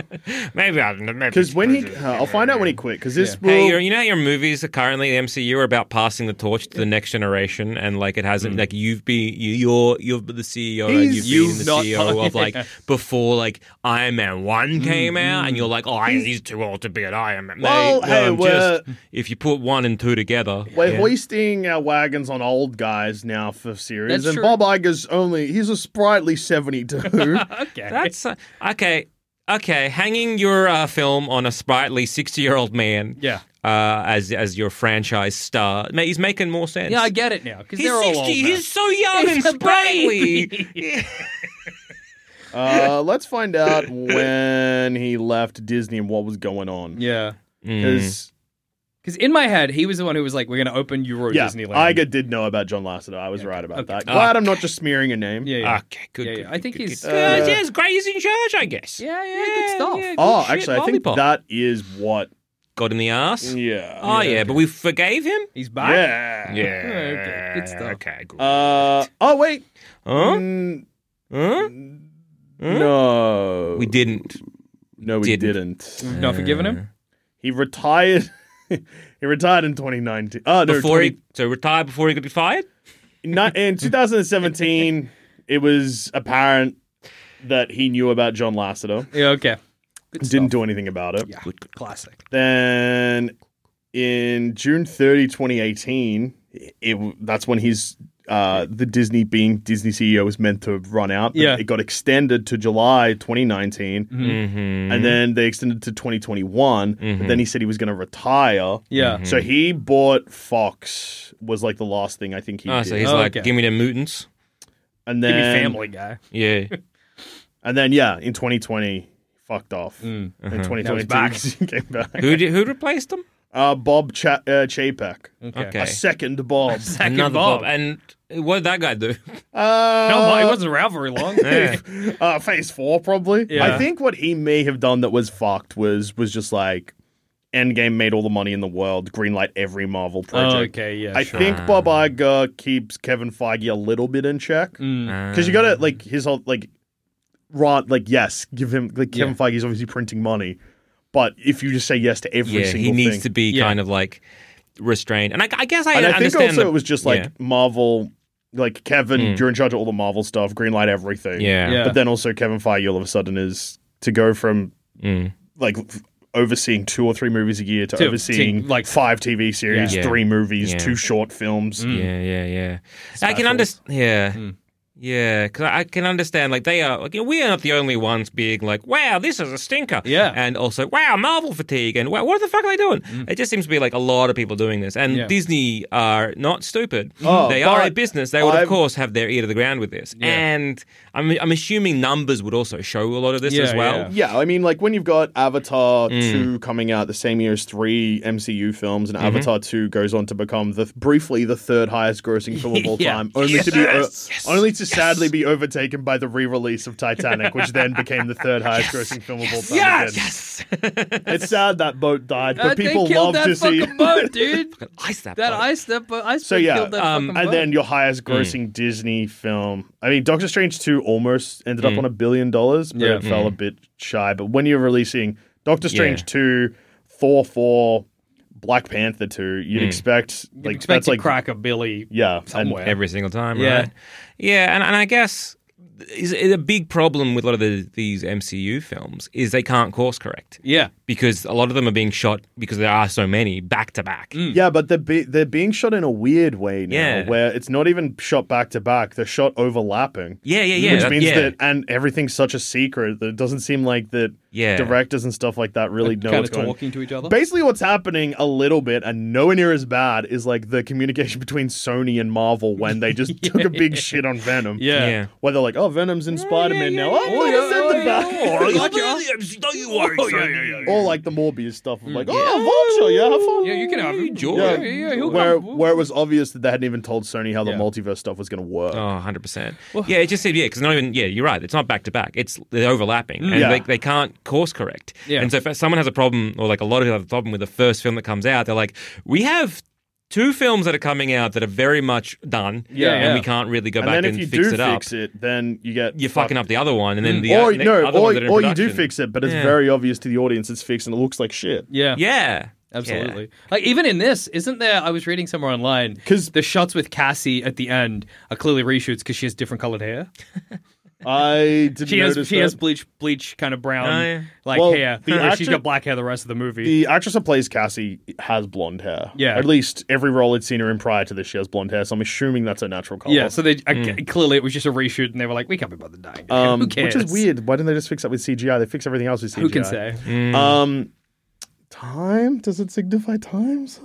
S1: Maybe I don't know. maybe
S3: Because when he,
S1: he's-
S3: uh, I'll find out when he quit. Because this will.
S1: Hey, you know, you know how your movies are currently the MCU are about passing the torch to the next generation, and like it
S2: Hmm.
S1: hasn't like you've been you, you're you've been the CEO and
S3: He's-
S1: you've,
S2: You've
S1: been the
S2: not-
S1: CEO of
S2: yeah. Hmm,
S1: like before like Iron Man one came out, and you're like, oh, he's, too old to be an Iron Man.
S3: Well,
S1: Mate,
S3: hey,
S1: um,
S3: we're-
S1: just if you put one and two together,
S3: We're
S1: yeah.
S3: hoisting our wagons on old guys now for series,
S2: That's
S3: and
S2: true.
S3: Bob Iger's only—he's a sprightly seventy-two.
S2: okay.
S1: that's uh, okay. Okay, hanging your uh, film on a sprightly sixty-year-old man,
S2: yeah,
S1: uh, as as your franchise star, ma- he's making more sense.
S2: yeah, I get it now because
S1: He's
S2: they're all old.
S1: 60.
S2: now.
S1: He's so young
S2: He's
S1: and
S2: a baby.
S1: sprightly.
S3: uh, let's find out when he left Disney and what was going on.
S2: yeah,
S1: Mm.
S3: Because
S2: because in my head, he was the one who was like, "We're going to open Euro
S3: yeah,
S2: Disneyland."
S3: Iger did know about John Lasseter. I was right about
S2: Okay.
S1: Ah.
S3: that. Glad I'm not just smearing a name.
S2: Yeah, yeah.
S1: Okay, good.
S2: Yeah,
S1: good,
S2: yeah. I
S1: good,
S2: think
S1: good,
S2: he's-
S1: good.
S3: uh,
S1: Yeah, yeah, it's great. He's in charge, I guess.
S2: Yeah, yeah, good stuff.
S3: Oh,
S1: shit,
S3: actually, I think
S1: lollipop.
S3: that is what.
S1: got in the ass.
S3: Mm, Yeah.
S1: Oh yeah, but we forgave him.
S2: he's back.
S3: yeah.
S2: okay, good stuff.
S1: Okay, good.
S3: Uh, oh wait.
S1: huh?
S3: Mm,
S1: Huh?
S3: No.
S1: We didn't.
S3: No, we
S1: didn't.
S3: didn't.
S2: We've not forgiven him.
S3: He retired. he retired in 2019. Oh no,
S1: Before
S3: 20
S1: he so retired before he could be fired.
S3: Not, in 2017, it was apparent that he knew about John Lasseter.
S2: Yeah, okay. Good
S3: Didn't
S2: stuff.
S3: do anything about it.
S2: Yeah, classic.
S3: Then in June 30, 2018, it, that's when his uh, the Disney being Disney CEO was meant to run out. but
S2: Yeah.
S3: It got extended to July 2019.
S1: Mm-hmm.
S3: And then they extended to 2021. But then he said he was going to retire.
S2: Yeah.
S1: Mm-hmm.
S3: So he bought Fox was like the last thing I think he
S1: Oh,
S3: did.
S1: so he's
S2: Oh,
S1: like,
S2: okay.
S1: give me the mutants.
S3: and
S2: Give
S3: then
S2: me Family Guy.
S1: Yeah.
S3: And then yeah, in 2020, fucked off
S1: Uh-huh.
S3: in
S2: Mm. Now he's
S3: 2022.
S2: back.
S3: He came back.
S1: Who did, who replaced them?
S3: Uh, Bob Cha- uh, Chapek.
S1: Okay.
S3: A second Bob.
S2: Second
S1: Another
S2: Bob.
S1: Bob. And what did that guy do?
S3: Uh,
S2: No, but he wasn't around very long.
S3: uh, phase four, probably.
S2: Yeah.
S3: I think what he may have done that was fucked was was just like Endgame made all the money in the world, greenlight every Marvel project.
S2: Oh, okay, yeah,
S3: I
S2: sure.
S3: think Bob Iger keeps Kevin Feige a little bit in
S1: Mm.
S3: check
S2: Hmm.
S1: Uh,
S3: because you got to like his whole like Ron like yes, give him like Kevin Feige's obviously printing money, but if you just say yes to every
S1: yeah,
S3: single
S1: he needs
S3: thing,
S1: to be
S2: Yeah.
S1: kind of like restrained. And I, I guess I,
S3: and I think
S1: understand
S3: also
S1: the-
S3: it was just like
S1: yeah. Mm.
S3: Marvel, like Kevin, you're in charge of all the Marvel stuff, greenlight everything.
S1: Yeah.
S2: Yeah.
S3: But then also Kevin Feige all of a sudden is to go from
S1: Mm.
S3: like f- overseeing two or three movies a year to,
S2: To-
S3: overseeing
S2: to, like-
S3: like five TV series,
S1: Yeah.
S3: three movies,
S1: Yeah. Mm.
S3: two short films.
S2: Mm.
S1: Yeah, yeah, yeah. I can understand. Yeah, yeah. Because I can understand. Like they are. Like, you know, we are not the only ones being like, "Wow, this is a stinker."
S2: Yeah. Mm.
S1: And also, wow, Marvel fatigue. And wow, what the fuck are they doing? It just seems to be like a lot of people doing this. And
S2: Yeah.
S1: Disney are not stupid.
S3: Oh,
S1: they are a
S3: but
S1: business. They would
S3: I've-
S1: of course have their ear to the ground with this. And I'm I'm assuming numbers would also show a lot of this
S2: Yeah,
S1: as well.
S2: yeah.
S3: Yeah, I mean, like when you've got Avatar 2 coming out the same year as three MCU films, and Avatar 2 goes on to become the briefly the third highest grossing film of all
S2: Yeah.
S3: time, only to be o- only to sadly be overtaken by the re release of Titanic, which then became the third highest grossing film of all time.
S1: Yes,
S3: again.
S1: yes.
S3: It's sad that boat died, but people
S2: Uh, they
S3: love
S2: killed
S3: to
S2: that
S3: see. Oh.
S2: fucking boat, dude.
S1: Ice that.
S2: That
S1: boat.
S2: ice that boat, ice
S3: So,
S2: boat
S3: yeah,
S2: killed that
S1: um,
S2: fucking
S3: And
S2: boat.
S3: then your highest
S1: Hmm.
S3: grossing Disney film. I mean, Doctor Strange 2 almost ended
S1: Hmm.
S3: up on a billion dollars, but
S2: Yeah.
S3: it fell a bit shy. But when you're releasing Doctor Strange
S1: Yeah.
S3: 2, Thor 4, Black Panther 2,
S1: Hmm.
S3: you'd expect, like,
S2: expect
S3: that's
S2: to
S3: like,
S2: crack a billy
S3: yeah. and-
S2: somewhere.
S1: every single time,
S2: Yeah.
S1: right? Yeah, and, and I guess is is a big problem with a lot of the, these MCU films is they can't course correct
S2: yeah,
S1: because a lot of them are being shot because there are so many back to back.
S3: yeah, but they're, be- they're being shot in a weird way now,
S1: Yeah.
S3: where it's not even shot back to back, they're shot overlapping.
S1: Yeah, yeah, yeah.
S3: Which
S1: that-
S3: means
S1: yeah.
S3: that, and everything's such a secret that it doesn't seem like that
S1: Yeah.
S3: directors and stuff like that really know
S2: kind
S3: what's
S2: of
S3: going on.
S2: talking to each other.
S3: Basically, what's happening a little bit, and nowhere near as bad, is like the communication between Sony and Marvel when they just took a big shit on Venom.
S2: yeah.
S1: yeah.
S3: Where they're like, oh, Venom's in Spider Man now. Oh,
S2: yeah,
S3: yeah,
S2: oh, yeah,
S3: back.
S2: oh, yeah.
S1: Don't you worry,
S3: Or like the Morbius stuff of like, oh, Vulture, yeah, have fun.
S2: Yeah, you can have him.
S1: Enjoy.
S2: Yeah,
S1: Yeah.
S2: yeah, yeah, he'll
S3: where,
S2: come.
S3: where it was obvious that they hadn't even told Sony how the
S2: Yeah.
S3: multiverse stuff was going to work.
S1: Oh, 100%. yeah, it just said, yeah, because not even, yeah, you're right. It's not back to back. It's they're overlapping. And
S3: Yeah.
S1: they, they can't course correct.
S2: Yeah.
S1: And so if someone has a problem, or like a lot of people have a problem with the first film that comes out, they're like, we have two films that are coming out that are very much done.
S3: Yeah.
S1: And
S2: Yeah.
S1: we can't really go
S3: and
S1: back
S3: then
S1: and
S3: if you
S1: fix
S3: do
S1: it up.
S3: fix it, then you get
S1: You're fucking up the other one. And then the
S3: Or
S1: uh, ne-
S3: no,
S1: other
S3: or,
S1: ones that are in
S3: or you do
S1: production.
S3: fix it, but it's
S1: Yeah.
S3: very obvious to the audience it's fixed and it looks like shit.
S2: yeah,
S1: Yeah.
S2: absolutely. Like even in this, isn't there? I was reading somewhere online
S3: 'Cause-
S2: the shots with Cassie at the end are clearly reshoots because she has different colored hair.
S3: I didn't
S2: She
S3: notice
S2: has she
S3: that.
S2: has bleach bleach kind of brown
S1: Oh, yeah.
S2: like
S3: Well,
S2: hair.
S3: the
S2: whereas she's
S3: actor-
S2: got black hair the rest of the movie.
S3: The actress that plays Cassie has blonde hair.
S2: Yeah.
S3: At least every role I'd seen her in prior to this, she has blonde hair. So I'm assuming that's her natural color.
S2: yeah, so they I, clearly it was just a reshoot, and they were like, "We can't be bothered dying."
S3: Mm. Um,
S2: Who cares?
S3: Which is weird. Why didn't they just fix that with CGI? They fix everything else with CGI.
S2: Who can say?
S3: Um, time? Does it signify times?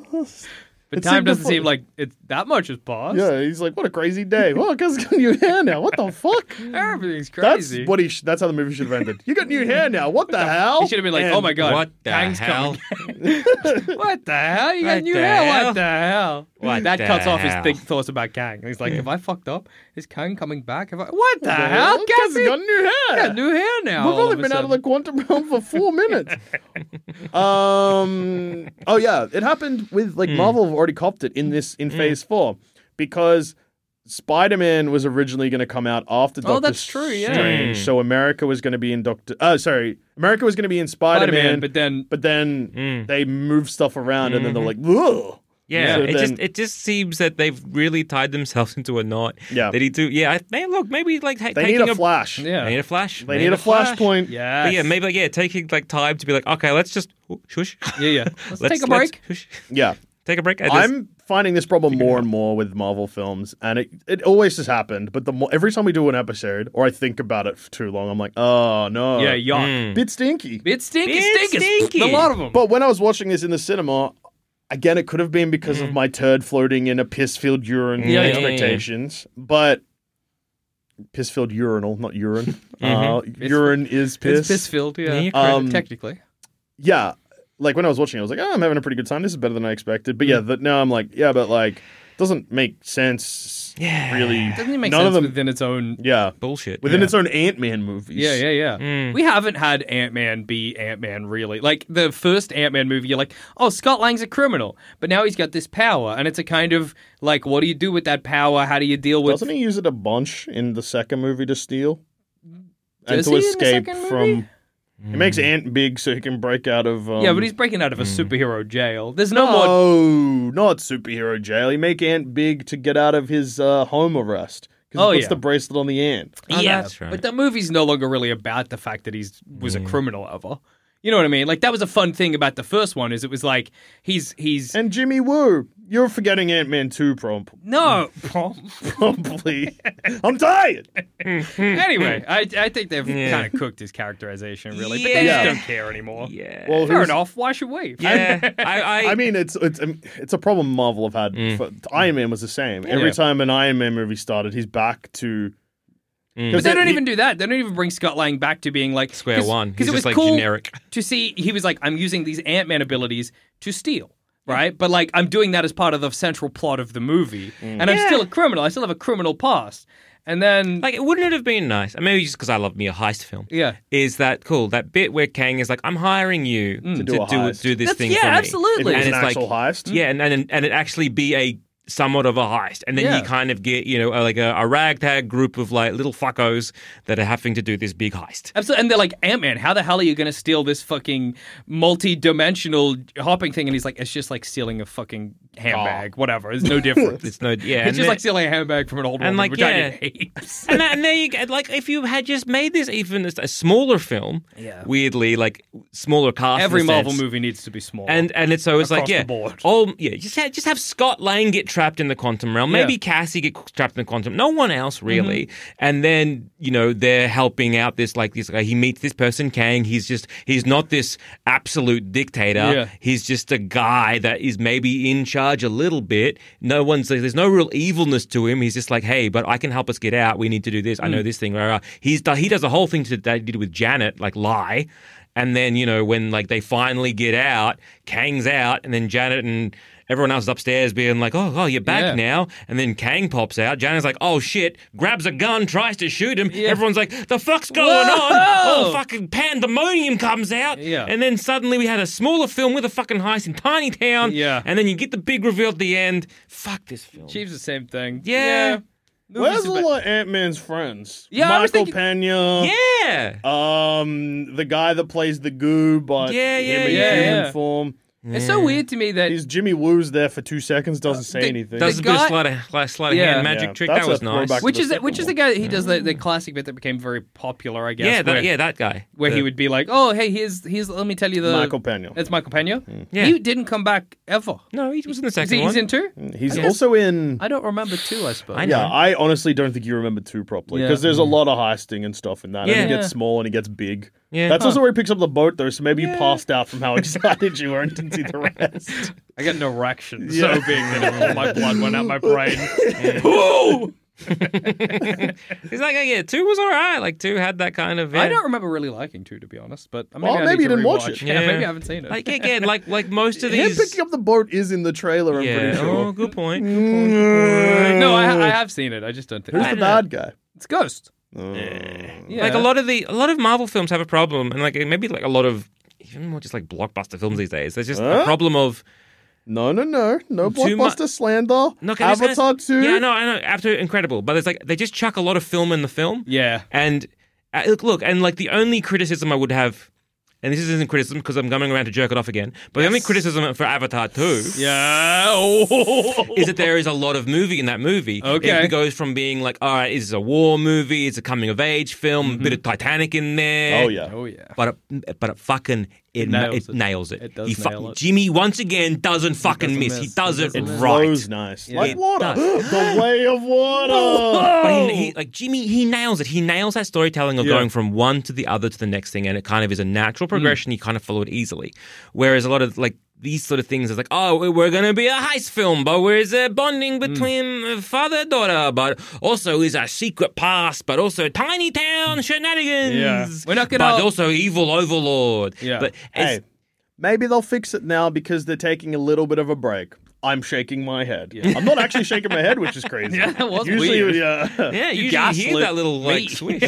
S2: But
S3: It
S2: time doesn't
S3: signify-
S2: seem like it's that much has passed.
S3: Yeah, he's like, what a crazy day. Well, because got new hair now. What the fuck?
S2: Everything's
S3: That's
S2: crazy.
S3: what he. Sh- that's how the movie should have ended. You got new hair now. What the hell?
S2: he should have been like, "Oh my god,
S1: What the
S2: Kang's coming."
S1: hell?
S2: What the hell? You got
S1: What
S2: new
S1: the
S2: hair? What
S1: hell?
S2: the hell?
S1: What
S2: that
S1: the
S2: cuts off his
S1: hell?
S2: big thoughts about Kang. He's like, "Have I fucked up? Is Kang coming back? Have I... What the hell?
S3: Cassie
S2: Cassie
S3: got new hair.
S2: got new hair now.
S3: We've
S2: all
S3: only
S2: of a
S3: been out of the
S2: sudden.
S3: quantum realm for four minutes. um. Oh yeah, it happened with like
S2: Hmm.
S3: Marvel have already copped it in this in Phase Four because Spider Man was originally going to come out after Doctor
S2: Oh, that's true, yeah. Hmm.
S3: Strange, so America was going to be in Doctor. Oh, sorry, America was going to be in Spider Man,
S2: but Hmm. then
S3: but then they moved stuff around, and then they're
S2: Mm-hmm.
S3: like, Ugh.
S1: Yeah,
S3: So
S1: it just
S3: then-
S1: it just seems that they've really tied themselves into a knot.
S3: Yeah.
S1: they need to. Yeah, I, man, look, maybe like ta-
S3: they
S1: taking
S3: need a flash.
S2: yeah,
S1: They need a flash.
S3: They need a flashpoint.
S2: yeah,
S1: But yeah, maybe like yeah, taking like time to be like, okay, let's just oh, shush.
S2: yeah, yeah. Let's, take a break.
S1: shush.
S3: Yeah.
S1: take a break. And just-
S3: I'm finding this problem more and more with Marvel films, and it, it always has happened. But the more, every time we do an episode, or I think about it for too long, I'm like, oh no,
S2: Yeah, yuck.
S3: bit stinky.
S2: Bit stinky,
S1: Bit
S2: stinky.
S1: mm. stinky.
S2: A lot of them.
S3: But when I was watching this in the cinema, again, it could have been because of my turd floating in a piss-filled urine
S2: Mm. Yeah, yeah,
S1: yeah, yeah.
S3: expectations, but piss-filled urinal, not urine. uh, urine is
S2: Mm-hmm. It's
S3: piss.
S2: piss filled, yeah.
S1: Yeah, you're correct.
S2: Um, technically.
S3: yeah, like when I was watching, it, I was like, oh, I'm having a pretty good time. This is better than I expected. But yeah,
S2: Mm.
S3: that now I'm like, yeah, but like, doesn't make sense.
S1: Yeah.
S3: really.
S2: Doesn't it make
S3: none
S2: sense
S3: of them.
S2: within its own
S3: yeah,
S1: Bullshit.
S3: within
S1: yeah.
S3: its own Ant Man movies.
S2: Yeah, yeah, yeah. We haven't had Ant Man be Ant Man really. Like the first Ant Man movie, you're like, oh, Scott Lang's a criminal, but now he's got this power, and it's a kind of like, what do you do with that power? How do you deal with?
S3: Doesn't he use it a bunch in the second movie to steal and
S2: Does
S3: to
S2: he in the
S3: escape
S2: second
S3: from?
S2: movie? Hmm.
S3: He makes Ant big so he can break out of. Um,
S2: yeah, but he's breaking out of a superhero jail. There's no more.
S3: No, not superhero jail. He make Ant big to get out of his uh, home arrest because
S2: Oh,
S3: he puts
S2: yeah.
S3: the bracelet on the ant.
S1: Oh,
S2: Yeah,
S1: that's right. Mm.
S2: but the movie's no longer really about the fact that he's was a criminal ever. You know what I mean? Like that was a fun thing about the first one is it was like he's he's
S3: And Jimmy Woo, you're forgetting Ant Man two prob-
S2: no.
S3: probably. I'm tired.
S2: anyway, I I think they've
S1: Yeah.
S2: kind of cooked his characterization really, but they just
S1: Yeah.
S2: don't care anymore.
S1: yeah.
S3: Well,
S2: Fair
S3: who's-
S2: enough. Why should we?
S1: yeah. I, I,
S3: I mean, it's it's um, it's a problem Marvel have had. For, Iron Man was the same. Every
S2: Yeah.
S3: time an Iron Man movie started, he's back to. Mm.
S2: But they don't even do that. They don't even bring Scott Lang back to being like
S1: square one.
S2: Because
S1: He's
S2: it was
S1: just like
S2: cool
S1: generic.
S2: to see. He was like, I'm using these Ant Man abilities to steal. Right, but like I'm doing that as part of the central plot of the movie, and I'm
S1: Yeah.
S2: still a criminal. I still have a criminal past, and then
S1: Like, wouldn't it have been nice? and Maybe just because I love me a heist film.
S2: yeah,
S1: Is that cool? That bit where Kang is like, "I'm hiring you to,
S3: do a
S1: do,
S3: heist."
S1: do this
S2: That's-
S1: thing
S2: yeah,
S1: for me."
S2: absolutely.
S1: And
S3: If it
S1: it's
S3: was an
S1: like,
S3: actual heist.
S1: yeah, and, and and it actually be a somewhat of a heist, and then
S2: Yeah.
S1: you kind of get you know like a, a ragtag group of like little fuckos that are having to do this big heist.
S2: absolutely. And they're like, Ant Man, how the hell are you going to steal this fucking multi-dimensional hopping thing? And he's like, it's just like stealing a fucking handbag, whatever. There's no difference.
S1: It's no yeah,
S2: it's
S1: and
S2: just
S1: the-
S2: like stealing a handbag from an old woman,
S1: and like,
S2: which
S1: yeah.
S2: I hate.
S1: and, that, and there you go. Like, if you had just made this even a, a smaller film,
S2: Yeah.
S1: weirdly, like smaller cast. in
S2: Every
S1: a
S2: Marvel
S1: sense,
S2: movie needs to be small.
S1: And and it's always
S2: Across
S1: like
S2: the
S1: yeah,
S2: board.
S1: oh yeah, just have, just have Scott Lang get trapped in the quantum realm. Maybe Cassie get trapped in the quantum. No one else
S2: Mm-hmm.
S1: really. And then you know they're helping out this like this guy. He meets this person Kang. He's just he's not this absolute dictator.
S2: Yeah.
S1: He's just a guy that is maybe in charge a little bit. No one's there's no real evilness to him. He's just like hey, but I can help us get out. We need to do this. I know
S2: Hmm.
S1: this thing. Rah, rah. He's do- he does a whole thing to, that he did with Janet like lie. And then, you know, when like they finally get out, Kang's out, and then Janet and everyone else is upstairs being like, Oh, oh, you're back
S2: Yeah.
S1: now. And then Kang pops out. Janet's like, Oh shit, grabs a gun, tries to shoot him. Everyone's like, The fuck's going on?
S2: Whoa!
S1: Oh fucking pandemonium comes out.
S2: Yeah.
S1: And then suddenly we had a smaller film with a fucking heist in Tiny Town.
S2: Yeah.
S1: And then you get the big reveal at the end. Fuck this film.
S2: Chief's the same thing.
S1: Yeah.
S2: Movies
S3: Where's
S2: about-
S3: all of Ant Man's friends?
S2: Yeah, I was
S3: Michael
S2: thinking-
S3: Pena.
S1: Yeah.
S3: Um, the guy that plays the goo, but
S1: Yeah, yeah,
S3: him in
S2: yeah.
S3: human
S2: Yeah.
S3: form.
S2: It's so weird to me that
S3: He's Jimmy Woo's there for two seconds, doesn't say
S2: Uh, the-
S3: anything.
S1: Does a bit
S2: guy-
S1: of sleight of, like, sleight of
S2: Yeah.
S1: hand magic
S3: Yeah,
S1: trick.
S3: that's
S1: That
S3: a
S1: was nice.
S3: throwback to
S2: which
S3: the
S2: is
S3: second
S2: which is the
S3: one.
S2: guy that he does the, the classic bit that became very popular, I guess.
S1: Mm. yeah,
S2: where,
S1: that, yeah, that guy.
S2: where he
S1: The-
S2: would be like, "Oh, hey, here's here's let me tell you the
S3: Michael Pena.
S2: That's Michael Pena.
S1: Yeah.
S2: He didn't come back ever.
S1: No, he was in the
S2: Is
S1: Mm. second
S2: he,
S1: one.
S2: he's in two.
S3: He's
S2: I guess-
S3: also in.
S2: I don't remember two. I suppose.
S1: I know.
S3: Yeah, I honestly don't think you remember two properly
S2: Yeah.
S3: because there's a lot of heisting and stuff in that.
S1: Mm. Yeah.
S3: And he gets small and he gets big.
S1: Yeah.
S3: That's also where he picks up the boat, though, so maybe you passed out from how excited you were and didn't see the rest.
S2: I got an erection
S3: Yeah.
S2: so big that all my blood went out my brain.
S1: It's like, yeah, two was all right. Like two had that kind of. Yeah.
S2: I don't remember really liking two to be honest, but maybe
S3: Well,
S2: I
S3: maybe
S2: need
S3: you
S2: to
S3: didn't watch
S2: rewatch.
S3: it.
S2: Yeah,
S1: Yeah.
S2: maybe I haven't seen it.
S1: Like again, like like most of
S3: Him
S1: these.
S3: picking up the boat is in the trailer, I'm
S1: yeah.
S3: pretty
S1: Oh,
S3: sure.
S1: good point.
S2: no, I,
S1: uh,
S2: I have seen it. I just don't think
S3: Who's
S2: I-
S3: the bad guy? Uh,
S2: it's Ghost. Yeah.
S1: Like a lot of the a lot of Marvel films have a problem, and like maybe like a lot of even more just like blockbuster films these days. There's just a
S3: Huh?
S1: problem of
S3: No, no, no. No
S1: Too mu-
S3: blockbuster slander.
S1: no, 'cause it's gonna-
S3: Avatar 2.
S1: Yeah, no, I know. After Incredible, but it's like they just chuck a lot of film in the film.
S2: Yeah.
S1: And uh, look, look, and like the only criticism I would have, and this isn't criticism because I'm coming around to jerk it off again, but the only criticism for Avatar 2
S2: Yeah. Oh.
S1: is that there is a lot of movie in that movie.
S2: Okay.
S1: It goes from being like, all right, is this a war movie? It's a coming of age film, a bit of Titanic in there.
S3: Oh, yeah.
S2: oh yeah.
S1: But it, but it fucking it na-
S2: nails
S1: it
S2: it.
S1: nails it.
S2: It does
S1: he
S2: nail it.
S1: Jimmy once again doesn't fucking
S2: doesn't
S1: miss.
S2: miss.
S1: He does
S2: He
S1: it,
S2: doesn't miss.
S1: right.
S3: Flows nice. Like
S1: It
S3: water.
S1: does.
S3: the way of water.
S1: But he, he, like Jimmy, he nails it. He nails that storytelling of
S3: Yeah.
S1: going from
S2: Mm.
S1: one to the other to the next thing, and it kind of is a natural progression. You kind of follow it easily. Whereas a lot of like these sort of things. It's like, oh, we- we're going to be a heist film, but there's a
S2: Mm.
S1: bonding between uh, father and daughter, but also is a secret past, but also tiny town shenanigans.
S2: Mm. Yeah. We're not gonna-
S1: But also evil overlord.
S2: Yeah.
S1: But
S3: Hey,
S1: it's,
S3: maybe they'll fix it now because they're taking a little bit of a break. I'm shaking my head. I'm not actually shaking my head, which is crazy.
S2: Yeah, that was
S3: Usually,
S2: weird.
S3: yeah.
S1: yeah, you usually
S2: gaslit
S1: hear that little like
S2: me.
S1: swish.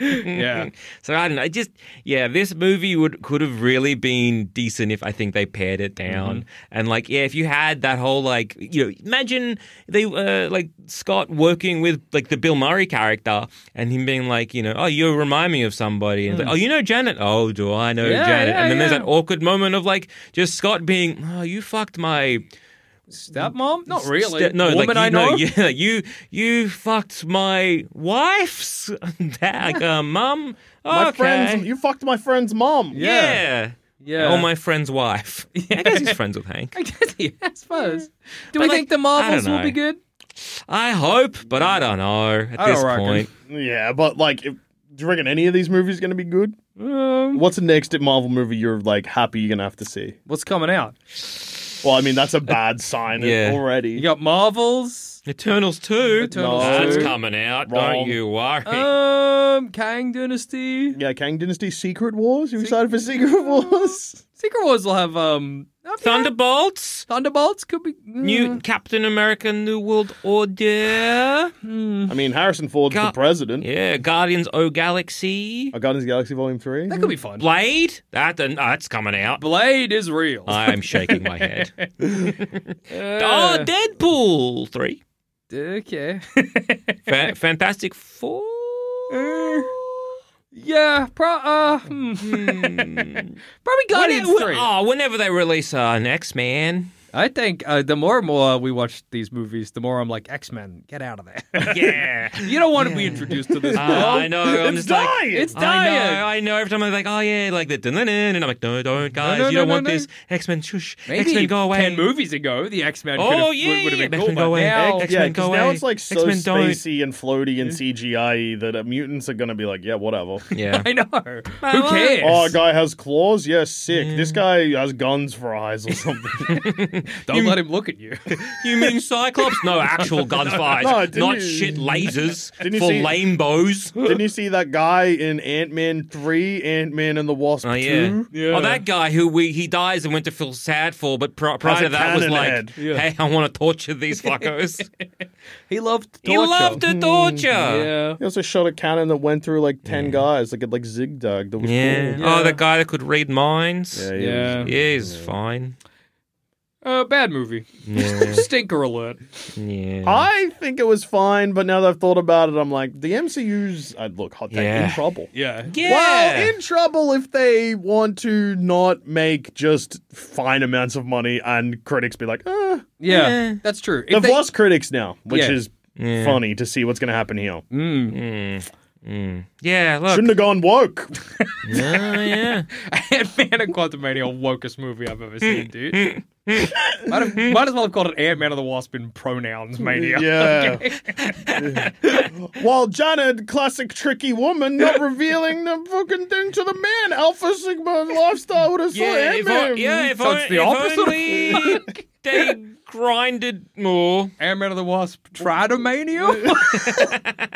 S2: yeah.
S1: So I don't know. It just yeah, this movie would could have really been decent if I think they pared it down
S2: Mm-hmm.
S1: and like yeah, if you had that whole like you know imagine they uh, like Scott working with like the Bill Murray character and him being like you know oh you remind me of somebody and it's like oh you know Janet oh do I know
S2: Mm. Yeah,
S1: Janet
S2: yeah,
S1: and then there's
S2: yeah.
S1: that awkward moment of like just Scott being oh you fucked my
S2: Stepmom? Not really.
S1: Ste- no,
S2: Woman
S1: like, you
S2: I know.
S1: yeah, like, you you fucked my wife's dad, like, uh, mum.
S3: My
S1: okay.
S3: friends, you fucked my friend's mom.
S1: yeah.
S2: Yeah.
S1: Or Oh my friend's wife. I guess he's friends with Hank.
S2: I guess, yeah, I suppose. Do we
S1: like,
S2: think the Marvels
S1: I don't
S2: will be
S1: know.
S2: good?
S1: I hope, but I don't know at
S2: I don't
S1: this
S2: reckon.
S1: point.
S3: Yeah, but like, if, do you reckon any of these movies going to be good?
S1: Um,
S3: What's the next Marvel movie you're like happy you're going to have to see?
S2: What's coming out?
S3: Well, I mean, that's a bad sign
S1: Yeah.
S3: already.
S2: You got Marvels.
S1: Eternals 2.
S2: Eternals
S3: No.
S1: That's
S3: two.
S1: coming out.
S3: Wrong.
S1: Don't you worry.
S2: Um, Kang Dynasty.
S3: Yeah, Kang Dynasty Secret Wars. You excited for Secret Wars?
S2: Secret Wars will have um oh, yeah.
S1: Thunderbolts.
S2: Thunderbolts could be
S1: New
S2: Mm.
S1: Captain America New World Order.
S2: hmm.
S3: I mean, Harrison Ford's
S1: Ga-
S3: the president.
S1: Yeah, Guardians O Galaxy.
S3: A Guardians of the Galaxy Volume Three.
S2: That could be fun.
S1: Blade. That, uh, that's coming out.
S2: Blade is real.
S1: I'm shaking my head.
S2: Uh,
S1: Oh, Deadpool 3.
S2: okay.
S1: Fa- Fantastic 4.
S2: Uh, yeah, pro- uh, hmm. probably Guardians
S1: Hmm. Whenever-
S2: three.
S1: Oh, whenever they release uh, an X Man.
S2: I think uh, the more and more we watch these movies, the more I'm like X Men, get out of there.
S1: Yeah.
S2: you don't want to be introduced to this.
S1: Uh,
S2: world.
S1: I know. I'm
S3: It's
S1: just
S3: dying.
S1: like.
S2: Oh, It's dying.
S1: I know, I know. Every time I'm like, oh yeah, like the dun and I'm like, no, don't, guys,
S2: no,
S1: you don't
S2: no,
S1: want
S2: no,
S1: this. X Men, shush,
S2: Maybe
S1: X Men, go away.
S2: Ten movies ago, the X Men.
S1: Oh, yeah,
S2: would, would have been
S1: yeah,
S2: cool.
S1: X-Men go
S2: but
S1: away.
S2: Now,
S1: X-
S3: Oh, yeah,
S1: X-Men, go
S3: now
S1: away.
S3: it's like so
S1: X-Men don't.
S3: spacey and floaty and CGI that uh, mutants are going to be like, yeah, whatever.
S1: Yeah.
S2: I know.
S1: I
S2: Who
S1: like-
S2: cares?
S3: Oh, a guy has claws? Yeah, sick. This guy has guns for eyes or something.
S2: Don't let him look at you.
S1: you mean Cyclops? No, actual gunfire,
S3: No, didn't
S1: not
S3: you-
S1: shit lasers
S3: Didn't you
S1: for
S3: see-
S1: lame bows.
S3: Didn't you see that guy in Ant Man 3, Ant Man and the Wasp
S1: Oh
S3: 2?
S1: yeah.
S2: Yeah.
S1: Oh, that guy who we he dies and went to feel sad for, but pri- prior
S3: a
S1: to that was
S3: cannon
S1: like,
S3: head.
S2: Yeah.
S1: hey, I want to torture these fuckos.
S2: he loved.
S1: he loved to torture.
S2: Yeah.
S3: He also shot a cannon that went through like 10 guys. Like it like zigzagged. That was
S1: Yeah.
S3: cool.
S1: Oh, the guy that could read minds.
S3: Yeah, he was-
S2: Yeah.
S1: Yeah, he's fine.
S2: Uh, bad movie.
S1: Yeah.
S2: Stinker alert.
S1: yeah.
S3: I think it was fine, but now that I've thought about it, I'm like, the MCU's, uh, look, hot take, in
S1: Yeah.
S3: trouble.
S2: Yeah.
S1: yeah.
S3: Well, in trouble if they want to not make just fine amounts of money and critics be like, eh.
S2: Yeah.
S1: Yeah.
S2: That's true. If
S3: They've
S2: they-
S3: lost critics now, which
S2: Yeah.
S3: is funny to see what's going to happen here.
S2: Mm.
S1: Mm. yeah, look.
S3: Shouldn't have gone woke.
S1: Oh, yeah.
S2: Ant-Man and Quantumania, wokest movie I've ever seen, dude. might, have- might as well have called it Ant-Man and the Wasp in pronouns mania.
S3: Yeah. While Janet, classic tricky woman, not revealing the fucking thing to the man, Alpha Sigma lifestyle would have saw
S1: Yeah, if I,
S3: Ant-Man.
S1: yeah, if,
S2: So
S1: I,
S2: it's the
S1: if
S2: opposite of-
S1: only they grinded more.
S2: Ant-Man and the Wasp, Tridomania?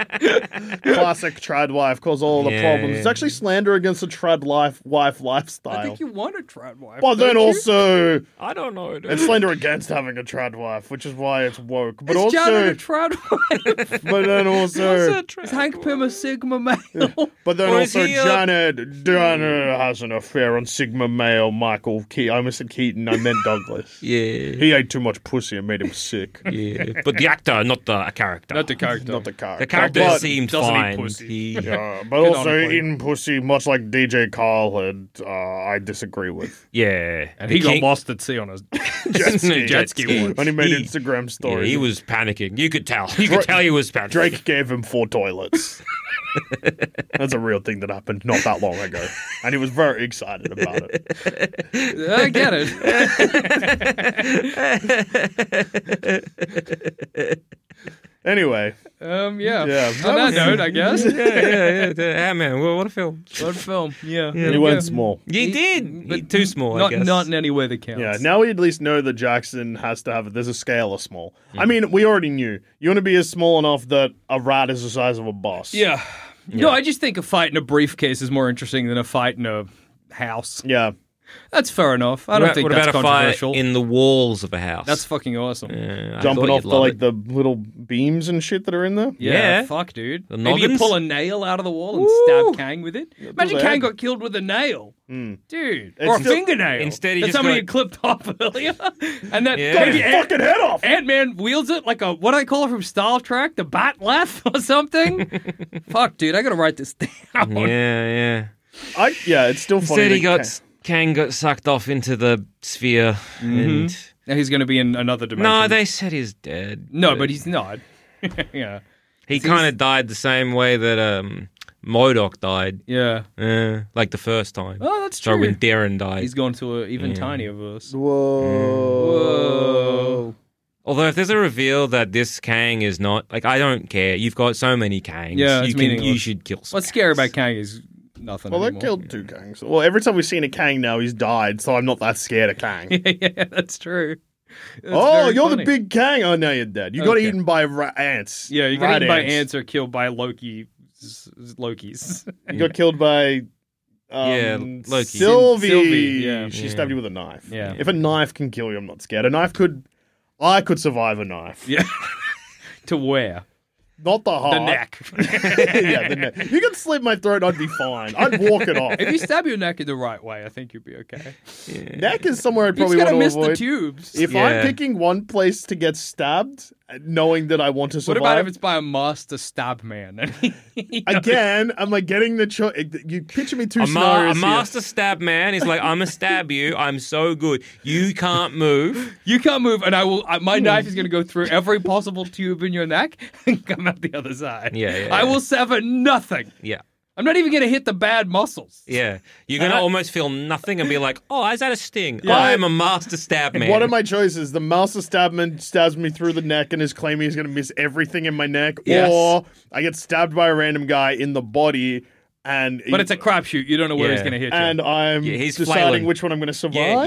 S3: Classic trad wife cause all the
S1: Yeah.
S3: problems. It's actually slander against the trad life wife lifestyle.
S2: I think you want a Tradwife.
S3: but then also,
S1: I don't know. dude.
S3: it's slander against having a trad wife, which is why it's woke. But
S2: Is Janet
S3: also,
S2: a Tradwife?
S3: but then
S1: What's
S3: also,
S1: that tra-
S2: Is Hank Pym a Sigma male?
S3: But then
S1: Or is
S3: also
S1: he, uh,
S3: Janet, Janet has an affair on Sigma male Michael Keaton. I almost said Keaton, I meant Douglas.
S1: Yeah.
S3: He ate too much pussy and made him sick.
S1: Yeah. But the actor, not the character.
S2: Not the character.
S3: Not the character.
S1: The character
S3: but,
S1: seemed
S2: doesn't eat
S1: fine.
S2: pussy.
S1: He-
S3: Yeah, but
S2: Good
S3: also
S2: on him, Blake.
S3: eating pussy, much like DJ Carl had, uh, I disagree with.
S1: yeah,
S2: And he got
S1: came-
S2: lost at sea on a
S1: jet
S3: ski.
S1: jet ski
S2: once.
S3: When he made
S1: He-
S3: Instagram
S1: Yeah,
S3: stories,
S1: he was panicking. You could tell. You could tell he was panicking.
S3: Drake gave him four toilets. That's a real thing that happened not that long ago, and he was very excited about it.
S2: I get it.
S3: Anyway,
S2: Um, yeah.
S3: Yeah.
S2: On that note, I guess.
S1: yeah, yeah, yeah, yeah, man. Well, what a film.
S2: What a film. Yeah.
S1: Yeah.
S3: he went small.
S1: You did, but too small,
S2: Not,
S1: I guess.
S2: not in any way that counts.
S3: Yeah, now we at least know that Jackson has to have there's a scale of small. I mean, we already knew. You want to be as small enough that a rat is the size of a bus.
S2: Yeah. No, I just think a fight in a briefcase is more interesting than a fight in a house.
S3: Yeah.
S2: That's fair enough. I don't
S1: what,
S2: think
S1: what
S2: that's
S1: about a fire
S2: controversial.
S1: in the walls of a house?
S2: that's fucking awesome. Yeah.
S1: Yeah, I
S3: Jumping
S1: thought
S3: off
S1: you'd
S3: the
S1: love
S3: like
S1: it.
S3: the little beams and shit that are in there.
S1: Yeah.
S2: fuck, dude.
S1: The
S2: Maybe you
S1: noggins?
S2: pull a nail out of the wall and
S1: Woo.
S2: stab Kang with it.
S3: do
S2: Imagine
S3: that.
S2: Kang got killed with a nail, dude,
S3: It's
S2: or a
S3: still-
S2: fingernail.
S1: Instead he
S2: that
S1: just
S2: somebody
S1: got-
S2: had clipped off earlier, and that
S1: Yeah.
S2: maybe
S3: Got his fucking head off.
S2: Ant Man wields it like a what do I call it from Star Trek, the bat laugh or something. Fuck, dude, I gotta write this down.
S1: Yeah, yeah.
S3: I, yeah, it's still funny.
S1: Instead, he
S3: that
S1: got
S3: Kang-
S1: Kang got sucked off into the sphere,
S2: Mm-hmm.
S1: and
S2: Now he's gonna be in another dimension.
S1: no, they said he's dead.
S2: no, but he's not. yeah,
S1: he kind of died the same way that um, Modoc died,
S2: yeah.
S1: uh, like the first time.
S2: Oh, that's
S1: so
S2: true.
S1: when Darren died,
S2: He's gone to an even tinier verse.
S3: Mm. Whoa.
S1: Although if there's a reveal that this Kang is not like I don't care. You've got so many Kangs.
S2: Yeah,
S1: you
S2: it's
S1: can you
S2: meaningless.
S1: should kill some
S2: What's scary
S1: Kangs.
S2: about Kang is nothing.
S3: Well, they
S2: anymore.
S3: killed two Kangs. Well, every time we've seen a Kang now, he's died, so I'm not that scared of Kang.
S2: yeah, that's true. That's
S3: oh,
S2: very
S3: you're
S2: funny.
S3: the big Kang. Oh, now you're dead. You got
S2: Okay.
S3: eaten by ra- ants.
S2: Yeah, you
S3: Rat
S2: got eaten by ants or killed by Loki. s- s- Lokis.
S3: You got killed by. Um,
S1: Yeah, Loki.
S3: Sylvie.
S2: Sylvie, yeah.
S3: She
S1: Yeah.
S3: stabbed you with a knife.
S2: Yeah.
S3: If a knife can kill you, I'm not scared. A knife could. I could survive a knife.
S2: yeah. to where?
S3: Not the heart.
S2: The neck.
S3: yeah, the neck. You can slit my throat, I'd be fine. I'd walk it off.
S2: if you stab your neck in the right way, I think you'll be okay.
S3: neck is somewhere I'd
S2: You
S3: probably
S2: just
S3: want
S2: gotta
S3: to
S2: miss
S3: avoid.
S2: the tubes.
S3: If
S1: Yeah.
S3: I'm picking one place to get stabbed, uh, knowing that I want to
S2: what
S3: survive,
S2: about if it's by a master stab man?
S3: again, am I getting the choice? You picture me two
S1: A, ma- a
S3: scenarios here.
S1: master stab man is like, I'm gonna stab you. I'm so good. You can't move.
S2: you can't move, and I will. I,
S1: Hmm.
S2: my knife is going to go through every possible tube in your neck and come out the other side.
S1: Yeah, yeah,
S2: I
S1: yeah.
S2: will sever nothing.
S1: Yeah,
S2: I'm not even going to hit the bad muscles.
S1: yeah. You're gonna
S2: Uh,
S1: almost feel nothing and be like, Oh, is that a sting? I am a master stab man.
S3: One of my choices: the master stabman stabs me through the neck and is claiming he's going to miss everything in my neck,
S2: Yes.
S3: or I get stabbed by a random guy in the body, and
S2: But it's a crapshoot. You don't know where he's
S1: Yeah.
S2: going to hit you.
S3: and I'm
S1: Yeah, he's
S3: deciding
S1: flailing.
S3: which one I'm going to survive.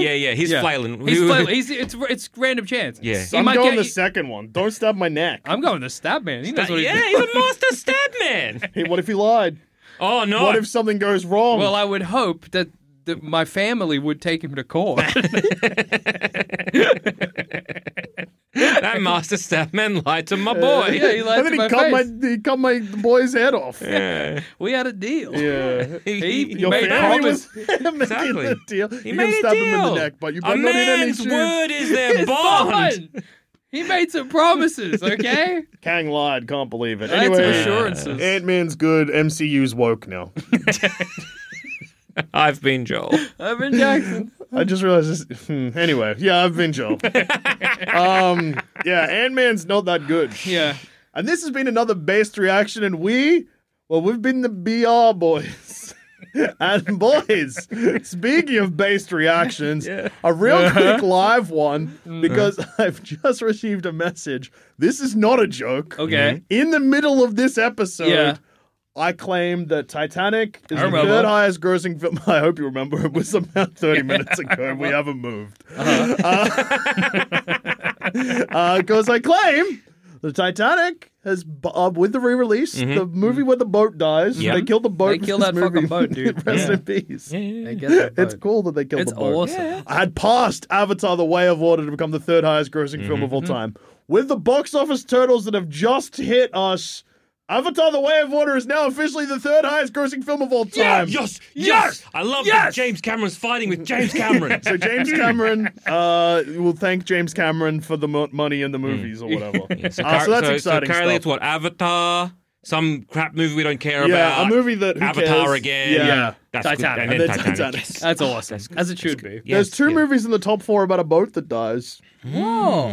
S1: yeah, yeah, yeah. He's
S2: Yeah.
S1: flailing.
S2: He's flailing. He's, it's it's random chance.
S1: Yeah.
S2: He
S3: I'm
S2: might
S3: going
S2: get
S3: the
S2: you-
S3: second one. Don't stab my neck.
S2: I'm going the stab man. He knows what he's
S1: yeah,
S2: doing.
S1: he's a master stab man.
S3: Hey, what if he lied?
S1: Oh no!
S3: What if something goes wrong?
S2: Well, I would hope that, that my family would take him to court.
S1: that master stab man lied to my boy?
S2: yeah, he lied
S3: and
S2: to
S3: then he
S2: my
S3: cut
S2: face.
S3: my he cut my boy's head off.
S2: We had a deal.
S3: Yeah.
S2: He
S3: Your
S2: made
S3: family
S2: promise.
S3: was making
S1: Exactly.
S3: the deal.
S1: He
S3: you
S1: made
S3: can
S1: a
S3: stab him in
S1: deal.
S3: the neck, but you
S1: A
S3: better not hit any
S1: man's
S3: shoes.
S1: word is their
S2: It's
S1: bond.
S2: fine. He made some promises, okay?
S3: Kang lied. Can't believe it.
S2: That's
S3: Anyway,
S2: assurances.
S3: Ant Man's good. MCU's woke now.
S1: I've been Joel.
S2: Urban Jackson.
S3: I just realized this. hmm. Anyway, yeah, I've been Joel. um, yeah, Ant Man's not that good.
S2: Yeah.
S3: And this has been another based reaction, and we, well, we've been the BR boys. and boys, speaking of based reactions, a real quick live one
S2: Mm.
S3: because I've just received a message. This is not a joke. Mm-hmm.
S2: Okay.
S3: In the middle of this episode,
S2: Yeah.
S3: I claim that Titanic is
S2: I
S3: the
S2: remember.
S3: third highest grossing film. I hope you remember it was about 30 minutes ago. and We haven't moved.
S2: Uh-huh.
S3: Uh, Because Uh, I claim the Titanic has, bu- uh, with the re release, the movie where the boat dies,
S1: Yeah.
S3: they killed the boat.
S2: They
S3: in
S2: killed
S3: this
S2: that fucking
S3: movie.
S2: boat, dude.
S3: Rest
S2: Yeah.
S3: in peace.
S2: I get that
S3: It's
S2: boat.
S3: cool that they killed
S2: It's
S3: the boat.
S2: awesome.
S3: I had passed Avatar The Way of Water to become the third highest grossing film
S2: Mm.
S3: of all time. With the box office totals that have just hit us, Avatar The Way of Water is now officially the third highest grossing film of all time.
S1: Yes, yes,
S2: Yes!
S1: I love that
S2: Yes!
S1: James Cameron's fighting with James Cameron.
S3: So James Cameron, uh, will thank James Cameron for the mo- money in the movies or whatever. Uh, so that's exciting
S1: So currently,
S3: stuff.
S1: it's what Avatar, some crap movie we don't care
S3: yeah,
S1: about.
S3: a movie that who
S1: Avatar
S3: cares?
S1: again.
S3: Yeah.
S1: that's
S2: Titanic.
S1: Good. And then
S3: And then
S1: Titanic.
S3: Titanic.
S1: Yes.
S2: That's awesome. As it should be.
S1: Yes,
S3: There's two
S1: yeah.
S3: movies in the top four about a boat that dies.
S2: Whoa.